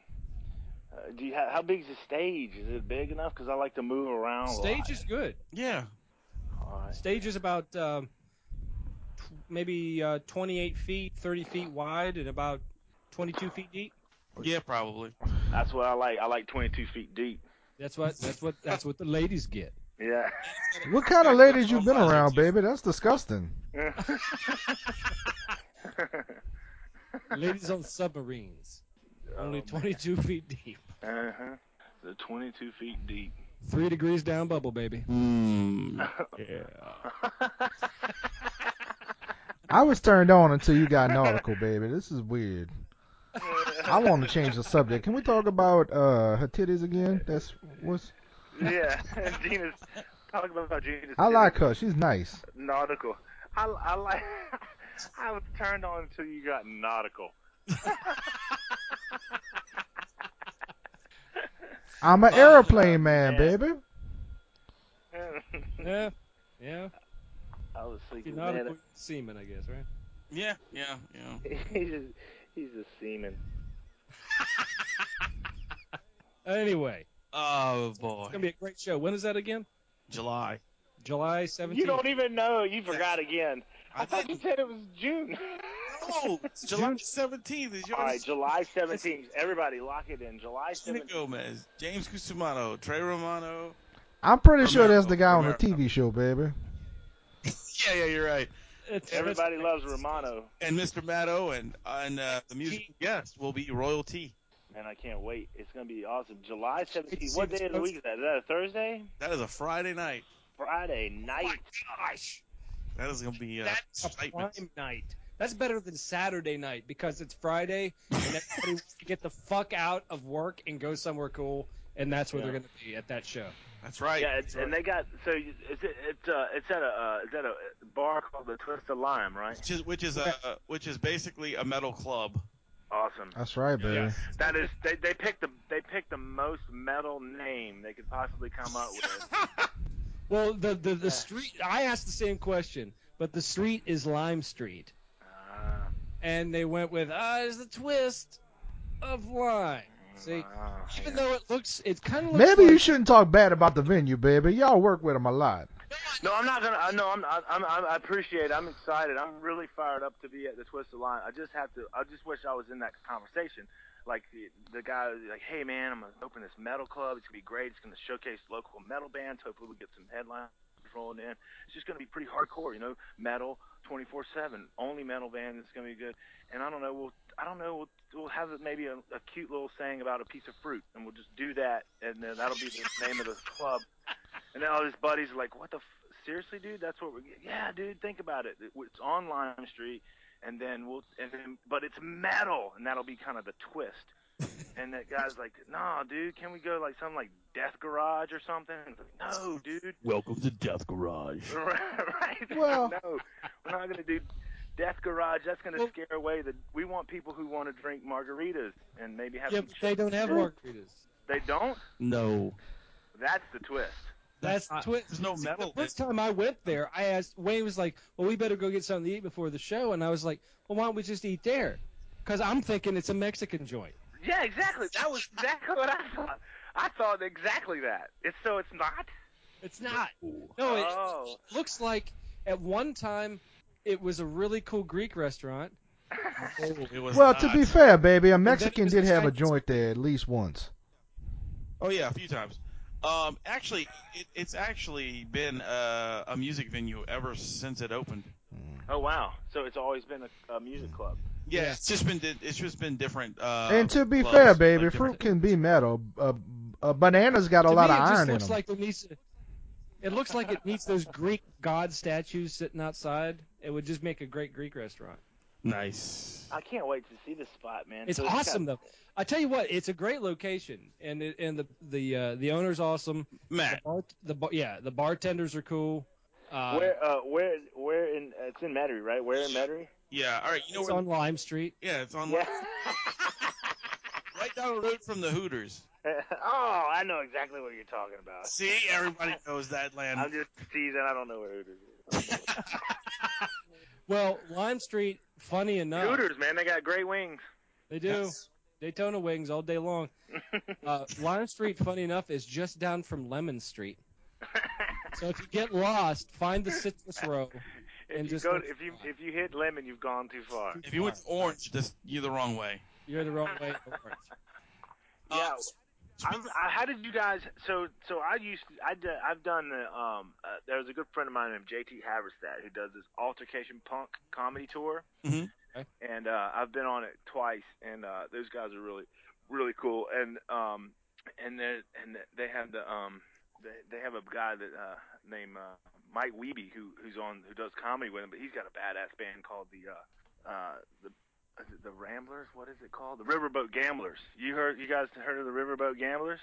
[SPEAKER 6] Uh, do you ha- how big is the stage? Is it big enough? Because I like to move around. a lot.
[SPEAKER 3] Stage is good.
[SPEAKER 1] Yeah,
[SPEAKER 6] All right.
[SPEAKER 3] Stage is about um, tw- maybe uh, 28 feet, 30 feet wide, and about 22 feet deep.
[SPEAKER 1] yeah, probably.
[SPEAKER 6] That's what I like. I like 22 feet deep.
[SPEAKER 3] That's what. That's what. That's what the ladies get.
[SPEAKER 6] Yeah.
[SPEAKER 5] What kind of ladies you been around, baby? That's disgusting.
[SPEAKER 3] Ladies on submarines, only
[SPEAKER 6] Oh,
[SPEAKER 3] 22 feet deep,
[SPEAKER 6] Uh huh. The 22 feet deep.
[SPEAKER 3] three degrees down bubble, baby.
[SPEAKER 5] I was turned on until you got nautical, baby. This is weird. I want to change the subject. Can we talk about uh, her titties again? That's what's.
[SPEAKER 6] yeah. Gina's talking about Gina's.
[SPEAKER 5] I like
[SPEAKER 6] titties.
[SPEAKER 5] her. She's nice.
[SPEAKER 6] nautical. I, I like. I was turned on until you got nautical.
[SPEAKER 5] I'm an
[SPEAKER 6] Oh,
[SPEAKER 5] airplane
[SPEAKER 6] man.
[SPEAKER 5] man, baby.
[SPEAKER 6] I
[SPEAKER 3] Yeah, yeah.
[SPEAKER 6] was
[SPEAKER 3] You're
[SPEAKER 6] thinking,
[SPEAKER 3] not a
[SPEAKER 6] man,
[SPEAKER 3] good seaman, I guess, right?
[SPEAKER 1] Yeah, yeah, yeah.
[SPEAKER 6] he's a, he's a seaman.
[SPEAKER 3] Anyway,
[SPEAKER 1] Oh
[SPEAKER 3] it's gonna
[SPEAKER 1] boy,
[SPEAKER 3] be a great show. When is that again?
[SPEAKER 1] July.
[SPEAKER 3] July 17th.
[SPEAKER 6] e- You don't even know. You forgot again. I
[SPEAKER 1] I
[SPEAKER 6] thought you
[SPEAKER 1] didn't.
[SPEAKER 6] said it was June.
[SPEAKER 1] No, it's July seventeenth is
[SPEAKER 6] All right,
[SPEAKER 1] yours.
[SPEAKER 6] July 17th. Everybody, lock it in. July
[SPEAKER 1] Selena
[SPEAKER 6] 17th.
[SPEAKER 1] Gomez, James Cusimano, Trey Romano.
[SPEAKER 5] I'm pretty sure that's the guy on the
[SPEAKER 1] Romero.
[SPEAKER 5] TV show, baby.
[SPEAKER 1] Yeah, yeah, you're right.
[SPEAKER 3] It's-
[SPEAKER 6] Everybody
[SPEAKER 3] it's-
[SPEAKER 6] loves Romano,
[SPEAKER 1] And Mr. Maddo and and uh, the musical guest will be Royalty.
[SPEAKER 6] and I can't wait. It's going to be awesome. July 17th.
[SPEAKER 3] It's-
[SPEAKER 6] What day
[SPEAKER 3] it's
[SPEAKER 6] of the week is that? Is that a Thursday?
[SPEAKER 1] That is a Friday night.
[SPEAKER 6] Friday night.
[SPEAKER 3] Gosh,
[SPEAKER 1] That is going to be uh,
[SPEAKER 3] that's a
[SPEAKER 1] excitement.
[SPEAKER 3] prime night. That's better than Saturday night because it's Friday and everybody wants to get the fuck out of work and go somewhere cool, and that's where
[SPEAKER 6] Yeah.
[SPEAKER 3] they're going to be at that show.
[SPEAKER 1] That's right.
[SPEAKER 6] Yeah,
[SPEAKER 1] That's
[SPEAKER 6] it's,
[SPEAKER 1] right.
[SPEAKER 6] and they got so you- it's it, it's uh it's at a uh, it's at a bar called the Twisted Lime, right?
[SPEAKER 1] which is which is a which is basically a metal club.
[SPEAKER 6] Awesome.
[SPEAKER 5] That's right, baby.
[SPEAKER 6] That is they they picked the they picked the most metal name they could possibly come up with.
[SPEAKER 3] Well, the the, the street. I asked the same question, but the street is Lime Street,
[SPEAKER 6] Uh,
[SPEAKER 3] and they went with ah, it's the twist of lime. See,
[SPEAKER 6] wow.
[SPEAKER 3] even though it looks, it kind of looks.
[SPEAKER 5] Maybe
[SPEAKER 3] like,
[SPEAKER 5] you shouldn't talk bad about the venue, baby. Y'all work with them a lot.
[SPEAKER 6] No, I'm not gonna. I know. I'm. I- I'm. I'm I appreciate. It. I'm excited. I'm really fired up to be at the Twisted Line. I just have to. I just wish I was in that conversation. Like the, the guy, was like, hey man, I'm gonna open this metal club. It's gonna be great. It's gonna showcase local metal bands. Hopefully we get some headlines rolling in. It's just gonna be pretty hardcore, you know, metal 24/7. Only metal band. It's gonna be good. And I don't know. We'll. I don't know. We'll, we'll have maybe a, a cute little saying about a piece of fruit, and we'll just do that, and then that'll be the name of the club. And then all his buddies are like, "What the? F- seriously, dude? That's what we're? Yeah, dude. Think about it. It- It's on Lime Street, and then we'll and then, but it's metal, and that'll be kind of the twist." and that guy's like, "Nah, dude. Can we go like something like Death Garage or something?" And it's like, no, dude.
[SPEAKER 1] Welcome to Death Garage.
[SPEAKER 6] right?
[SPEAKER 5] Well-
[SPEAKER 6] no, we're not gonna do Death Garage. That's gonna
[SPEAKER 3] Well-
[SPEAKER 6] scare away the. We want people who want to drink margaritas and maybe have.
[SPEAKER 3] Yeah,
[SPEAKER 6] some
[SPEAKER 3] but they don't have
[SPEAKER 6] chips.
[SPEAKER 3] margaritas.
[SPEAKER 6] They don't.
[SPEAKER 1] No,
[SPEAKER 6] That's the twist.
[SPEAKER 3] That's the
[SPEAKER 1] not-
[SPEAKER 3] twist.
[SPEAKER 1] There's no
[SPEAKER 3] See,
[SPEAKER 1] metal.
[SPEAKER 3] The first time I went there, I asked Wayne was like, "Well, we better go get something to eat before the show," and I was like, "Well, why don't we just eat there?" Because I'm thinking it's a Mexican joint.
[SPEAKER 6] Yeah, exactly. That was exactly what I thought. I thought exactly that. It's so it's not.
[SPEAKER 3] It's not. No, it
[SPEAKER 6] Oh.
[SPEAKER 3] looks like at one time it was a really cool Greek restaurant.
[SPEAKER 1] it was
[SPEAKER 5] Well, to
[SPEAKER 1] not.
[SPEAKER 5] be fair, baby, a
[SPEAKER 3] then
[SPEAKER 5] Mexican
[SPEAKER 3] it's
[SPEAKER 5] did have a
[SPEAKER 3] like-
[SPEAKER 5] joint there at least once.
[SPEAKER 1] Oh yeah, a few times. Um, actually, it, it's actually been uh, a music venue ever since it opened.
[SPEAKER 6] Oh wow! So it's always been a, a music club.
[SPEAKER 1] Yeah,
[SPEAKER 3] Yeah.
[SPEAKER 1] it's just been di- it's just been different. Uh,
[SPEAKER 5] and to be
[SPEAKER 1] clubs,
[SPEAKER 5] fair,
[SPEAKER 1] like
[SPEAKER 5] baby,
[SPEAKER 1] different-
[SPEAKER 5] fruit can be metal. Uh, uh, bananas got a
[SPEAKER 3] to
[SPEAKER 5] lot
[SPEAKER 3] me,
[SPEAKER 5] of
[SPEAKER 3] it just
[SPEAKER 5] iron in
[SPEAKER 3] looks
[SPEAKER 5] them.
[SPEAKER 3] like it needs. It looks like it needs those Greek god statues sitting outside. It would just make a great Greek restaurant.
[SPEAKER 1] Nice.
[SPEAKER 6] I can't wait to see this spot, man.
[SPEAKER 3] It's
[SPEAKER 6] So got-
[SPEAKER 3] awesome though. I tell you what, it's a great location, and it, and the the uh, the owner's awesome. The
[SPEAKER 1] Matt,
[SPEAKER 3] bar, the bar, yeah, the bartenders are cool. Uh,
[SPEAKER 6] where, uh, where, where in? uh, It's in Metairie, right? Where in Metairie?
[SPEAKER 1] yeah, all right. You know
[SPEAKER 3] it's
[SPEAKER 1] where?
[SPEAKER 3] on Lime Street.
[SPEAKER 1] yeah, it's
[SPEAKER 3] Um,
[SPEAKER 1] on
[SPEAKER 6] Yeah.
[SPEAKER 1] right down the road from the Hooters.
[SPEAKER 6] oh, I know exactly what you're talking about.
[SPEAKER 1] See, everybody knows that land.
[SPEAKER 6] I'm just teasing. I don't know where Hooters is.
[SPEAKER 3] Well, Lime Street, funny enough,
[SPEAKER 6] Hooters, man, they got great wings.
[SPEAKER 3] they do Daytona wings all day long. Uh, Lime Street, funny enough, is just down from Lemon Street. So if you get lost, find the citrus row.
[SPEAKER 6] If
[SPEAKER 3] And
[SPEAKER 6] you
[SPEAKER 3] just
[SPEAKER 6] go,
[SPEAKER 3] look-
[SPEAKER 6] if you if you hit lemon, you've gone too far.
[SPEAKER 1] If you went to Orange, this, you're the wrong way.
[SPEAKER 3] You're the wrong way. Orange.
[SPEAKER 6] Yeah.
[SPEAKER 1] Uh,
[SPEAKER 6] I'm, I, how did you guys? So, so I used to, I did, I've done the um. Uh, there was a good friend of mine named JT Haverstad who does this Altercation Punk comedy tour,
[SPEAKER 1] Mhm.
[SPEAKER 3] Okay.
[SPEAKER 6] and uh, I've been on it twice, and uh, those guys are really, really cool, and um, and they and they have the um, they, they have a guy that uh named uh, Mike Weeby who who's on who does comedy with him, but he's got a badass band called the uh, uh the is it the Ramblers? What is it called? The Riverboat Gamblers. You heard? You guys heard of the Riverboat Gamblers?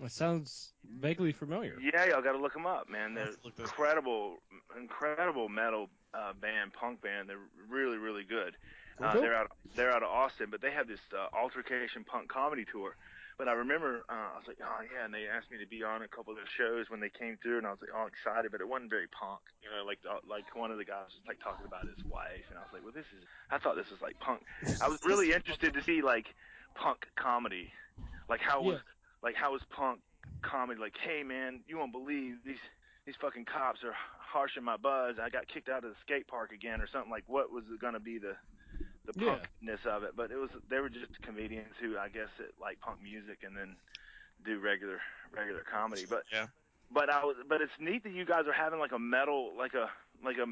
[SPEAKER 3] That sounds vaguely familiar.
[SPEAKER 6] Yeah, y'all got to look them up, man. They're
[SPEAKER 1] Let's look this up.
[SPEAKER 6] incredible, incredible metal uh, band, punk band. They're really, really good. Uh,
[SPEAKER 3] Cool.
[SPEAKER 6] they're out, they're out of Austin, but they have this uh, altercation punk comedy tour. But I remember uh, I was like, oh yeah, and they asked me to be on a couple of their shows when they came through, and I was like all excited, but it wasn't very punk, you know, like uh, like one of the guys was like talking about his wife, and I was like, well, this is, I thought this was like punk. I was really interested to see like punk comedy, like how was
[SPEAKER 3] Yeah.
[SPEAKER 6] like how was punk comedy like, hey man, you won't believe these these fucking cops are harshing my buzz. I got kicked out of the skate park again or something like what was going to be the the
[SPEAKER 3] Yeah.
[SPEAKER 6] punkness of it. But it was they were just comedians who I guess it, like punk music and then do regular regular comedy. But
[SPEAKER 1] Yeah.
[SPEAKER 6] But I was but it's neat that you guys are having like a metal like a like a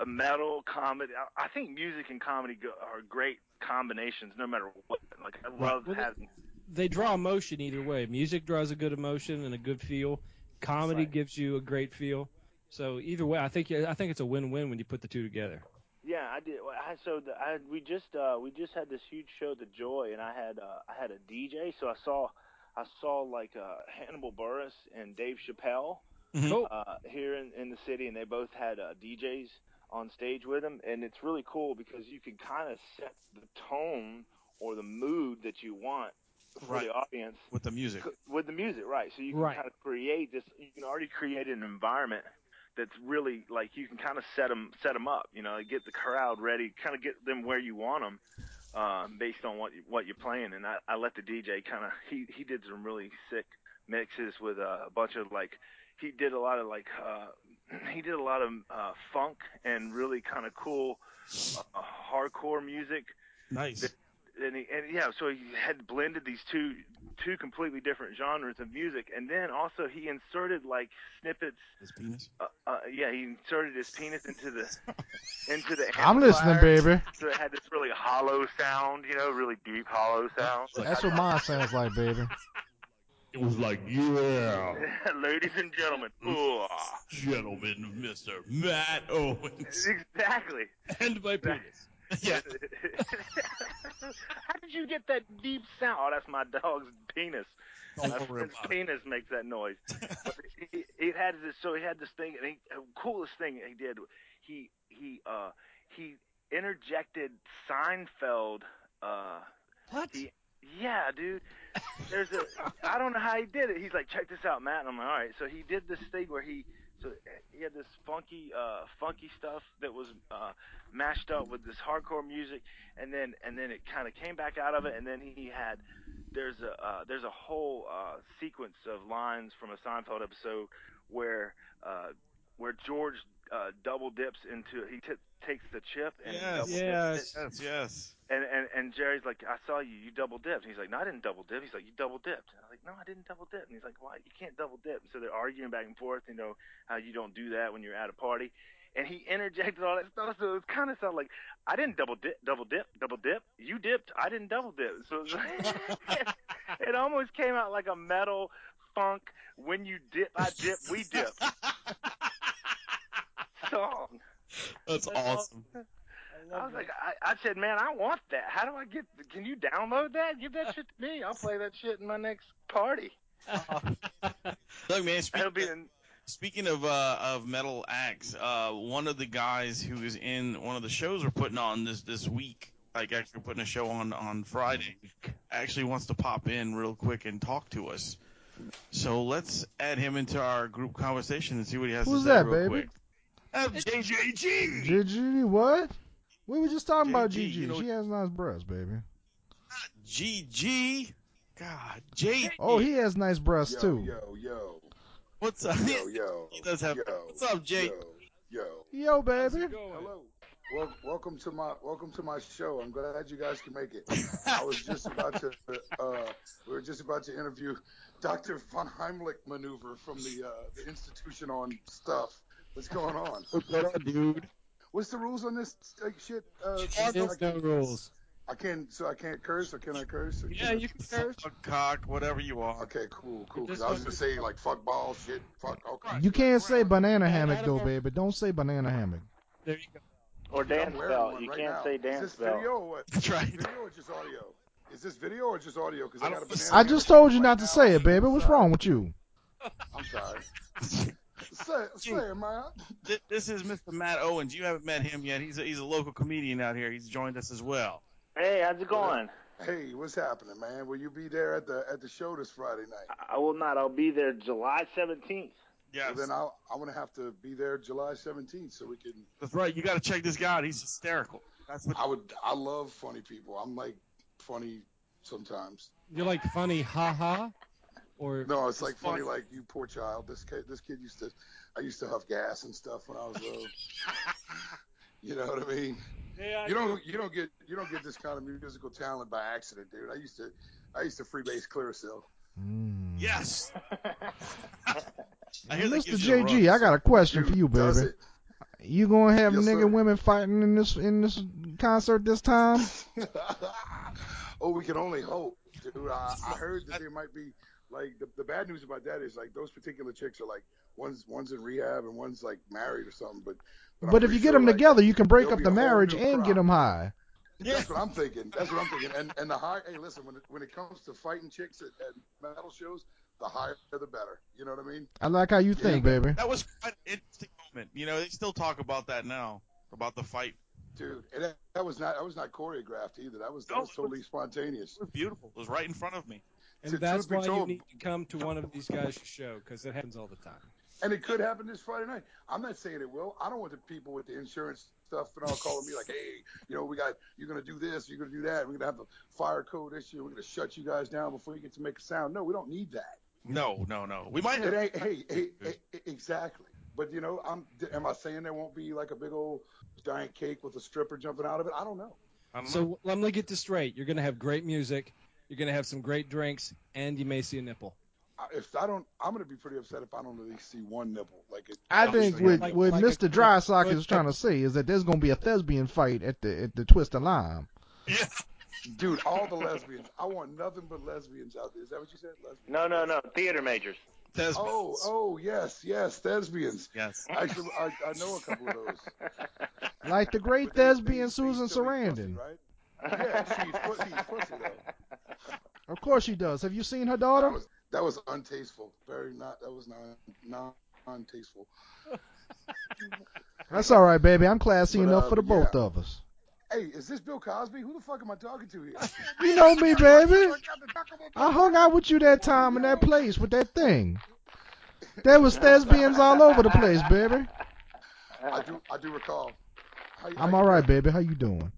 [SPEAKER 6] a metal comedy. I, I think music and comedy go, are great combinations no matter what. Like I love
[SPEAKER 3] Well, they-
[SPEAKER 6] having
[SPEAKER 3] They draw emotion either way. Music draws a good emotion and a good feel. Comedy
[SPEAKER 6] Right.
[SPEAKER 3] gives you a great feel. So either way, I think I think it's a win-win when you put the two together.
[SPEAKER 6] Yeah, I did. Well, I, so the, I, we just uh, we just had this huge show, The Joy, and I had uh, I had a DJ. So I saw I saw like uh, Hannibal Burris and Dave Chappelle
[SPEAKER 1] Mhm.
[SPEAKER 3] Cool.
[SPEAKER 6] uh, here in, in the city, and they both had uh, DJs on stage with them, and it's really cool because you can kind of set the tone or the mood that you want for
[SPEAKER 1] Right.
[SPEAKER 6] the audience
[SPEAKER 1] with the music.
[SPEAKER 6] c- with the music, right? So you can
[SPEAKER 3] Right.
[SPEAKER 6] kind of create this. You can already create an environment that's really like you can kind of set them up. You know, get the crowd ready, kind of get them where you want them, uh, based on what you, what you're playing. And I, I let the DJ kind of he he did some really sick mixes with uh, a bunch of like he did a lot of like uh, he did a lot of uh, funk and really kind of cool uh, hardcore music
[SPEAKER 1] Nice.
[SPEAKER 6] and, he, and yeah, so he had blended these two two completely different genres of music, and then also he inserted like snippets.
[SPEAKER 1] His penis.
[SPEAKER 6] Uh, uh, yeah, he inserted his penis into the into the.
[SPEAKER 5] I'm listening,
[SPEAKER 6] amplifier,
[SPEAKER 5] baby.
[SPEAKER 6] So it had this really hollow sound, you know, really deep hollow sound.
[SPEAKER 5] That's what mine sounds like, baby.
[SPEAKER 1] It was like, yeah,
[SPEAKER 6] Ladies and gentlemen, ooh.
[SPEAKER 1] gentlemen, Mr. Matt Owens.
[SPEAKER 6] exactly.
[SPEAKER 3] And my penis.
[SPEAKER 1] yeah.
[SPEAKER 6] How did you get that deep sound? Oh, that's my dog's penis.
[SPEAKER 1] Don't
[SPEAKER 6] My
[SPEAKER 1] worry
[SPEAKER 6] friend's
[SPEAKER 1] about it.
[SPEAKER 6] penis makes that noise. But he, he had this, so he had this thing, and he, the coolest thing he did, he he uh he interjected Seinfeld. Uh,
[SPEAKER 3] What?
[SPEAKER 6] he, yeah, dude. There's a, I don't know how he did it. He's like, check this out, Matt. And I'm like, all right. So he did this thing where he, so he had this funky, uh, funky stuff that was uh, mashed up with this hardcore music, and then and then it kind of came back out of it, and then he had there's a uh, there's a whole uh, sequence of lines from a Seinfeld episode where uh, where George uh, double dips into he t- takes the chip and double
[SPEAKER 1] Yes,
[SPEAKER 6] dips
[SPEAKER 1] yes, yes, yes.
[SPEAKER 6] and, and and Jerry's like, I saw you. You double dipped. And he's like, No, I didn't double dip. He's like, You double dipped. And I'm like, No, I didn't double dip. And he's like, Why? You can't double dip. And so they're arguing back and forth. You know how you don't do that when you're at a party. And he interjected all that stuff, so it kind of sounded like I didn't double dip, double dip, double dip. You dipped. I didn't double dip. So it, was- it almost came out like a metal funk. When you dip, I dip. We dip. song.
[SPEAKER 1] That's awesome.
[SPEAKER 6] I was like, I, I said, man, I want that. How do I get? Can you download that? Give that shit to me. I'll play that shit in my next party.
[SPEAKER 1] Look, man,
[SPEAKER 6] It'll
[SPEAKER 1] speak,
[SPEAKER 6] be in.
[SPEAKER 1] Speaking of uh, of metal acts, uh, one of the guys who is in one of the shows we're putting on this this week, like actually putting a show on on Friday, actually wants to pop in real quick and talk to us. So let's add him into our group conversation and see what he has
[SPEAKER 5] Who's
[SPEAKER 1] to say
[SPEAKER 5] that,
[SPEAKER 1] real
[SPEAKER 5] baby?
[SPEAKER 1] quick. Uh, JJG.
[SPEAKER 5] Gigi, what? We were just talking about
[SPEAKER 1] Gigi,
[SPEAKER 5] Gigi.
[SPEAKER 1] you know-
[SPEAKER 5] she has nice breasts, baby.
[SPEAKER 1] GG. God, J.
[SPEAKER 5] Oh, he has nice breasts
[SPEAKER 7] Yo,
[SPEAKER 5] too.
[SPEAKER 7] yo, yo,
[SPEAKER 1] What's up?
[SPEAKER 7] yo, yo.
[SPEAKER 1] He does have-
[SPEAKER 7] yo,
[SPEAKER 1] What's up, Jake?
[SPEAKER 7] Yo, yo.
[SPEAKER 5] Yo, baby.
[SPEAKER 7] Hello. Well, welcome to my welcome to my show. I'm glad you guys can make it. I was just about to uh, we were just about to interview Dr. von Heimlich maneuver from the uh, the institution on stuff. What's going on?
[SPEAKER 2] dude?
[SPEAKER 7] What's the rules on this like, shit? Uh,
[SPEAKER 3] There's no rules.
[SPEAKER 7] I can't. So I can't curse, or can I curse? Or can
[SPEAKER 3] Yeah,
[SPEAKER 7] I-
[SPEAKER 3] you can curse.
[SPEAKER 1] Fuck, cock, whatever you are.
[SPEAKER 7] Okay, cool, cool.
[SPEAKER 3] This
[SPEAKER 7] Because I was
[SPEAKER 3] one-
[SPEAKER 7] gonna say like fuck ball, shit, fuck. Okay.
[SPEAKER 5] You can't say banana
[SPEAKER 3] Hey,
[SPEAKER 5] hammock
[SPEAKER 3] Adam,
[SPEAKER 5] though,
[SPEAKER 3] or-
[SPEAKER 5] baby. Don't say banana hammock.
[SPEAKER 3] There you go.
[SPEAKER 6] Or
[SPEAKER 7] I'm
[SPEAKER 6] dance
[SPEAKER 7] wearing
[SPEAKER 6] bell.
[SPEAKER 7] one
[SPEAKER 6] You
[SPEAKER 7] right
[SPEAKER 6] can't
[SPEAKER 7] now.
[SPEAKER 6] say
[SPEAKER 7] Is
[SPEAKER 6] dance
[SPEAKER 7] this
[SPEAKER 6] bell.
[SPEAKER 7] video or what?
[SPEAKER 1] That's right.
[SPEAKER 7] Video or just audio? Is this video or just audio? Because I,
[SPEAKER 1] I
[SPEAKER 7] got a
[SPEAKER 1] don't-
[SPEAKER 7] banana.
[SPEAKER 5] I
[SPEAKER 7] hammock
[SPEAKER 5] just told you
[SPEAKER 7] right
[SPEAKER 5] not to
[SPEAKER 7] now.
[SPEAKER 5] say it, baby. What's
[SPEAKER 7] Sorry.
[SPEAKER 5] wrong with you?
[SPEAKER 7] I'm sorry. say, it, say it, man.
[SPEAKER 1] Th- This is Mr. Matt Owens. You haven't met him yet. He's a, he's a local comedian out here. He's joined us as well.
[SPEAKER 6] Hey, how's it going?
[SPEAKER 7] Hey, what's happening, man? Will you be there at the at the show this Friday night?
[SPEAKER 6] I- I will not. I'll be there July 17th.
[SPEAKER 1] Yes,
[SPEAKER 7] Well, then I'll, I'm gonna have to be there July 17th, so we can.
[SPEAKER 1] that's right. You got to check this guy out. He's hysterical. That's what.
[SPEAKER 7] I would. I love funny people. I'm like funny sometimes.
[SPEAKER 3] You like funny ha ha? Or
[SPEAKER 7] No, it's like funny,
[SPEAKER 1] funny.
[SPEAKER 7] like you poor child. This kid, this kid used to, I used to huff gas and stuff when I was little. you know what I mean?
[SPEAKER 3] Yeah,
[SPEAKER 7] You don't you don't get you don't get this kind of musical talent by accident, dude. I used to I used to freebase Clearasil.
[SPEAKER 5] Mm.
[SPEAKER 1] Yes. I hear that
[SPEAKER 5] Mr.
[SPEAKER 1] gives you the
[SPEAKER 5] JG, I
[SPEAKER 1] runs.
[SPEAKER 5] got a question for
[SPEAKER 7] Dude,
[SPEAKER 5] you,
[SPEAKER 7] does
[SPEAKER 5] baby.
[SPEAKER 7] it?
[SPEAKER 5] You gonna have
[SPEAKER 7] Yes,
[SPEAKER 5] nigga
[SPEAKER 7] sir.
[SPEAKER 5] women fighting in this in this concert this time?
[SPEAKER 7] oh, we can only hope, dude. I, I heard
[SPEAKER 1] I-
[SPEAKER 7] that there might be like the, the bad news about that is like those particular chicks are like one's one's in rehab and one's like married or something. But but, I'm
[SPEAKER 5] But if
[SPEAKER 7] pretty
[SPEAKER 5] you get
[SPEAKER 7] sure,
[SPEAKER 5] them
[SPEAKER 7] like,
[SPEAKER 5] together, you can break
[SPEAKER 7] there'll
[SPEAKER 5] up
[SPEAKER 7] be
[SPEAKER 5] the
[SPEAKER 7] a whole
[SPEAKER 5] marriage
[SPEAKER 7] new
[SPEAKER 5] and get
[SPEAKER 7] crop.
[SPEAKER 5] them high.
[SPEAKER 7] That's what I'm thinking. That's what I'm thinking. And and the high. Hey, listen, when it, when it comes to fighting chicks at, at metal shows, the higher the better. You know what I mean?
[SPEAKER 5] I like how you
[SPEAKER 7] Yeah,
[SPEAKER 5] think,
[SPEAKER 7] but-
[SPEAKER 5] baby.
[SPEAKER 1] That was quite an interesting moment. You know, they still talk about that now about the fight.
[SPEAKER 7] Dude, and that, that was not that was not choreographed either. That was that
[SPEAKER 1] No,
[SPEAKER 7] was
[SPEAKER 1] it
[SPEAKER 7] totally spontaneous.
[SPEAKER 1] It was beautiful. It was right in front of me.
[SPEAKER 3] and
[SPEAKER 7] Truth
[SPEAKER 3] that's
[SPEAKER 7] be
[SPEAKER 3] why you
[SPEAKER 7] told-
[SPEAKER 3] need to come to one of these guys' show because it happens all the time.
[SPEAKER 7] And it could happen this Friday night. I'm not saying it will. I don't want the people with the insurance stuff and all calling me like, hey, you know, we got you're gonna do this, you're gonna do that, we're gonna have a fire code issue, we're gonna shut you guys down before you get to make a sound. No, we don't need that.
[SPEAKER 1] No, no, no. We might
[SPEAKER 7] It
[SPEAKER 1] have.
[SPEAKER 7] ain't, hey, hey, hey, exactly. But you know, I'm am I saying there won't be like a big old giant cake with a stripper jumping out of it? I don't know.
[SPEAKER 1] I don't know.
[SPEAKER 3] So let me get this straight: you're going to have great music, you're going to have some great drinks, and you may see a nipple.
[SPEAKER 7] I- If I don't, I'm gonna be pretty upset if I don't at least see one nipple. Like it,
[SPEAKER 5] I
[SPEAKER 1] Yeah,
[SPEAKER 5] think
[SPEAKER 1] obviously,
[SPEAKER 5] what
[SPEAKER 3] like-
[SPEAKER 5] what
[SPEAKER 3] like a
[SPEAKER 5] Mr.
[SPEAKER 3] good-
[SPEAKER 5] Drysock
[SPEAKER 3] good-
[SPEAKER 5] is trying to say is that there's gonna be a thespian fight at the at the Twist of Lime.
[SPEAKER 1] Yeah.
[SPEAKER 7] dude, all the lesbians. I want nothing but lesbians out there. Is that what you said? Lesbians.
[SPEAKER 8] No, no, no. Theater majors.
[SPEAKER 1] There's-
[SPEAKER 7] Oh, oh, yes, yes, thespians.
[SPEAKER 1] Yes.
[SPEAKER 7] Actually, I, I know a couple of those.
[SPEAKER 5] Like the great
[SPEAKER 7] But they-
[SPEAKER 5] thespian
[SPEAKER 7] they- they
[SPEAKER 5] Susan
[SPEAKER 7] still eat
[SPEAKER 5] Sarandon.
[SPEAKER 7] pussy, right? Yeah, she's pussy, she's pussy though.
[SPEAKER 5] Of course she does. Have you seen her
[SPEAKER 7] That
[SPEAKER 5] daughter?
[SPEAKER 7] was that was untasteful. Very not. That was non non non-tasteful.
[SPEAKER 5] That's all right, baby. I'm classy
[SPEAKER 7] But,
[SPEAKER 5] enough
[SPEAKER 7] uh,
[SPEAKER 5] for the
[SPEAKER 7] yeah.
[SPEAKER 5] both of us.
[SPEAKER 7] Hey, is this Bill Cosby? Who the fuck am I talking to here?
[SPEAKER 5] You know me, baby. I hung out with you that time in that place with that thing. There was thespians all over the place, baby.
[SPEAKER 7] I do, I do recall. How you-
[SPEAKER 5] I'm
[SPEAKER 7] how
[SPEAKER 5] all
[SPEAKER 7] you
[SPEAKER 5] right,
[SPEAKER 7] doing?
[SPEAKER 5] baby. How you doing?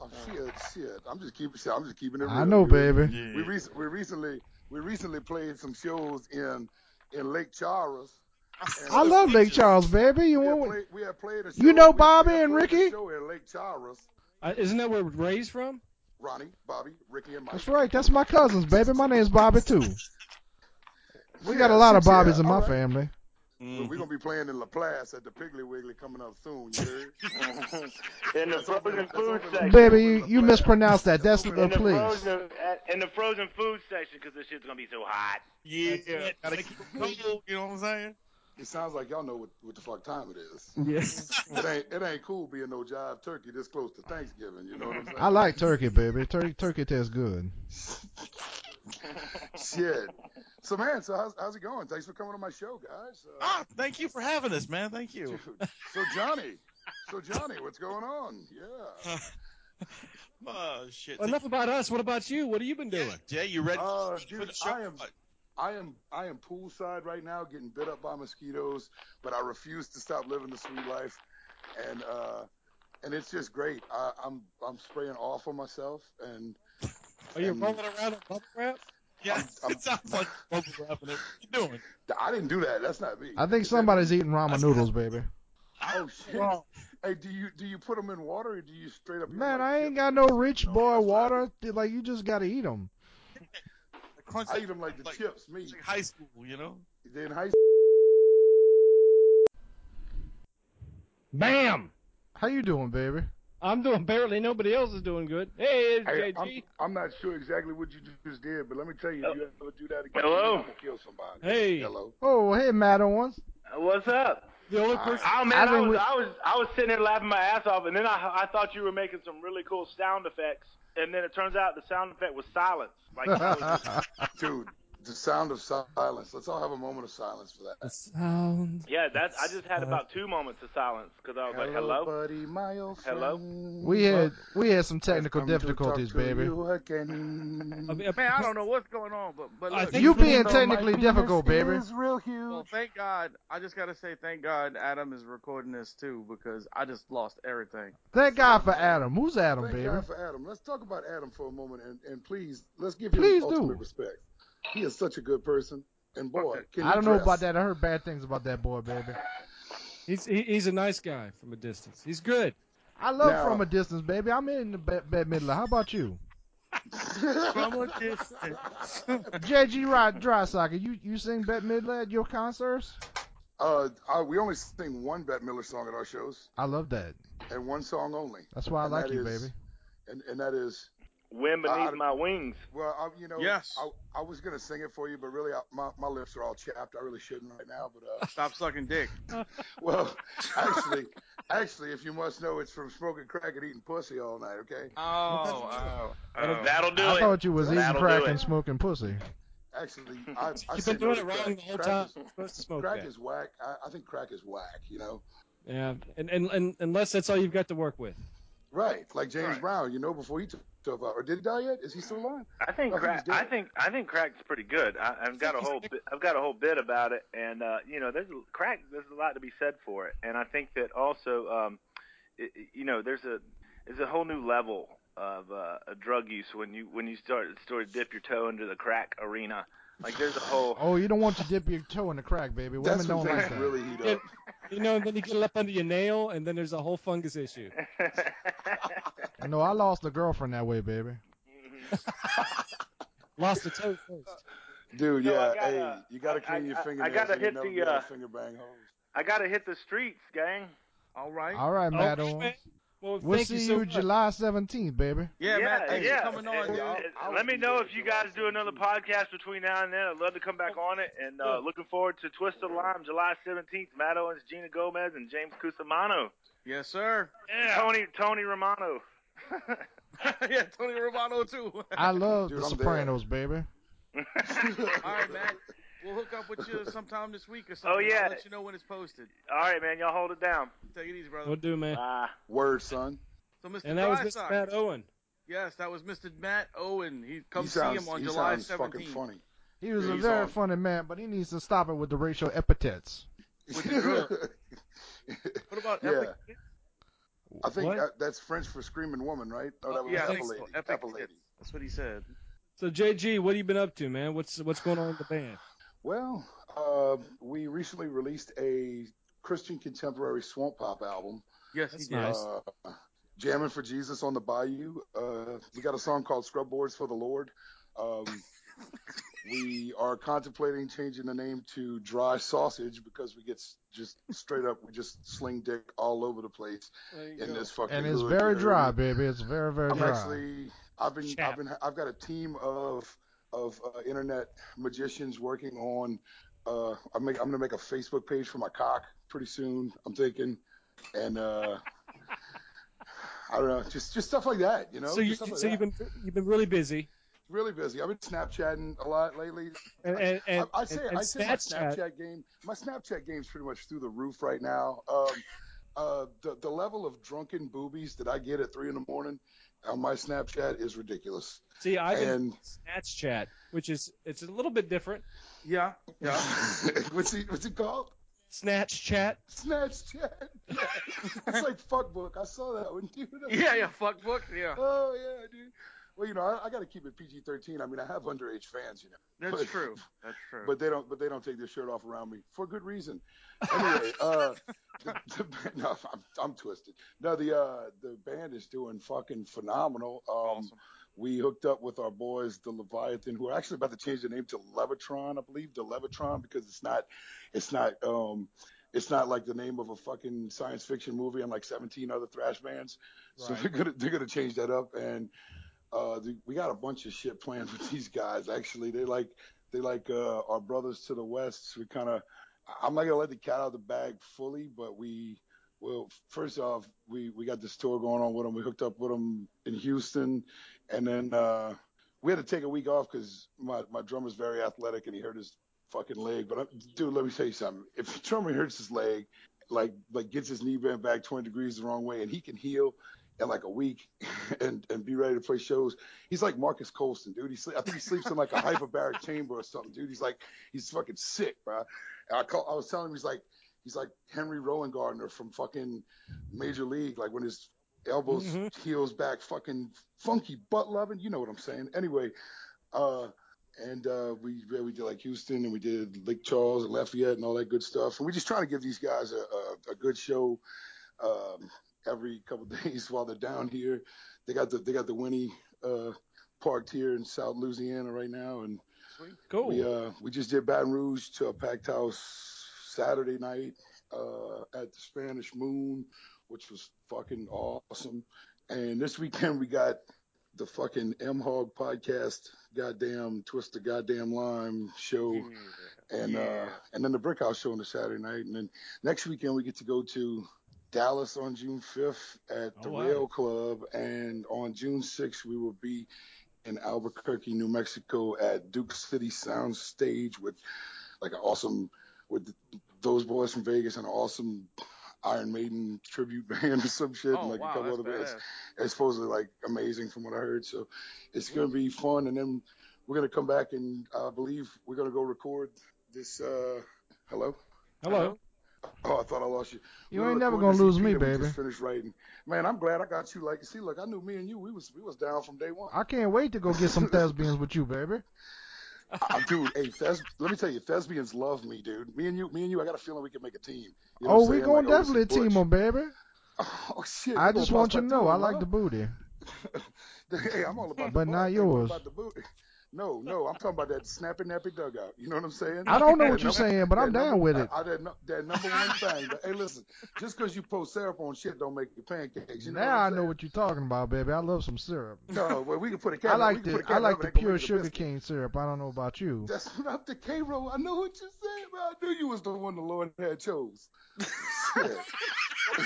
[SPEAKER 7] Oh, shit, shit. I'm just keeping, shit, I'm just keeping it. Real,
[SPEAKER 5] I know,
[SPEAKER 7] dude.
[SPEAKER 5] baby.
[SPEAKER 7] We, rec- we recently, we recently played some shows in in Lake Charles. and-
[SPEAKER 5] I love Lake Charles, baby. You
[SPEAKER 7] We had,
[SPEAKER 5] want-
[SPEAKER 7] played, we had played a show.
[SPEAKER 5] You know
[SPEAKER 7] we- we
[SPEAKER 5] Bobby
[SPEAKER 7] had
[SPEAKER 5] and
[SPEAKER 7] played a
[SPEAKER 5] Ricky?
[SPEAKER 7] Show in Lake Charles.
[SPEAKER 3] Uh, isn't that where Ray's from?
[SPEAKER 7] Ronnie, Bobby, Ricky, and Mike.
[SPEAKER 5] That's right. That's my cousins, baby. My name's Bobby too. We got a
[SPEAKER 7] Yeah,
[SPEAKER 5] lot of
[SPEAKER 7] shit, yeah,
[SPEAKER 5] Bobbies in my
[SPEAKER 7] all right.
[SPEAKER 5] family.
[SPEAKER 1] Mm.
[SPEAKER 7] We're gonna be playing in La Place at the Piggly Wiggly coming up soon. You heard?
[SPEAKER 8] in the
[SPEAKER 7] That's over-
[SPEAKER 8] frozen
[SPEAKER 7] that's
[SPEAKER 8] food
[SPEAKER 7] over-
[SPEAKER 8] section.
[SPEAKER 5] Baby, you, you mispronounced that. That's uh,
[SPEAKER 7] In
[SPEAKER 5] the
[SPEAKER 8] in the
[SPEAKER 5] place.
[SPEAKER 8] frozen at, in the frozen food section because this shit's gonna be so hot.
[SPEAKER 1] Yeah.
[SPEAKER 3] That's it.
[SPEAKER 1] Gotta keep it cool. You know what I'm saying?
[SPEAKER 7] It sounds like y'all know what, what the fuck time it is.
[SPEAKER 3] Yes.
[SPEAKER 7] It ain't it ain't cool being no jive turkey this close to Thanksgiving. You know what I'm saying?
[SPEAKER 5] I like turkey, baby. Turkey, turkey tastes good.
[SPEAKER 7] shit. So man, so how's, how's it going? Thanks for coming on my show, guys. Uh,
[SPEAKER 1] Ah, thank you for having us, man. Thank you.
[SPEAKER 7] dude. So Johnny, so Johnny, what's going on? Yeah.
[SPEAKER 1] Oh shit.
[SPEAKER 3] Enough about us. What about you? What have you been doing?
[SPEAKER 1] Yeah, Jay, you ready?
[SPEAKER 7] Uh,
[SPEAKER 1] for
[SPEAKER 7] dude,
[SPEAKER 1] the show?
[SPEAKER 7] I am- I am I am poolside right now, getting bit up by mosquitoes, but I refuse to stop living the sweet life, and uh, and it's just great. I, I'm I'm spraying off on myself, and
[SPEAKER 3] Are you
[SPEAKER 7] Um,
[SPEAKER 3] rolling around in bubble wrap?
[SPEAKER 1] Yeah,
[SPEAKER 7] I'm-
[SPEAKER 1] it sounds like you're overlapping it. What you doing?
[SPEAKER 7] I didn't do that. That's not me.
[SPEAKER 5] I think
[SPEAKER 7] Is that-
[SPEAKER 5] somebody's eating ramen noodles, baby.
[SPEAKER 7] Oh shit! Hey, do you do you put them in water or do you straight up? eat 'em
[SPEAKER 5] Man,
[SPEAKER 7] like
[SPEAKER 5] I ain't
[SPEAKER 7] chips?
[SPEAKER 5] got no rich
[SPEAKER 7] No,
[SPEAKER 5] boy
[SPEAKER 7] that's not-
[SPEAKER 5] water. Like you just gotta eat them.
[SPEAKER 1] The crunch
[SPEAKER 7] I eat them like the chips. Me,
[SPEAKER 1] it's like high school, you know?
[SPEAKER 7] then high.
[SPEAKER 3] Bam!
[SPEAKER 5] How you doing, baby?
[SPEAKER 3] I'm doing barely. Nobody else is doing good. Hey, it's
[SPEAKER 7] Hey,
[SPEAKER 3] JG.
[SPEAKER 7] I'm, I'm not sure exactly what you just did, but let me tell you, if you ever do that again,
[SPEAKER 8] Hello?
[SPEAKER 7] I'm gonna kill somebody.
[SPEAKER 3] Hey.
[SPEAKER 7] hello.
[SPEAKER 5] Oh, hey, Matt Owens.
[SPEAKER 8] What's up?
[SPEAKER 3] the only person.
[SPEAKER 8] Oh man,
[SPEAKER 5] I
[SPEAKER 8] I,
[SPEAKER 5] think
[SPEAKER 8] was,
[SPEAKER 5] we-
[SPEAKER 8] I was I was sitting there laughing my ass off, and then I I thought you were making some really cool sound effects, and then it turns out the sound effect was silence. Like I was just-
[SPEAKER 7] Dude, the sound of silence. Let's all have a moment of silence for that.
[SPEAKER 3] sound.
[SPEAKER 8] yeah, that I just
[SPEAKER 5] Uh-huh.
[SPEAKER 8] had about two moments of silence because I was like, hello.
[SPEAKER 7] buddy, my old
[SPEAKER 8] Hello?
[SPEAKER 7] friend.
[SPEAKER 5] We had we had some
[SPEAKER 7] I've
[SPEAKER 5] technical
[SPEAKER 7] come to
[SPEAKER 5] difficulties,
[SPEAKER 7] talk to
[SPEAKER 5] baby.
[SPEAKER 7] you again.
[SPEAKER 8] Man, I don't know what's going on, but but
[SPEAKER 3] I
[SPEAKER 8] look,
[SPEAKER 3] think
[SPEAKER 5] You
[SPEAKER 3] it's-
[SPEAKER 5] being
[SPEAKER 7] Though my
[SPEAKER 5] technically
[SPEAKER 7] penis
[SPEAKER 5] difficult, baby.
[SPEAKER 7] is real
[SPEAKER 8] well,
[SPEAKER 7] huge.
[SPEAKER 8] thank God. I just gotta say thank God Adam is recording this too because I just lost everything.
[SPEAKER 5] Thank God for Adam. Who's Adam,
[SPEAKER 7] Thank
[SPEAKER 5] baby?
[SPEAKER 7] God for Adam. Let's talk about Adam for a moment, and, and please, let's give him
[SPEAKER 5] Please do.
[SPEAKER 7] ultimate respect. He is such a good person, and boy, can he
[SPEAKER 5] I don't know
[SPEAKER 7] dress.
[SPEAKER 5] about that. I heard bad things about that boy, baby.
[SPEAKER 3] He's he, he's a nice guy from a distance. He's good.
[SPEAKER 5] I love
[SPEAKER 7] Now-
[SPEAKER 5] from a distance, baby. I'm in the Bette Bette Midler. How about you,
[SPEAKER 1] From a distance.
[SPEAKER 5] JG Rod Drysocker? You you sing Bette Midler at your concerts?
[SPEAKER 7] uh, I, we only sing one Bette Miller song at our shows,
[SPEAKER 5] I love that.
[SPEAKER 7] and one song only,
[SPEAKER 5] That's why I
[SPEAKER 7] And
[SPEAKER 5] like
[SPEAKER 7] that
[SPEAKER 5] you,
[SPEAKER 7] is-
[SPEAKER 5] baby.
[SPEAKER 7] and and that is
[SPEAKER 8] Wind beneath
[SPEAKER 7] Uh,
[SPEAKER 8] my wings.
[SPEAKER 7] well, I, you know,
[SPEAKER 1] Yes.
[SPEAKER 7] I, I was gonna sing it for you, but really, I, my my lips are all chapped. I really shouldn't right now, but uh,
[SPEAKER 1] Stop sucking dick.
[SPEAKER 7] well, actually, actually, if you must know, it's from smoking crack and eating pussy all night. Okay.
[SPEAKER 1] Oh, oh, oh.
[SPEAKER 8] That'll do
[SPEAKER 5] I
[SPEAKER 8] it.
[SPEAKER 5] thought you was eating
[SPEAKER 8] That'll
[SPEAKER 5] crack
[SPEAKER 8] do it.
[SPEAKER 5] and smoking pussy.
[SPEAKER 7] Actually, I, I
[SPEAKER 3] You've been
[SPEAKER 7] said no
[SPEAKER 3] doing
[SPEAKER 7] to
[SPEAKER 3] it wrong
[SPEAKER 7] crack.
[SPEAKER 3] the whole
[SPEAKER 7] Crack
[SPEAKER 3] time.
[SPEAKER 7] is-
[SPEAKER 3] You're supposed to smoke
[SPEAKER 7] crack
[SPEAKER 3] that.
[SPEAKER 7] is whack. I, I think crack is whack. You know,
[SPEAKER 3] Yeah, and, and and unless that's all you've got to work with.
[SPEAKER 7] right? Like James
[SPEAKER 1] Right.
[SPEAKER 7] Brown. You know, before he took took out, or did he die yet? Is he still alive?
[SPEAKER 8] I think
[SPEAKER 7] I think
[SPEAKER 8] crack.
[SPEAKER 7] he's
[SPEAKER 8] I
[SPEAKER 7] dead.
[SPEAKER 8] think I think crack's pretty good. I, I've got a whole bit, I've got a whole bit about it, and uh, you know, there's crack. There's a lot to be said for it, and I think that also, um, it, it- you know, there's a there's a whole new level of uh, of drug use when you when you start start to dip your toe into the crack arena. Like there's a whole.
[SPEAKER 5] Oh, you don't want to dip your toe in the crack, baby. Women
[SPEAKER 7] That's
[SPEAKER 5] don't
[SPEAKER 7] when
[SPEAKER 5] like
[SPEAKER 7] things
[SPEAKER 5] that.
[SPEAKER 7] really heat up.
[SPEAKER 3] You know, and then you get it up under your nail, and then there's a whole fungus issue.
[SPEAKER 5] I know I lost a girlfriend that way, baby.
[SPEAKER 3] Lost a toe first.
[SPEAKER 7] Dude,
[SPEAKER 8] No,
[SPEAKER 7] yeah,
[SPEAKER 8] I gotta-
[SPEAKER 7] hey, you gotta
[SPEAKER 8] I-
[SPEAKER 7] clean your
[SPEAKER 8] I- I
[SPEAKER 7] fingernails.
[SPEAKER 8] gotta
[SPEAKER 7] and
[SPEAKER 8] hit
[SPEAKER 7] you'll never
[SPEAKER 8] the,
[SPEAKER 7] be able to
[SPEAKER 8] uh,
[SPEAKER 7] finger bang hose.
[SPEAKER 8] I gotta hit the streets, gang.
[SPEAKER 1] All right.
[SPEAKER 5] All right, Matt
[SPEAKER 3] Okay,
[SPEAKER 5] Owens.
[SPEAKER 3] man. Well,
[SPEAKER 5] We'll
[SPEAKER 3] thank
[SPEAKER 5] see
[SPEAKER 3] you
[SPEAKER 5] you,
[SPEAKER 3] so much.
[SPEAKER 5] July 17th, baby.
[SPEAKER 1] Yeah, Matt, thanks
[SPEAKER 8] yeah.
[SPEAKER 1] for coming
[SPEAKER 8] It-
[SPEAKER 1] on,
[SPEAKER 8] it-
[SPEAKER 1] y'all.
[SPEAKER 8] it-
[SPEAKER 7] I
[SPEAKER 8] let
[SPEAKER 7] would
[SPEAKER 8] me
[SPEAKER 7] be
[SPEAKER 8] know
[SPEAKER 7] there
[SPEAKER 8] if you
[SPEAKER 7] July
[SPEAKER 8] guys do another
[SPEAKER 7] 17th.
[SPEAKER 8] podcast between now and then. I'd love to come back on it. And uh, looking forward to Twist of Lime, July 17th. Matt Owens, Gina Gomez, and James Cusimano.
[SPEAKER 1] Yes, sir.
[SPEAKER 8] Tony Tony Romano.
[SPEAKER 1] yeah, Tony Romano too.
[SPEAKER 5] I love
[SPEAKER 7] Dude,
[SPEAKER 5] The
[SPEAKER 7] I'm
[SPEAKER 5] Sopranos, baby.
[SPEAKER 8] Oh,
[SPEAKER 1] All right, Matt. We'll hook up with you sometime this week or something.
[SPEAKER 8] Oh, yeah.
[SPEAKER 1] I'll let you know when it's posted.
[SPEAKER 8] All right, man. Y'all hold it down.
[SPEAKER 1] Take it easy, brother.
[SPEAKER 3] We'll do, man.
[SPEAKER 8] Bye.
[SPEAKER 7] Word, son.
[SPEAKER 1] So, Mr.
[SPEAKER 3] And that was Mr.
[SPEAKER 1] Drysock.
[SPEAKER 3] Matt Owen.
[SPEAKER 1] Yes, that was Mr. Matt Owen. He come
[SPEAKER 7] he
[SPEAKER 1] see
[SPEAKER 7] sounds,
[SPEAKER 1] him on
[SPEAKER 7] he
[SPEAKER 1] July
[SPEAKER 7] sounds fucking
[SPEAKER 1] 17th.
[SPEAKER 7] funny.
[SPEAKER 5] He was a
[SPEAKER 7] He's
[SPEAKER 5] very
[SPEAKER 7] on.
[SPEAKER 5] funny man, but he needs to stop it with the racial epithets.
[SPEAKER 1] With the drill. What about
[SPEAKER 7] yeah,
[SPEAKER 1] Epic?
[SPEAKER 7] I think
[SPEAKER 3] What?
[SPEAKER 7] that, that's French for screaming woman, right? Oh, that was
[SPEAKER 1] yeah, I think
[SPEAKER 7] Apple
[SPEAKER 1] so.
[SPEAKER 7] Lady.
[SPEAKER 1] Epic
[SPEAKER 7] Apple
[SPEAKER 1] Kids.
[SPEAKER 7] Lady.
[SPEAKER 1] That's what he said.
[SPEAKER 3] So JG, what have you been up to, man? What's what's going on with the band?
[SPEAKER 7] Well, uh, we recently released a Christian contemporary swamp pop album.
[SPEAKER 1] Yes,
[SPEAKER 3] That's
[SPEAKER 1] he did.
[SPEAKER 3] nice.
[SPEAKER 7] Uh, Jamming for Jesus on the Bayou. Uh, we got a song called Scrub Boards for the Lord. Um, we are contemplating changing the name to Dry Sausage because we get s- just straight up, we just sling dick all over the place in this fucking.
[SPEAKER 5] And it's
[SPEAKER 7] hood,
[SPEAKER 5] very
[SPEAKER 7] dude.
[SPEAKER 5] dry, baby. It's very, very
[SPEAKER 7] I'm
[SPEAKER 5] dry.
[SPEAKER 7] actually, I've been,
[SPEAKER 3] Chap.
[SPEAKER 7] I've been, I've got a team of of uh, internet magicians working on. Uh, I make, I'm gonna make a Facebook page for my cock pretty soon. I'm thinking, and uh, I don't know, just just stuff like that, you know.
[SPEAKER 3] so you
[SPEAKER 7] Just stuff like
[SPEAKER 3] so you've
[SPEAKER 7] that.
[SPEAKER 3] been you've been really busy,
[SPEAKER 7] really busy. I've been Snapchatting a lot lately.
[SPEAKER 3] and and, and,
[SPEAKER 7] I, I say,
[SPEAKER 3] and- and
[SPEAKER 7] I say my Snapchat game, my Snapchat game's pretty much through the roof right now. Um, uh, the the level of drunken boobies that I get at three in the morning on my Snapchat is ridiculous.
[SPEAKER 3] See, I've been
[SPEAKER 7] and
[SPEAKER 3] Snapchat, which is it's a little bit different.
[SPEAKER 1] Yeah, yeah.
[SPEAKER 7] what's he what's it called?
[SPEAKER 3] Snapchat.
[SPEAKER 7] Snapchat. Yeah. it's like fuck book. I saw that one, dude.
[SPEAKER 1] Yeah, yeah, fuck book. Yeah,
[SPEAKER 7] Oh yeah, dude. Well, you know, I, I got to keep it PG-13. I mean, I have underage fans, you know,
[SPEAKER 1] that's
[SPEAKER 7] But-
[SPEAKER 1] true. That's true.
[SPEAKER 7] but they don't, but they don't take their shirt off around me for good reason. Anyway, uh, the, the, no, I'm, I'm twisted. No, the uh, the band is doing fucking phenomenal. Um,
[SPEAKER 1] awesome.
[SPEAKER 7] we hooked up with our boys, the Leviathan, who are actually about to change the name to Levitron, I believe, the Levitron, because it's not, it's not, um, it's not like the name of a fucking science fiction movie and like 17 other thrash bands. So
[SPEAKER 5] Right.
[SPEAKER 7] they're gonna they're gonna change that up, and uh, the, we got a bunch of shit planned with these guys. Actually, they like they like uh, our brothers to the west. We kind of, I'm not gonna let the cat out of the bag fully, but we. Well, first off, we, we got this tour going on with them. We hooked up with them in Houston and then uh, we had to take a week off because my, my drummer's very athletic and he hurt his fucking leg. But I, dude, let me tell you something. If your drummer hurts his leg, like like gets his knee bent back 20 degrees the wrong way, and he can heal in like a week and and be ready to play shows. He's like Marcus Colston, dude. He sleep, I think he sleeps in like a hyperbaric chamber or something, dude. He's like he's fucking sick, bro. And I call, I was telling him he's like he's like Henry Rowan Gardner from fucking Major League, like when his elbows
[SPEAKER 3] Mhm.
[SPEAKER 7] heels back fucking funky butt loving you know what i'm saying anyway uh and uh we we did like houston and we did lake charles and lafayette and all that good stuff and we're just trying to give these guys a a, a good show um every couple days while they're down here. They got the they got the Winnie uh, parked here in South Louisiana right now, and
[SPEAKER 3] Cool.
[SPEAKER 7] we uh we just did Baton Rouge to a packed house Saturday night uh at the Spanish Moon, which was fucking awesome. And this weekend we got the fucking M Hog podcast, goddamn twist the goddamn lime show, and uh and then the Brick House show on the Saturday night, and then next weekend we get to go to. Dallas on June 5th at the
[SPEAKER 3] Oh, wow.
[SPEAKER 7] Rail Club, and on June 6th we will be in Albuquerque, New Mexico at Duke City Sound Stage with like an awesome with those boys from Vegas and an awesome Iron Maiden tribute band or some shit
[SPEAKER 8] Oh,
[SPEAKER 7] and like
[SPEAKER 8] wow,
[SPEAKER 7] a couple
[SPEAKER 8] that's
[SPEAKER 7] other bands.
[SPEAKER 8] badass.
[SPEAKER 7] It's supposedly like amazing from what I heard. So it's gonna be fun and then we're gonna come back and I believe we're gonna go record this uh hello?
[SPEAKER 3] Hello.
[SPEAKER 7] Oh, I thought I lost you.
[SPEAKER 5] You
[SPEAKER 7] We're
[SPEAKER 5] ain't never
[SPEAKER 7] recording
[SPEAKER 5] gonna
[SPEAKER 7] this
[SPEAKER 5] lose me,
[SPEAKER 7] EP that we
[SPEAKER 5] baby.
[SPEAKER 7] Just finished writing. Man, I'm glad I got you. Like, see, look, I knew me and you. We was we was down from day one.
[SPEAKER 5] I can't wait to go get some thespians with you, baby.
[SPEAKER 7] I, dude, hey, thes- let me tell you, thespians love me, dude. Me and you, me and you, I got a feeling we can make a team. You
[SPEAKER 5] oh,
[SPEAKER 7] know what I'm
[SPEAKER 5] we
[SPEAKER 7] saying?
[SPEAKER 5] gonna
[SPEAKER 7] Like,
[SPEAKER 5] definitely
[SPEAKER 7] Otis and
[SPEAKER 5] team
[SPEAKER 7] Butch.
[SPEAKER 5] up, baby.
[SPEAKER 7] Oh shit!
[SPEAKER 5] I
[SPEAKER 7] we gonna
[SPEAKER 5] just
[SPEAKER 7] bounce
[SPEAKER 5] want you to
[SPEAKER 7] back
[SPEAKER 5] know I
[SPEAKER 7] them,
[SPEAKER 5] like
[SPEAKER 7] huh?
[SPEAKER 5] the booty.
[SPEAKER 7] hey, I'm all about
[SPEAKER 5] But
[SPEAKER 7] the butt.
[SPEAKER 5] not
[SPEAKER 7] I ain't worried
[SPEAKER 5] yours.
[SPEAKER 7] About the boot. No, no, I'm talking about that snappy nappy dugout. You know what I'm saying?
[SPEAKER 5] I don't know
[SPEAKER 7] That
[SPEAKER 5] what you're
[SPEAKER 7] number-
[SPEAKER 5] saying, but I'm
[SPEAKER 7] that
[SPEAKER 5] down
[SPEAKER 7] number-
[SPEAKER 5] with it.
[SPEAKER 7] I, I, that, nu- that number one thing. But hey, listen, just because you pour syrup on shit don't make you pancakes. You know
[SPEAKER 5] Now I
[SPEAKER 7] what I'm
[SPEAKER 5] know what you're talking about, baby. I love some syrup.
[SPEAKER 7] saying? No, well, we can put a cat.
[SPEAKER 5] I like
[SPEAKER 7] we can
[SPEAKER 5] the
[SPEAKER 7] put a
[SPEAKER 5] I
[SPEAKER 7] cat
[SPEAKER 5] like
[SPEAKER 7] up,
[SPEAKER 5] the
[SPEAKER 7] they can
[SPEAKER 5] pure
[SPEAKER 7] make it a
[SPEAKER 5] sugar
[SPEAKER 7] biscuit.
[SPEAKER 5] cane syrup. I don't know about you.
[SPEAKER 7] That's not the K roll. I know what you said, bro. I knew you was the one the Lord had chose. Shit.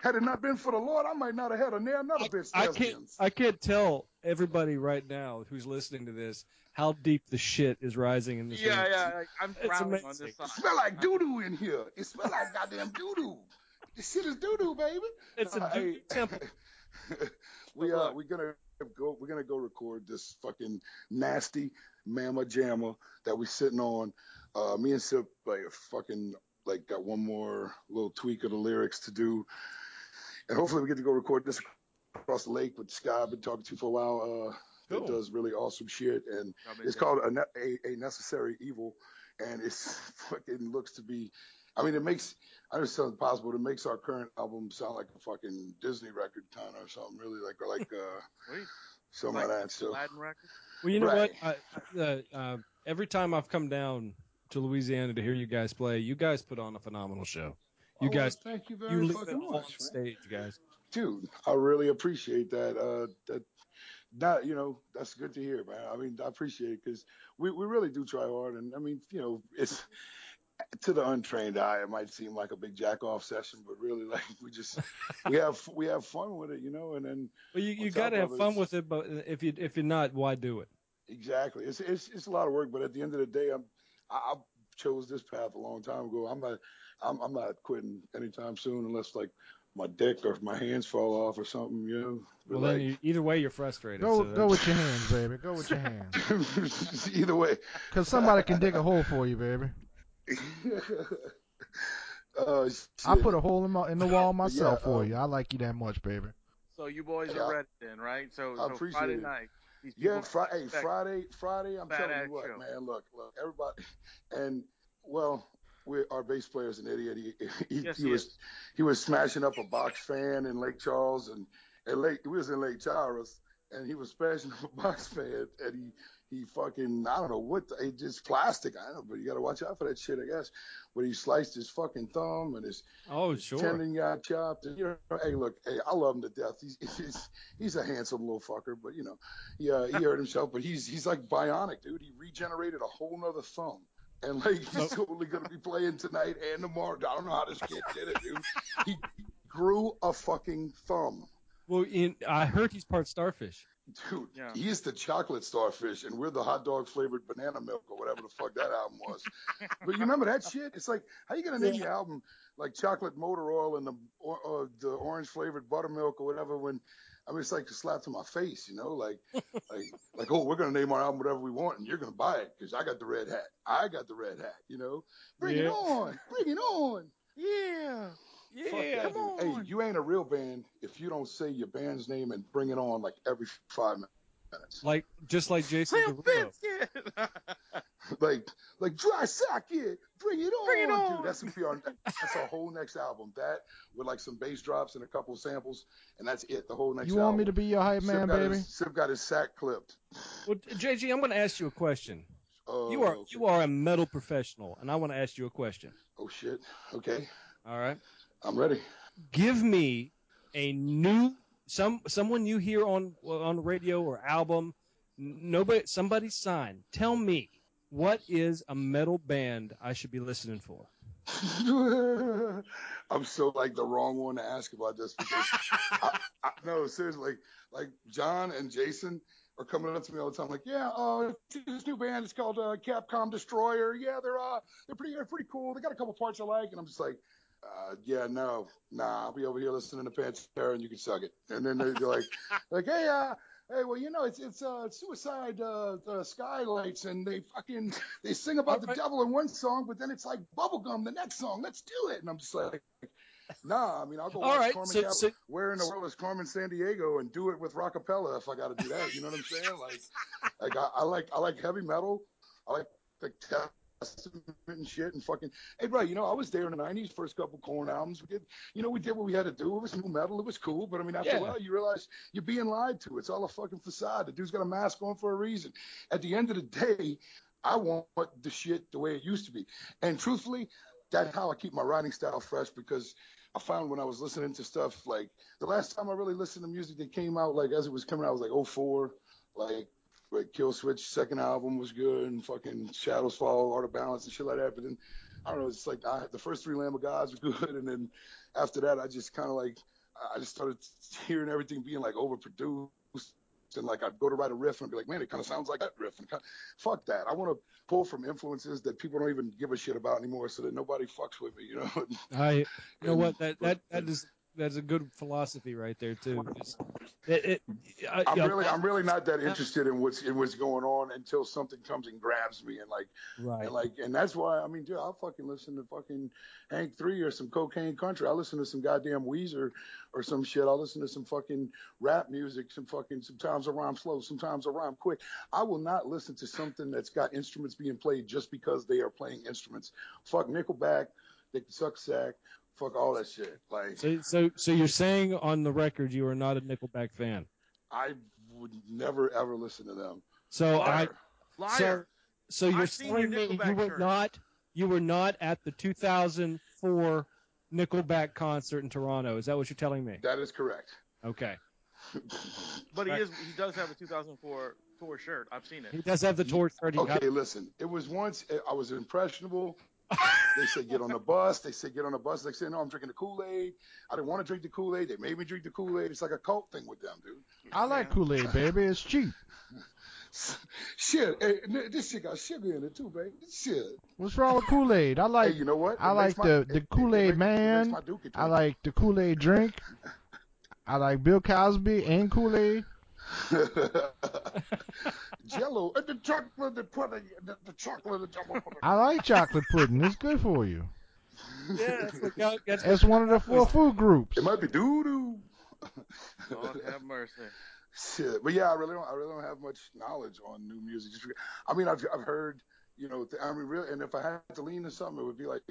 [SPEAKER 7] had it not been for the Lord, I might not have had a near another bitch.
[SPEAKER 3] I can't.
[SPEAKER 7] thespians.
[SPEAKER 3] I can't tell everybody right now who's listening to this how deep the shit is rising in this.
[SPEAKER 1] Yeah,
[SPEAKER 3] room.
[SPEAKER 1] yeah. Like, I'm
[SPEAKER 3] It's
[SPEAKER 1] frowning on
[SPEAKER 3] amazing.
[SPEAKER 1] this
[SPEAKER 7] It
[SPEAKER 1] side.
[SPEAKER 7] smell like doo doo in here. It smell like goddamn doo doo. This shit is doo doo, baby.
[SPEAKER 3] It's a
[SPEAKER 7] Nah, hey.
[SPEAKER 3] dude temple.
[SPEAKER 7] we
[SPEAKER 1] But
[SPEAKER 7] uh
[SPEAKER 1] look.
[SPEAKER 7] we're gonna go we're gonna go record this fucking nasty mama jamma that we sitting on. Uh me and Sip like fucking like got one more little tweak of the lyrics to do. And hopefully we get to go record this across the lake with this guy I've been talking to for a while, uh that
[SPEAKER 3] Cool.
[SPEAKER 7] does really awesome shit and
[SPEAKER 8] I'll be
[SPEAKER 7] it's
[SPEAKER 8] there.
[SPEAKER 7] called a, ne- a, a necessary evil, and it's fucking looks to be. I mean, it makes. I know it sounds possible. but It makes our current album sound like a fucking Disney record kind of or something. Really, like or like uh,
[SPEAKER 1] Sweet.
[SPEAKER 7] something
[SPEAKER 1] Like
[SPEAKER 7] like, that. So
[SPEAKER 1] Aladdin record.
[SPEAKER 3] Well, you know
[SPEAKER 7] Right.
[SPEAKER 3] what? I, uh, uh, every time I've come down to Louisiana to hear you guys play, you guys put on a phenomenal show. You
[SPEAKER 7] Oh,
[SPEAKER 3] guys,
[SPEAKER 7] thank you
[SPEAKER 3] you
[SPEAKER 7] very
[SPEAKER 3] leave it
[SPEAKER 7] fucking
[SPEAKER 3] all on
[SPEAKER 7] much, man.
[SPEAKER 3] stage, guys.
[SPEAKER 7] dude. I really appreciate that. Uh, that not you know that's good to hear, man. I mean, I appreciate it because we we really do try hard, and I mean, you know, it's. to the untrained eye, it might seem like a big jack off session, but really, like we just we have we have fun with it, you know. And then
[SPEAKER 3] Well, you,
[SPEAKER 7] On
[SPEAKER 3] you
[SPEAKER 7] top
[SPEAKER 3] got to
[SPEAKER 7] of
[SPEAKER 3] have
[SPEAKER 7] it,
[SPEAKER 3] fun
[SPEAKER 7] it's-
[SPEAKER 3] with it, but if you if you're not, why do it?
[SPEAKER 7] exactly, it's it's it's a lot of work, but at the end of the day, I'm I, I chose this path a long time ago. I'm not I'm I'm not quitting anytime soon unless like my dick or if my hands fall off or something, you know. But
[SPEAKER 3] Well,
[SPEAKER 7] like,
[SPEAKER 3] then you, either way, you're frustrated.
[SPEAKER 5] Go
[SPEAKER 3] so
[SPEAKER 5] go
[SPEAKER 3] that's-
[SPEAKER 5] with your hands, baby. Go with your hands.
[SPEAKER 7] either way,
[SPEAKER 5] Cause somebody can dig a hole for you, baby.
[SPEAKER 7] uh,
[SPEAKER 5] I
[SPEAKER 7] shit.
[SPEAKER 5] put a hole in my in the wall myself
[SPEAKER 7] Yeah,
[SPEAKER 5] for
[SPEAKER 7] um,
[SPEAKER 5] you. I like you that much, baby.
[SPEAKER 1] So you boys
[SPEAKER 7] Yeah.
[SPEAKER 1] are ready then, right? So,
[SPEAKER 7] I
[SPEAKER 1] so
[SPEAKER 7] appreciate
[SPEAKER 1] Friday
[SPEAKER 7] it.
[SPEAKER 1] night. These
[SPEAKER 7] Yeah,
[SPEAKER 1] people-
[SPEAKER 7] Friday, hey,
[SPEAKER 1] expect-
[SPEAKER 7] Friday, Friday. I'm telling
[SPEAKER 1] Badass
[SPEAKER 7] you what,
[SPEAKER 1] show.
[SPEAKER 7] man. Look, look, everybody, and well, we our bass player is an idiot. He he,
[SPEAKER 1] Yes,
[SPEAKER 7] he
[SPEAKER 1] he
[SPEAKER 7] was
[SPEAKER 1] is.
[SPEAKER 7] he was smashing up a box fan in Lake Charles, and and Lake we was in Lake Charles, and he was smashing up a box fan, and he. He fucking, I don't know what, the, it just plastic. I don't know, but you gotta watch out for that shit, I guess. But he sliced his fucking thumb and his
[SPEAKER 3] Oh,
[SPEAKER 7] his
[SPEAKER 3] sure.
[SPEAKER 7] tendon got chopped. And, you know, hey, look, hey, I love him to death. He's, he's he's a handsome little fucker, but you know, he uh, he hurt himself. But he's he's like bionic, dude. He regenerated a whole nother thumb. And like he's totally gonna be playing tonight and tomorrow. I don't know how this kid did it, dude. He grew a fucking thumb,
[SPEAKER 3] Well, in, I heard he's part starfish.
[SPEAKER 7] dude.
[SPEAKER 1] Yeah.
[SPEAKER 7] He is the chocolate starfish, and we're the hot dog flavored banana milk or whatever the fuck that album was. But you remember that shit? It's like how you gonna name your album like chocolate motor oil and the or, or the orange flavored buttermilk or whatever? When I mean, it's like a slap to my face, you know? Like, like, like, oh, we're gonna name our album whatever we want, and you're gonna buy it because I got the red hat. I got the red hat, you know? Bring it
[SPEAKER 3] Yeah.
[SPEAKER 7] on, bring it on.
[SPEAKER 1] Yeah.
[SPEAKER 7] Fuck
[SPEAKER 1] Yeah.
[SPEAKER 7] that, dude. Hey, you ain't a real band if you don't say your band's name and bring it on like every five minutes.
[SPEAKER 3] like just like Jason Derulo.
[SPEAKER 7] like like dry socket, bring it on,
[SPEAKER 8] Bring it on.
[SPEAKER 7] dude. That's gonna be our that's our whole next album. That with like some bass drops and a couple samples, and that's it. The whole next.
[SPEAKER 5] You want me to
[SPEAKER 7] album.
[SPEAKER 5] be your hype
[SPEAKER 7] Sip
[SPEAKER 5] man,
[SPEAKER 7] got
[SPEAKER 5] baby?
[SPEAKER 7] His, Sip got his sack clipped.
[SPEAKER 3] Well, JG, I'm going to ask you a question.
[SPEAKER 7] Oh,
[SPEAKER 3] You are you are a metal professional, and I want to ask you a question.
[SPEAKER 7] Oh shit. Okay,
[SPEAKER 3] All right,
[SPEAKER 7] I'm ready.
[SPEAKER 3] give me a new some someone you hear on on radio or album. n- Nobody, somebody's sign. Tell me what is a metal band I should be listening for?
[SPEAKER 7] I'm so like the wrong one to ask about this because I, I, no, seriously, like John and Jason are coming up to me all the time, like, yeah, uh, this new band is called uh, Capcom Destroyer. Yeah, they're uh, they're pretty, they're pretty cool. They got a couple parts I like, and I'm just like, uh, yeah, no, nah, I'll be over here listening to Pantera, and you can suck it. And then they're like, like, hey, uh. Hey, well, you know, it's it's uh, suicide uh, uh, skylights, and they fucking they sing about the
[SPEAKER 3] Alright.
[SPEAKER 7] devil in one song, but then it's like bubblegum the next song. Let's do it, and I'm just like, nah. I mean, I'll go
[SPEAKER 3] All
[SPEAKER 7] watch
[SPEAKER 3] right,
[SPEAKER 7] Carmen
[SPEAKER 3] so-
[SPEAKER 7] Cap-
[SPEAKER 3] so-
[SPEAKER 7] where in the world is Carmen San Diego and do it with Rockapella if I got to do that. You know what I'm saying? Like, like I, I like I like heavy metal. I like the Testament and shit and fucking. Hey, bro, you know I was there in the '90s, first couple Corn albums. We did, you know, we did what we had to do. It was new metal. It was cool, but I mean, after
[SPEAKER 3] Yeah.
[SPEAKER 7] a while, you realize you're being lied to. It's all a fucking facade. The dude's got a mask on for a reason. At the end of the day, I want the shit the way it used to be. And truthfully, that's how I keep my writing style fresh because I found when I was listening to stuff like the last time I really listened to music that came out like as it was coming out was like 04, like like Kill Switch second album was good and fucking Shadows Fall, Art of Balance and shit like that. But then I don't know, it's like I, the first three Lamb of Gods were good and then after that I just kinda like I- I just started hearing everything being like overproduced and like I'd go to write a riff and be like, man, it kind of sounds like that riff. And kinda, fuck that. I want to pull from influences that people don't even give a shit about anymore, so that nobody fucks with me. You know,
[SPEAKER 3] I, you know what that that
[SPEAKER 7] but-
[SPEAKER 3] that is that's a good philosophy right there too. It's- It, it, I,
[SPEAKER 7] I'm
[SPEAKER 3] yeah,
[SPEAKER 7] really, I'm really not that interested in what's in what's going on until something comes and grabs me and like,
[SPEAKER 3] right.
[SPEAKER 7] and like, and that's why I mean, dude, I'll fucking listen to fucking Hank Three or some Cocaine Country. I'll listen to some goddamn Weezer or some shit. I'll listen to some fucking rap music. Some fucking sometimes I rhyme slow, sometimes I rhyme quick. I will not listen to something that's got instruments being played just because they are playing instruments. Fuck Nickelback, they can suck sack. Fuck all that shit. Like
[SPEAKER 3] So, so, so you're saying on the record you are not a Nickelback fan.
[SPEAKER 7] I would never ever listen to them.
[SPEAKER 3] So I,
[SPEAKER 7] Liar.
[SPEAKER 3] so,
[SPEAKER 8] Liar.
[SPEAKER 3] so you're
[SPEAKER 8] I've seen your
[SPEAKER 3] telling me you
[SPEAKER 8] Nickelback
[SPEAKER 3] were
[SPEAKER 8] shirt.
[SPEAKER 3] not, you were not at the 2004 Nickelback concert in Toronto. Is that what you're telling me?
[SPEAKER 7] That is correct.
[SPEAKER 3] Okay.
[SPEAKER 1] But he is he does have a 2004 tour shirt. I've seen
[SPEAKER 3] He
[SPEAKER 1] it.
[SPEAKER 3] does have the torch thirty.
[SPEAKER 7] Okay, listen. It was once eh, I- I was impressionable. they said get on the bus. They said get on the bus. They said no, I'm drinking the Kool Aid. I didn't want to drink the Kool Aid. They made me drink the Kool Aid. It's like a cult thing with them, dude.
[SPEAKER 5] I like Kool Aid, baby. It's cheap.
[SPEAKER 7] Shit, hey, n- this shit got sugar in it too, babe. Shit.
[SPEAKER 5] What's wrong with Kool Aid? I
[SPEAKER 7] Hey,
[SPEAKER 5] like
[SPEAKER 7] you know what?
[SPEAKER 5] I
[SPEAKER 7] It
[SPEAKER 5] like
[SPEAKER 7] makes my-
[SPEAKER 5] the-
[SPEAKER 7] it-
[SPEAKER 5] the
[SPEAKER 7] it- it
[SPEAKER 5] Kool-Aid
[SPEAKER 7] makes- it
[SPEAKER 5] Man.
[SPEAKER 7] makes my dookie
[SPEAKER 5] I
[SPEAKER 7] drink.
[SPEAKER 5] like the Kool Aid drink. I like Bill Cosby and Kool Aid.
[SPEAKER 7] Jello, uh, the chocolate, the pudding, the, the chocolate, the chocolate. pudding.
[SPEAKER 5] I like chocolate pudding. It's good for you.
[SPEAKER 3] Yeah, that's what y'all- that's
[SPEAKER 5] It's one of the four food groups.
[SPEAKER 7] It might be doo doo.
[SPEAKER 1] Lord have mercy.
[SPEAKER 7] Shit, but yeah, I really don't. I really don't have much knowledge on new music. Just because, I mean, I've I've heard, you know, th- I mean, really, and if I had to lean to something, it would be like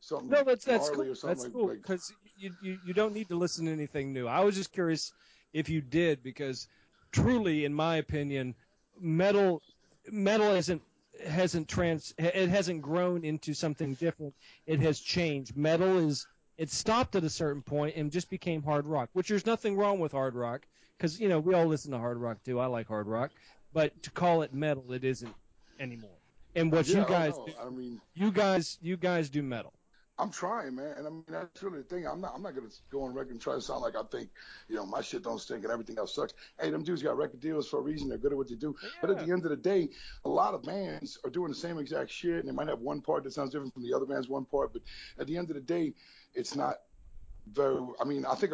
[SPEAKER 7] something
[SPEAKER 3] No, that's that's
[SPEAKER 7] gnarly
[SPEAKER 3] cool.
[SPEAKER 7] or something
[SPEAKER 3] That's
[SPEAKER 7] like,
[SPEAKER 3] cool
[SPEAKER 7] like
[SPEAKER 3] because you, you you don't need to listen to anything new. I was just curious if you did because truly, in my opinion, metal metal isn't hasn't trans it hasn't grown into something different. It has changed. Metal is it stopped at a certain point and just became hard rock, which there's nothing wrong with hard rock because you know we all listen to hard rock too. I like hard rock, but to call it metal, it isn't anymore. And what
[SPEAKER 7] yeah,
[SPEAKER 3] you
[SPEAKER 7] I don't
[SPEAKER 3] guys
[SPEAKER 7] know.
[SPEAKER 3] do,
[SPEAKER 7] I mean,
[SPEAKER 3] you guys you guys do metal.
[SPEAKER 7] I'm trying, man, and I mean that's really the thing. I'm not. I'm not gonna go on record and try to sound like I think, you know, my shit don't stink and everything else sucks. Hey, them dudes got record deals for a reason. They're good at what they do. But at the end of the day, a lot of bands are doing the same exact shit, and they might have one part that sounds different from the other band's one part. But at the end of the day, it's not very. I mean, I think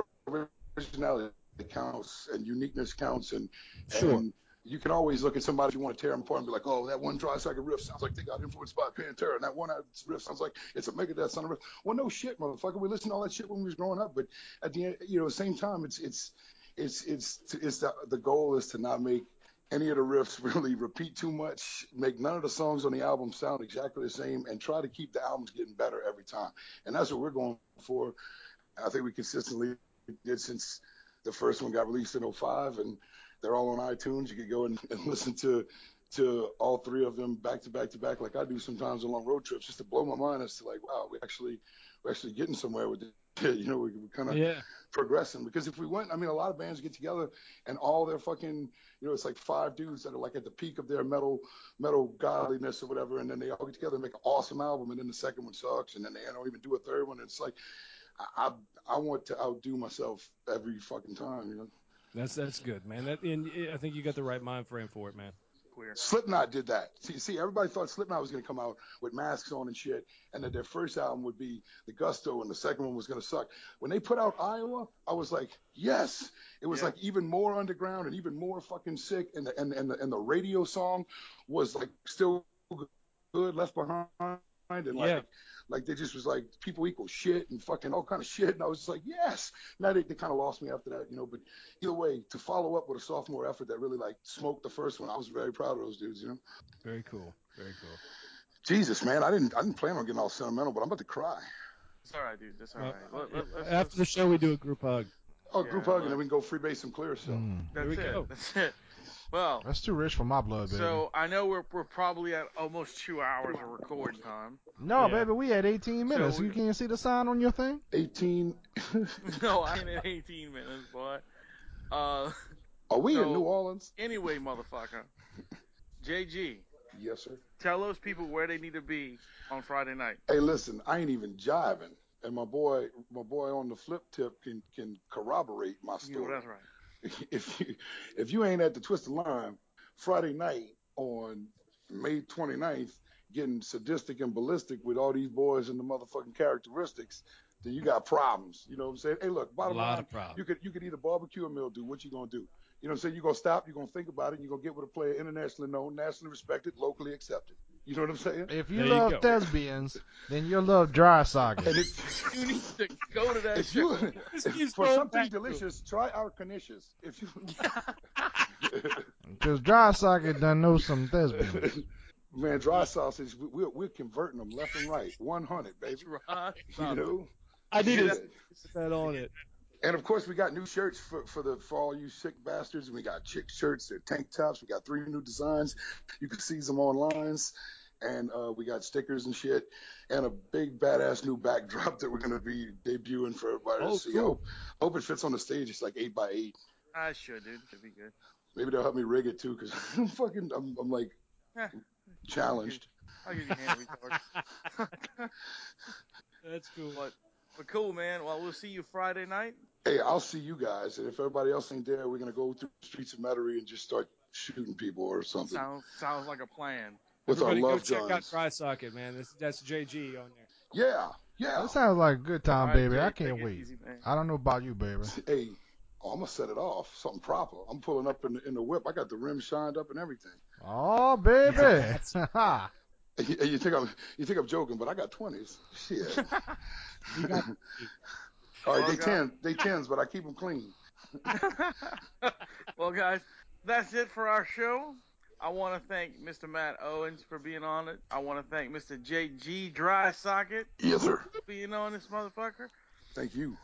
[SPEAKER 7] originality counts and uniqueness counts, and
[SPEAKER 3] Sure.
[SPEAKER 7] and you can always look at somebody you want to tear them apart and be like, oh, that one dry second riff sounds like they got influenced by Pantera, and that one uh, riff sounds like it's a Megadeth son of a. Well, no shit, motherfucker. We listened to all that shit when we was growing up, but at the end, you know, same time, it's it's it's it's it's the the goal is to not make any of the riffs really repeat too much, make none of the songs on the album sound exactly the same, and try to keep the albums getting better every time. And that's what we're going for. I think we consistently did since the first one got released in 05, and they're all on iTunes. You could go and, and listen to to all three of them back to back to back, like I do sometimes on long road trips, just to blow my mind as to like, wow, we actually we're actually getting somewhere with this. You know, we, we kind of
[SPEAKER 3] Yeah.
[SPEAKER 7] progressing because if we went, I mean, a lot of bands get together and all their fucking, you know, it's like five dudes that are like at the peak of their metal metal godliness or whatever, and then they all get together and make an awesome album, and then the second one sucks, and then they don't even do a third one. It's like, I I, I want to outdo myself every fucking time, you know.
[SPEAKER 3] That's that's good, man. That and eh, I think you got the right mind frame for it, man.
[SPEAKER 7] Slipknot did that. See, see, everybody thought Slipknot was going to come out with masks on and shit, and that their first album would be the Gusto, and the second one was going to suck. When they put out Iowa, I was like, yes. It was
[SPEAKER 8] Yeah.
[SPEAKER 7] like even more underground and even more fucking sick, and the and and the, and the radio song was like still good, left behind, and like.
[SPEAKER 3] Yeah.
[SPEAKER 7] Like they just was like people equal shit and fucking all kind of shit, and I was just like, yes. Now they, they kind of lost me after that, you know. But either way, to follow up with a sophomore effort that really like smoked the first one, I was very proud of those dudes, you know.
[SPEAKER 3] Very cool. Very cool.
[SPEAKER 7] Jesus, man, I didn't I didn't plan on getting all sentimental, but I'm about to cry.
[SPEAKER 8] It's all right, dude. It's all
[SPEAKER 3] Uh,
[SPEAKER 8] right. Let- let- let's-
[SPEAKER 3] After the show, we do a group hug.
[SPEAKER 7] Oh, group
[SPEAKER 8] Yeah,
[SPEAKER 7] hug, and
[SPEAKER 8] well-
[SPEAKER 7] then we can go freebase some clear cell.
[SPEAKER 2] Mm,
[SPEAKER 8] that's
[SPEAKER 3] There we
[SPEAKER 8] it.
[SPEAKER 3] go.
[SPEAKER 8] That's it. Well,
[SPEAKER 2] that's too rich for my blood, baby.
[SPEAKER 1] So I know we're we're probably at almost two hours of record time.
[SPEAKER 5] No,
[SPEAKER 3] Yeah.
[SPEAKER 5] baby, we had 18 minutes.
[SPEAKER 1] we-
[SPEAKER 5] you can't see the sign on your thing?
[SPEAKER 7] 18.
[SPEAKER 1] no, I ain't at 18 minutes, boy. Uh,
[SPEAKER 7] Are we
[SPEAKER 1] So-
[SPEAKER 7] in New Orleans?
[SPEAKER 1] anyway, motherfucker. JG,
[SPEAKER 7] Yes, sir.
[SPEAKER 1] tell those people where they need to be on Friday night.
[SPEAKER 7] Hey, listen, I ain't even jiving, and my boy, my boy on the flip tip can can corroborate my
[SPEAKER 1] You know
[SPEAKER 7] story.
[SPEAKER 1] that's right.
[SPEAKER 7] if you if you ain't at the Twisted Line Friday night on May 29th, getting sadistic and ballistic with all these boys and the motherfucking characteristics, then you got problems. You know what I'm saying? Hey, look,
[SPEAKER 3] A
[SPEAKER 7] bottom
[SPEAKER 3] lot
[SPEAKER 7] line,
[SPEAKER 3] of problems.
[SPEAKER 7] You could you could either barbecue or mildew. What you gonna do? You know what I'm saying? You're gonna stop, you're gonna think about it, you're gonna get with a player internationally known, nationally respected, locally accepted. You know what I'm saying?
[SPEAKER 5] If you
[SPEAKER 3] There you
[SPEAKER 5] love
[SPEAKER 3] go.
[SPEAKER 5] thespians, then you'll love dry
[SPEAKER 7] And
[SPEAKER 5] sagas.
[SPEAKER 7] if,
[SPEAKER 1] You need to go to that
[SPEAKER 7] if you
[SPEAKER 1] show.
[SPEAKER 3] keeps
[SPEAKER 7] for
[SPEAKER 3] going
[SPEAKER 7] something
[SPEAKER 3] back to it.
[SPEAKER 7] delicious, try our canisius. If you
[SPEAKER 5] Because dry saga done know some thespians.
[SPEAKER 7] man, dry sausage, we- we're we're converting them left and right, 100, baby.
[SPEAKER 1] Right.
[SPEAKER 7] You know.
[SPEAKER 3] I
[SPEAKER 7] Yeah.
[SPEAKER 3] needed to put that on it.
[SPEAKER 7] And of course, we got new shirts for, for the for all you sick bastards. And we got chick shirts, they're tank tops. We got three new designs. You can see them online. And uh, we got stickers and shit, and a big badass new backdrop that we're gonna be debuting for everybody
[SPEAKER 3] Oh,
[SPEAKER 7] to see. I
[SPEAKER 3] cool.
[SPEAKER 7] hope, I hope it fits on the stage. It's like eight by eight.
[SPEAKER 8] I should, dude. Should be good.
[SPEAKER 7] Maybe they'll help me rig it too, cause I'm fucking, I'm, I'm like
[SPEAKER 8] Yeah.
[SPEAKER 7] challenged.
[SPEAKER 8] I'll give you a hand, retard.
[SPEAKER 3] That's cool.
[SPEAKER 1] What? But cool, man. Well, we'll see you Friday night.
[SPEAKER 7] Hey, I'll see you guys, and if everybody else ain't there, we're gonna go through the streets of Metairie and just start shooting people or something
[SPEAKER 1] Sounds sounds like a plan.
[SPEAKER 7] with our
[SPEAKER 3] Everybody go
[SPEAKER 7] love
[SPEAKER 3] check out
[SPEAKER 7] guns.
[SPEAKER 3] Dry Socket, man. That's, that's JG on there.
[SPEAKER 7] Yeah, yeah.
[SPEAKER 5] That sounds like a good
[SPEAKER 1] All
[SPEAKER 5] time,
[SPEAKER 1] right,
[SPEAKER 5] baby.
[SPEAKER 1] Jay,
[SPEAKER 5] I
[SPEAKER 1] take
[SPEAKER 5] can't
[SPEAKER 1] it
[SPEAKER 5] wait.
[SPEAKER 1] easy, man.
[SPEAKER 5] I don't know about you, baby.
[SPEAKER 7] Hey, oh, I'm gonna set it off. Something proper. I'm pulling up in the, in the whip. I got the rim shined up and everything.
[SPEAKER 5] Oh, baby. Ah,
[SPEAKER 7] And you, and you think I'm you think I'm joking, but I got twenties. Shit. All right,
[SPEAKER 1] Well,
[SPEAKER 7] they
[SPEAKER 1] God.
[SPEAKER 7] ten, they tens, but I keep them clean.
[SPEAKER 1] well, guys, that's it for our show. I want to thank Mr. Matt Owens for being on it. I want to thank Mr. JG Dry Socket
[SPEAKER 7] Yes, sir.
[SPEAKER 1] for being on this motherfucker.
[SPEAKER 7] Thank you.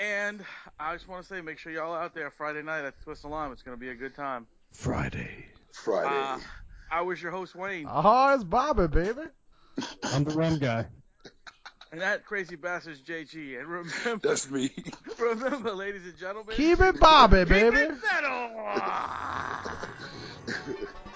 [SPEAKER 1] And I just want to say, make sure y'all out there Friday night at Twist Alarm. It's going to be a good time.
[SPEAKER 3] Friday.
[SPEAKER 7] Friday.
[SPEAKER 3] Ah.
[SPEAKER 1] Uh, I was your host, Wayne,
[SPEAKER 5] oh, it's Bobby, baby.
[SPEAKER 3] I'm the rum guy.
[SPEAKER 1] and that crazy bastard's JG. And remember,
[SPEAKER 7] That's me.
[SPEAKER 1] remember, ladies and gentlemen,
[SPEAKER 5] Keep it Bobby,
[SPEAKER 1] keep
[SPEAKER 5] baby.
[SPEAKER 3] Ah.
[SPEAKER 1] it metal!